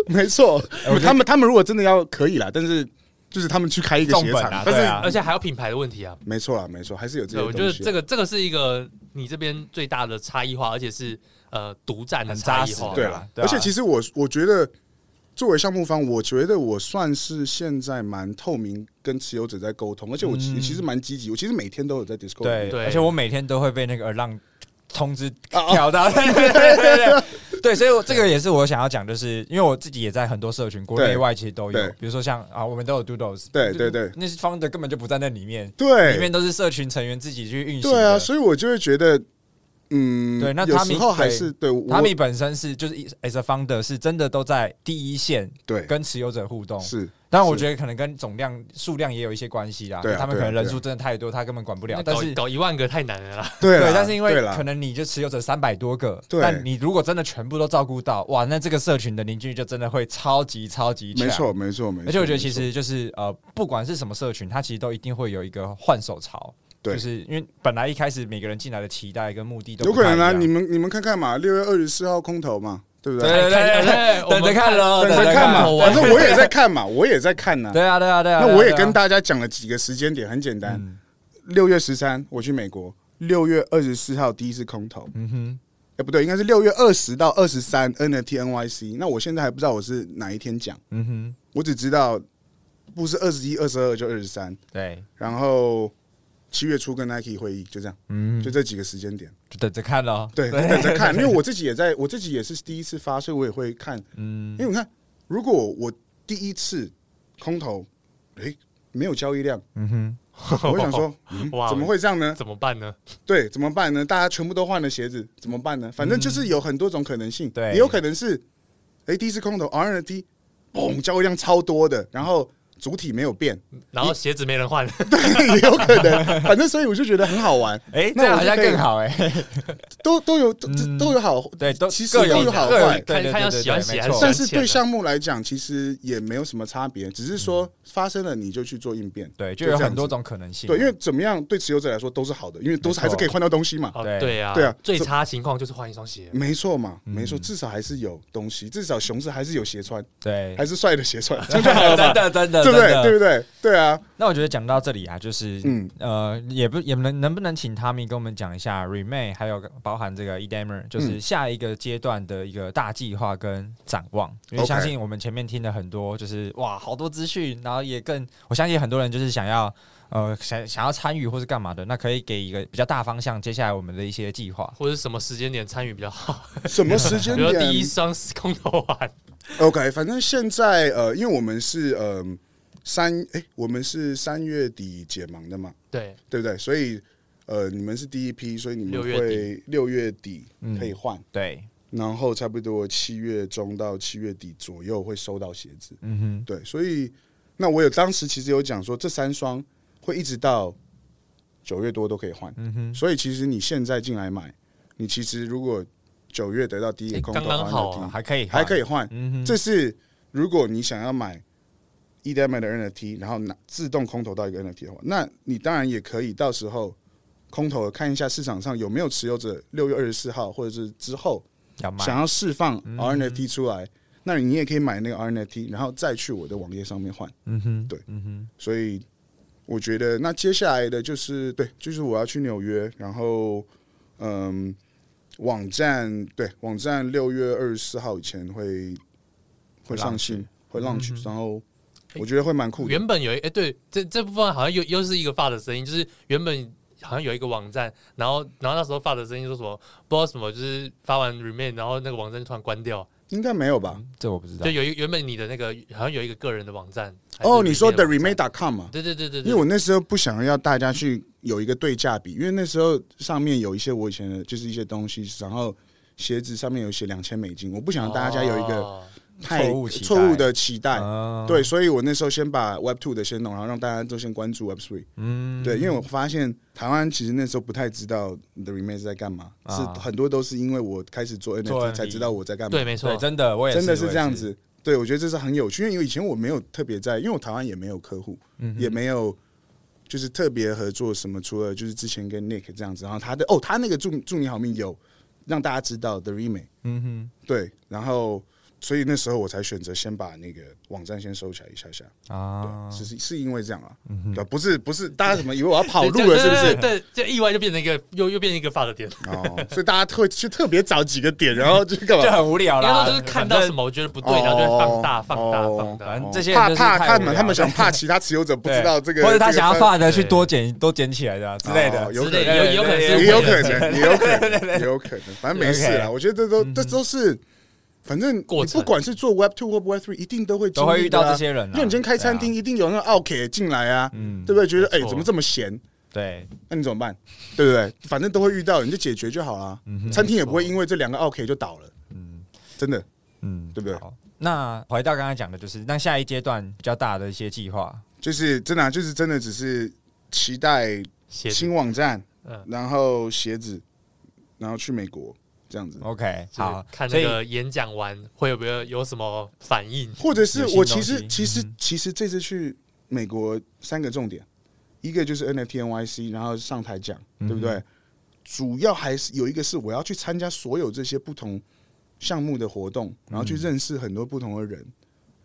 Speaker 1: 没错，没错
Speaker 2: 哎我觉得，
Speaker 1: 他们他们如果真的要可以啦，但是就是他们去开一个
Speaker 2: 重
Speaker 1: 鞋
Speaker 2: 本
Speaker 1: 厂
Speaker 2: 啊，
Speaker 1: 但
Speaker 2: 对
Speaker 1: 是
Speaker 2: 啊
Speaker 4: 而且还有品牌的问题啊。
Speaker 1: 没错啦，没错，还是有这
Speaker 4: 对，
Speaker 1: 些
Speaker 4: 我
Speaker 1: 东西啊。
Speaker 4: 觉得这个这个是一个你这边最大的差异化，而且是呃独占的
Speaker 2: 很
Speaker 4: 差
Speaker 2: 扎
Speaker 4: 异
Speaker 2: 实
Speaker 4: 化。
Speaker 2: 的
Speaker 1: 对
Speaker 2: 啦
Speaker 1: 了，
Speaker 2: 对
Speaker 1: 而
Speaker 2: 啊
Speaker 1: 且其实我我觉得，作为项目方，我觉得我算是现在蛮透明跟持有者在沟通，而且我其
Speaker 2: 嗯
Speaker 1: 其实蛮积极，我其实每天都有在 Discord
Speaker 2: 对，
Speaker 4: 对
Speaker 2: 而且我每天都会被那个浪通知
Speaker 1: 啊 [LAUGHS]
Speaker 2: 调到，对对对对对对，所以我这个也是我想要讲，就是因为我自己也在很多社群，国内
Speaker 1: 对
Speaker 2: 外其实都有
Speaker 1: 对，
Speaker 2: 比如说像啊，我们都有 Doodles，
Speaker 1: 对对对
Speaker 2: 那些方的根本就不在那里面，里
Speaker 1: 对
Speaker 2: 面都是社群成员自己去运行
Speaker 1: 对啊，
Speaker 2: 的。
Speaker 1: 所以我就会觉得，嗯，
Speaker 2: 对那
Speaker 1: 有
Speaker 2: 他们
Speaker 1: 时候还
Speaker 2: 对
Speaker 1: 是对我
Speaker 2: 他们本身是就是 as a founder 是真的都在第一线
Speaker 1: 对
Speaker 2: 跟持有者互动，
Speaker 1: 是
Speaker 2: 当然我觉得可能跟总量数量也有一些关系啦，
Speaker 1: 对啊
Speaker 2: 他们可能
Speaker 1: 对啊
Speaker 2: 人数真的太多，他根本管不了
Speaker 4: 那，
Speaker 2: 但
Speaker 4: 搞
Speaker 2: 是
Speaker 4: 搞一万个太难了啦，
Speaker 1: 对啦，
Speaker 2: 对，但是因为
Speaker 1: 对啦
Speaker 2: 可能你就持有者三百多个，
Speaker 1: 对
Speaker 2: 但你如果真的全部都照顾到，哇，那这个社群的凝聚力就真的会超级超级强。
Speaker 1: 没，错没错没错，
Speaker 2: 啊而且我觉得其
Speaker 1: 没错
Speaker 2: 实就是呃，不管是什么社群，它其实都一定会有一个换手潮，
Speaker 1: 对
Speaker 2: 就是因为本来一开始每个人进来的期待跟目的都
Speaker 1: 有
Speaker 2: 不
Speaker 1: 可
Speaker 2: 太
Speaker 1: 能
Speaker 2: 一样
Speaker 1: 啊，你们你们看看嘛，六月二十四号空投嘛，对不
Speaker 2: 对
Speaker 1: 对？
Speaker 2: 对对对，
Speaker 4: 我
Speaker 2: 等
Speaker 4: 们
Speaker 2: 着看喽，
Speaker 1: 等着
Speaker 2: 着
Speaker 1: 看
Speaker 2: 看
Speaker 1: 嘛，
Speaker 4: 我
Speaker 1: 反正我也在看嘛，我也在看呐。
Speaker 2: 对啊对啊对啊，嗯
Speaker 1: 那我也跟
Speaker 2: 大
Speaker 1: 大家讲了几个时间点，很简单。六月十三我去美国，六月二十四号第一次空投，
Speaker 2: 嗯哼，
Speaker 1: 哎、不对，应该是六月二十到二十三 NFT NYC。那我现在还不知道我是哪一天讲，
Speaker 2: 嗯哼，
Speaker 1: 我只知道不是二十一、二十二就二十三，
Speaker 2: 对，
Speaker 1: 然后七月初跟 Nike 会议，就这样，
Speaker 2: 嗯，
Speaker 1: 就这几个时间点。
Speaker 2: 就等着看喽，
Speaker 1: 对，就等着看，因为我自己也在，我自己也是第一次发，所以我也会看。嗯，因为你看，如果我第一次空投，哎、没有交易量，
Speaker 2: 嗯哼，
Speaker 1: 我会想说，嗯
Speaker 4: 哇，
Speaker 1: 怎么会这样呢？
Speaker 4: 怎么办呢？
Speaker 1: 对，怎么办呢？大家全部都换了鞋子，怎么办呢？反正就是有很多种可能性，
Speaker 2: 对
Speaker 1: 也有可能是，哎，第一次空投 R N D，嘣，交易量超多的，然后主体没有变， [LAUGHS]
Speaker 4: 然后鞋子没人换，
Speaker 1: 也有可能。反正所以我就觉得很好玩，
Speaker 2: 哎，
Speaker 1: 那
Speaker 2: 这样
Speaker 1: 我
Speaker 2: 好
Speaker 1: 就
Speaker 2: 像
Speaker 1: 可以
Speaker 2: 更好哎、
Speaker 1: 都都有都
Speaker 2: 嗯
Speaker 1: 都有好，
Speaker 2: [LAUGHS] 对，都
Speaker 1: 其实
Speaker 2: 各
Speaker 1: 都
Speaker 2: 有
Speaker 1: 有好
Speaker 2: 各有
Speaker 1: 坏
Speaker 2: 对对对
Speaker 4: 看看要
Speaker 2: 对
Speaker 4: 喜欢
Speaker 2: 对
Speaker 4: 喜
Speaker 2: 没
Speaker 4: 欢
Speaker 2: 错
Speaker 4: 喜欢
Speaker 1: 但是对
Speaker 4: 钱啊
Speaker 1: 项目来讲，其实也没有什么差别，只是
Speaker 2: 嗯
Speaker 1: 说发生了你就去做应变。
Speaker 2: 对，
Speaker 1: 就
Speaker 2: 就有
Speaker 1: 这样
Speaker 2: 很多
Speaker 1: 子
Speaker 2: 种可能性。
Speaker 1: 对，因为怎么样对持有者来说都是好的，因为都是
Speaker 2: 没错
Speaker 1: 还是可以换到东西嘛。
Speaker 4: 哦
Speaker 2: 对
Speaker 4: 对啊，
Speaker 1: 对啊
Speaker 4: 最
Speaker 1: 这
Speaker 4: 差情况就是换一双鞋，
Speaker 1: 没错嘛，
Speaker 2: 嗯
Speaker 1: 没错，至少还是有东西，至少熊市还是有鞋穿，
Speaker 2: 对，
Speaker 1: 还是帅的鞋穿，
Speaker 2: [LAUGHS] 真的真
Speaker 1: [LAUGHS] 对
Speaker 2: 的真
Speaker 1: 不对？对
Speaker 2: 的。
Speaker 1: 不对？对啊，
Speaker 2: 那我觉得讲到这里啊，就是
Speaker 1: 嗯
Speaker 2: 呃，也不也能能不能请他们跟我们讲一下 Remain，还有包含这个 Edamer，就是下一个阶段的一个大计划跟展望。因为
Speaker 1: OK
Speaker 2: 相信我们前面听了很多，就是哇，好多资讯，然后也更我相信很多人就是想要呃想想要参与或是干嘛的，那可以给一个比较大方向，接下来我们的一些计划。
Speaker 4: 或者是什么时间点参与比较好？
Speaker 1: 什么时
Speaker 4: 比
Speaker 1: 间
Speaker 2: [LAUGHS]
Speaker 4: 如说
Speaker 1: 点？
Speaker 4: 第一双是空投完，
Speaker 1: OK，反正现在呃，因为我们是呃三哎、我们是三月底解盲的嘛，
Speaker 4: 对，
Speaker 1: 对不对？所以呃，你们是第一批，所以你们
Speaker 4: 六月
Speaker 1: 会六月底
Speaker 2: 嗯
Speaker 1: 可以换，
Speaker 2: 对，
Speaker 1: 然后差不多七月中到七月底左右会收到鞋子。
Speaker 2: 嗯哼，
Speaker 1: 对，所以那我有当时其实有讲说，这三双会一直到九月多都可以换，
Speaker 2: 嗯哼，
Speaker 1: 所以其实你现在进来买，你其实如果九月得到第一个
Speaker 4: 哎
Speaker 1: 空投，
Speaker 4: 刚刚好啊
Speaker 1: 然后
Speaker 2: 还可以，
Speaker 1: 你还可
Speaker 2: 以，
Speaker 1: 以换。
Speaker 2: 嗯哼，
Speaker 1: 这是如果你想要买 EDM 的 NFT，然后拿自动空投到一个 NFT 的话，那你当然也可以到时候空投看一下市场上有没有持有者六月二十四号或者是之后
Speaker 2: 要卖，
Speaker 1: 想要释放
Speaker 4: 嗯
Speaker 1: RNFT 出来，那你也可以买那个 RNFT，然后再去我的网页上面换。
Speaker 2: 嗯哼，
Speaker 1: 对
Speaker 2: 嗯哼，
Speaker 1: 所以我觉得，那接下来的就是对，就是我要去纽约，然后嗯，网站对网站六月二十四号以前会会上新，会 launch，、然后我觉得会蛮酷的。
Speaker 4: 嗯原本有一哎、对，这这部分好像又又是一个发的声音，就是原本好像有一个网站，然后然后那时候发的声音说什么不知道什么，就是发完 remain，然后那个网站就突然关掉，
Speaker 1: 应该没有吧？
Speaker 2: 这我不知道
Speaker 4: 就。有一原本你的那个好像有一个个人的网站。
Speaker 1: 哦，你说
Speaker 4: 的
Speaker 1: the remake.com 嘛？
Speaker 4: 对对对对对，
Speaker 1: 因为我那时候不想要大家去有一个对价比，因为那时候上面有一些我以前的就是一些东西，然后鞋子上面有写两千美金，我不想大家有一个
Speaker 4: 哦
Speaker 1: 太
Speaker 2: 错误期待
Speaker 1: 错误的期待。
Speaker 2: 啊
Speaker 1: 对，，所以我那时候先把 Web Two 的先弄，然后让大家都先关注 Web Three。
Speaker 2: 嗯
Speaker 1: 对，因为我发现台湾其实那时候不太知道 The Remake 是在干嘛，
Speaker 2: 啊
Speaker 1: 是很多都是因为我开始做
Speaker 2: 做
Speaker 1: NFT 才知道我在干嘛
Speaker 4: 对，。没错
Speaker 2: 对，，真的，我也
Speaker 1: 真的
Speaker 2: 是
Speaker 1: 是这样，子。对，我觉得这是很有趣，因为以前我没有特别在，因为我台湾也没有客户，
Speaker 2: 我也是
Speaker 1: 也没有就是特别合作什么，除了就是之前跟 Nick 这样子，然后他的哦，他那个祝祝你好命有让大家知道 The Remake。
Speaker 2: 嗯哼
Speaker 1: 对，然后所以那时候我才选择先把那个网站先收起来一下下。
Speaker 2: 嗯哼啊
Speaker 1: 对，，是是是因为这样啊，
Speaker 2: 嗯
Speaker 1: 对，不是不是，大家怎么以为我要跑
Speaker 2: [LAUGHS]
Speaker 4: 对
Speaker 1: 路了
Speaker 4: 这
Speaker 1: 是不
Speaker 4: 对
Speaker 1: 是？
Speaker 4: 对，对这意外就变成一个又又变成一个发的点，
Speaker 1: 哦，所以大家会去特别找几个点，然后就干
Speaker 2: 就
Speaker 1: 嘛？哦
Speaker 2: 很无聊
Speaker 4: 然
Speaker 2: 啦，
Speaker 4: 后就是看到什
Speaker 2: 么，
Speaker 4: 么我觉得不对，然后就会放大放大
Speaker 1: 哦
Speaker 4: 放
Speaker 2: 反
Speaker 4: 大
Speaker 2: 正。这些人
Speaker 1: 怕
Speaker 2: 就是
Speaker 1: 怕
Speaker 2: 太
Speaker 1: 他
Speaker 2: 无
Speaker 1: 们，
Speaker 2: 聊
Speaker 1: 他们想怕其他持有者不知道这个，
Speaker 2: 或者他
Speaker 1: 这个
Speaker 2: 想要
Speaker 1: 分
Speaker 2: 放的去
Speaker 4: 对
Speaker 2: 多捡多捡起来的啊之类
Speaker 1: 哦
Speaker 2: 的，
Speaker 1: 有可
Speaker 4: 之类
Speaker 1: 能
Speaker 4: 的有有可能是
Speaker 1: 也有可
Speaker 4: 为了
Speaker 1: 能，
Speaker 2: [LAUGHS]
Speaker 1: 也有可能，也有可能，反正没事啦。我觉得这
Speaker 2: 嗯
Speaker 1: 都这都是，反正你
Speaker 4: 过程
Speaker 1: 不管是做 Web Two 或 Web Three，一定都会经
Speaker 2: 都会遇
Speaker 1: 历的啊
Speaker 2: 到这，些人啊。
Speaker 1: 因为你今天开餐厅，一定有那个 OK 进来啊，
Speaker 2: 嗯
Speaker 1: 对不对？觉得
Speaker 4: 没
Speaker 1: 哎
Speaker 4: 错
Speaker 1: 怎么这么闲？
Speaker 2: 对啊，
Speaker 1: 那你怎么办？对不对？反正都会遇到，你就解决就好啦。餐厅也不会因为这两个 OK 就倒了。
Speaker 2: 嗯
Speaker 1: 真的，
Speaker 2: 嗯，
Speaker 1: 对不对
Speaker 2: 好？那回到刚刚讲的，就是那下一阶段比较大的一些计划，
Speaker 1: 就是真的啊、就是真的，只是期待
Speaker 4: 鞋子
Speaker 1: 新网站，
Speaker 4: 嗯
Speaker 1: 然后鞋子，然后去美国这
Speaker 2: 哦
Speaker 1: 样子。
Speaker 2: OK，
Speaker 4: 就是
Speaker 2: 好，
Speaker 4: 看
Speaker 2: 所
Speaker 4: 那
Speaker 2: 以
Speaker 4: 个演讲完会有没有有什么反应？
Speaker 1: 或者是
Speaker 2: 有新
Speaker 1: 我
Speaker 2: 东
Speaker 1: 其实
Speaker 2: 西嗯
Speaker 1: 其实其实这次去美国三个重点，一个就是 NFT NYC，然后上台讲，
Speaker 2: 嗯
Speaker 1: 对不对？主要还是有一个是我要去参加所有这些不同项目的活动，然后去认识很多不同的人，
Speaker 2: 嗯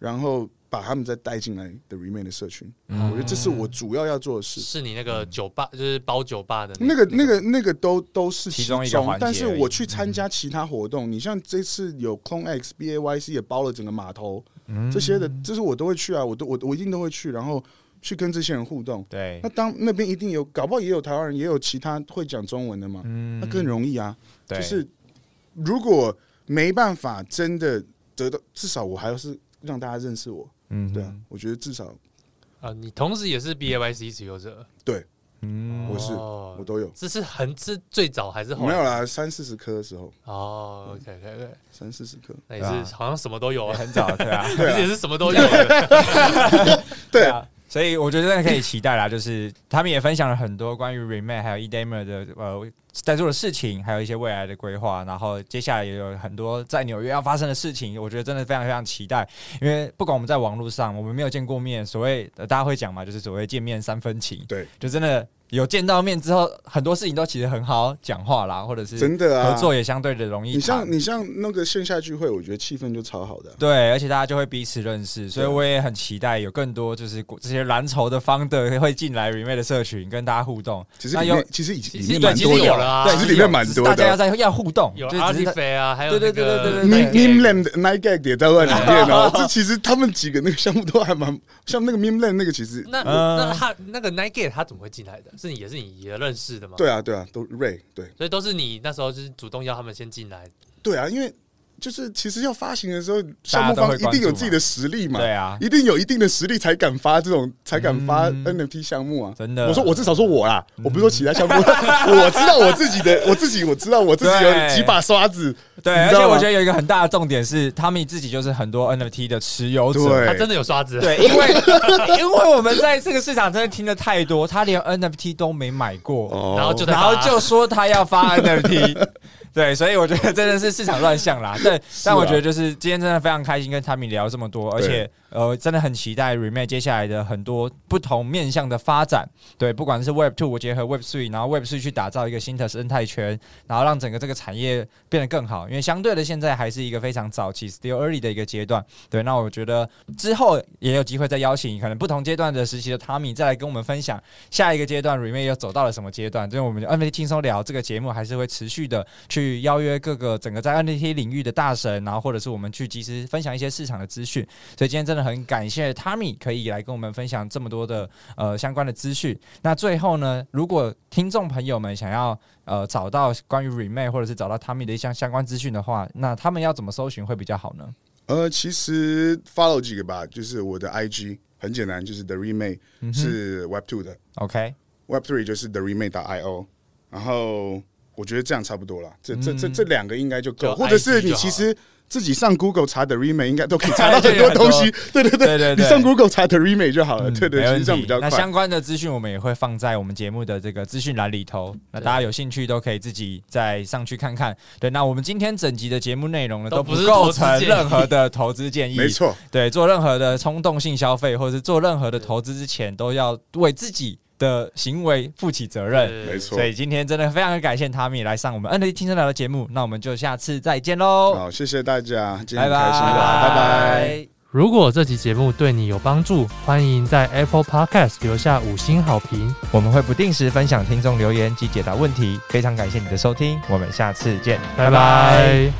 Speaker 1: 然后把他们再带进来的 Remain 的社群。
Speaker 2: 嗯
Speaker 1: 我觉得这是我主要要做的事。
Speaker 4: 是你那个酒吧，就是包酒吧的
Speaker 1: 那个、那个、那个都都是
Speaker 2: 其中一个环节
Speaker 1: 但是
Speaker 2: 而已嗯
Speaker 1: 我去参加其他活动，你像这次有 Clone X、B A Y C 也包了整个码头，
Speaker 2: 嗯
Speaker 1: 这些的，这是我都会去啊，我都我我一定都会去，然后去跟这些人互动。
Speaker 2: 对
Speaker 1: 那，当那边一定有，搞不好也有台湾人，也有其他会讲中文的嘛，那更容易啊。
Speaker 2: 嗯对
Speaker 1: 就是如果没办法真的得到，至少我还是让大家认识我，
Speaker 2: 嗯
Speaker 1: 对啊，我觉得至少
Speaker 4: 啊，你同时也是 B A Y C 持有者，
Speaker 1: 对
Speaker 2: 嗯，
Speaker 1: 我是
Speaker 4: 哦
Speaker 1: 我都有，
Speaker 4: 这是很是最早还是后
Speaker 1: 没
Speaker 4: 来
Speaker 1: 有啦，三四十颗的时候，
Speaker 4: 哦，OK OK OK，
Speaker 1: 三四十颗，
Speaker 4: 那也是好像什么都有，
Speaker 2: 很早对
Speaker 4: [LAUGHS]
Speaker 2: 啊，
Speaker 1: 啊对
Speaker 4: 而
Speaker 1: 啊
Speaker 4: 且是什么都有的，
Speaker 1: 对啊，
Speaker 2: 啊，所以我觉得真的可以期待啦，就是他们也分享了很多关于 Remake 还有 eDamer 的呃在做的事情，还有一些未来的规划，然后接下来也有很多在纽约要发生的事情，我觉得真的非常非常期待，因为不管我们在网络上我们没有见过面，所谓、呃、大家会讲嘛，就是所谓见面三分情，
Speaker 1: 对，
Speaker 2: 就真的有见到面之后，很多事情都其实很好讲话啦，或者是
Speaker 1: 真的啊
Speaker 2: 合，作也相对的容易
Speaker 1: 你
Speaker 2: 谈。
Speaker 1: 像你像那个线下聚会，我觉得气氛就超好的啊、
Speaker 2: 对，而且大家就会彼此认识，所以
Speaker 1: 对
Speaker 2: 我也很期待有更多就是这些蓝筹的方的会进来 Remake 的社群，跟大家互动。
Speaker 1: 其实
Speaker 2: 那
Speaker 1: 里
Speaker 2: 有
Speaker 1: 面其实已经
Speaker 4: 其
Speaker 1: 里
Speaker 4: 实
Speaker 1: 面蛮
Speaker 4: 其实
Speaker 1: 多
Speaker 4: 有
Speaker 1: 的
Speaker 4: 了啊
Speaker 2: 对，
Speaker 1: 其实
Speaker 2: 有
Speaker 1: 里面蛮多的
Speaker 2: 只是大家要在要互动，
Speaker 4: 有
Speaker 2: 就只是
Speaker 4: Artie
Speaker 2: 在
Speaker 4: 飞啊，还有
Speaker 2: 对对
Speaker 4: 那个
Speaker 2: 对对对对
Speaker 1: Meme
Speaker 2: 对
Speaker 1: Meme Land 的 Night Gag 也在外里面
Speaker 2: [LAUGHS]
Speaker 1: 哦。这其实他们几个那个项目都还蛮像那个 Meme Land 那个，其实
Speaker 4: 那
Speaker 2: 嗯
Speaker 4: 那他那个 Nike 他怎么会进来的？是你也是你也认识的吗？，
Speaker 1: 对啊对啊，都 Ray 对
Speaker 4: 所以都是你那时候就是主动要他们先进来，
Speaker 2: 哎
Speaker 1: 对啊，因为就是其实要发行的时候，项目
Speaker 2: 大家都
Speaker 1: 方
Speaker 2: 会
Speaker 1: 一定有
Speaker 2: 关注
Speaker 1: 自己的实力嘛，
Speaker 2: 对啊，
Speaker 1: 一定有一定的实力才敢发这种才敢发
Speaker 2: 嗯
Speaker 1: NFT 项目啊。
Speaker 2: 真的。
Speaker 1: 我说我至少说我啦，我不是说其他项
Speaker 2: [LAUGHS]
Speaker 1: 目，我知道我自己的，我自己我知道我自己有
Speaker 2: 对
Speaker 1: 几把刷子，
Speaker 2: 对，
Speaker 1: 你
Speaker 2: 而
Speaker 1: 知道
Speaker 2: 且
Speaker 1: 吗
Speaker 2: 我觉得有一个很大的重点是，他们自己就是很多 NFT 的持有者。
Speaker 4: 他
Speaker 1: 对
Speaker 4: 真的有刷子，
Speaker 2: 对，因为因为我们在这个市场真的听的太多，他连 NFT 都没买过。
Speaker 1: 哦
Speaker 4: 然后就在
Speaker 2: 然
Speaker 4: 打
Speaker 2: 后就说他要发
Speaker 1: [LAUGHS]
Speaker 2: NFT，对，所以我觉得真的是市场乱象啦。对，但我觉得就是今天真的非常开心跟汤米聊这么多，而且呃，真的很期待 Remake 接下来的很多不同面向的发展。对，不管是 Web Two 结合 Web Three，然后 Web Three 去打造一个新的生态圈，然后让整个这个产业变得更好。因为相对的，现在还是一个非常早期 still early 的一个阶段。对，那我觉得之后也有机会再邀请可能不同阶段的时期的汤米再来跟我们分享下一个阶段 Remake 又走到了什么阶段？就是我们 NFT 轻松聊这个节目还是会持续的去邀约各个整个在 NFT 领域的大神，然后或者是我们去及时分享一些市场的资讯。所以今天真的很感谢 Tommy 可以来跟我们分享这么多的呃相关的资讯。那最后呢，如果听众朋友们想要呃找到关于 Remake 或者是找到 Tommy 的一项相关资讯的话，那他们要怎么搜寻会比较好呢？
Speaker 1: 呃，其实 follow 几个吧，就是我的 IG 很简单，就是 The Remake 是 Web Two 的
Speaker 2: OK，
Speaker 1: ，Web Three 就是 The Remake 打 IO，然后我觉得这样差不多了，这这这这两个应该就够，
Speaker 4: 就
Speaker 1: 或者是
Speaker 4: IG
Speaker 1: 你
Speaker 4: 就好
Speaker 1: 其
Speaker 4: 了
Speaker 1: 实自己上 Google 查 The Remake 应该都可以查到很
Speaker 2: 就
Speaker 1: 多
Speaker 2: 有很多
Speaker 1: 东西，对对
Speaker 2: 对对
Speaker 1: 对， [LAUGHS] 你
Speaker 2: 对
Speaker 1: 上 Google 查 The Remake 就好了，对对，
Speaker 2: 嗯没
Speaker 1: 其
Speaker 2: 问
Speaker 1: 实
Speaker 2: 题
Speaker 1: 这样比较
Speaker 2: 那
Speaker 1: 快
Speaker 2: 相。关的资讯我们也会放在我们节目的这个资讯栏里头，那大家有兴趣都可以自己再上去看看。对，那我们今天整集的节目内容呢，
Speaker 4: 都
Speaker 2: 都
Speaker 4: 不是投
Speaker 2: 构
Speaker 4: 资
Speaker 2: 成
Speaker 4: 建议
Speaker 2: 任何的投资建议，
Speaker 1: [LAUGHS] 没错，
Speaker 2: 对，做任何的冲动性消费，或者是做任何的投资之前，都要为自己的行为负起责任。
Speaker 4: 对
Speaker 1: 没错
Speaker 2: 所。以今天真的非常感谢汤米来上我们 NFT 听声聊的节目，那我们就下次再见喽，
Speaker 1: 好，谢谢大家，今天很
Speaker 2: 拜拜，
Speaker 1: 开心的，拜拜。
Speaker 3: 如果这期节目对你有帮助，欢迎在 Apple Podcast 留下五星好评。
Speaker 2: 我们会不定时分享听众留言及解答问题。非常感谢你的收听，我们下次见，
Speaker 3: 拜拜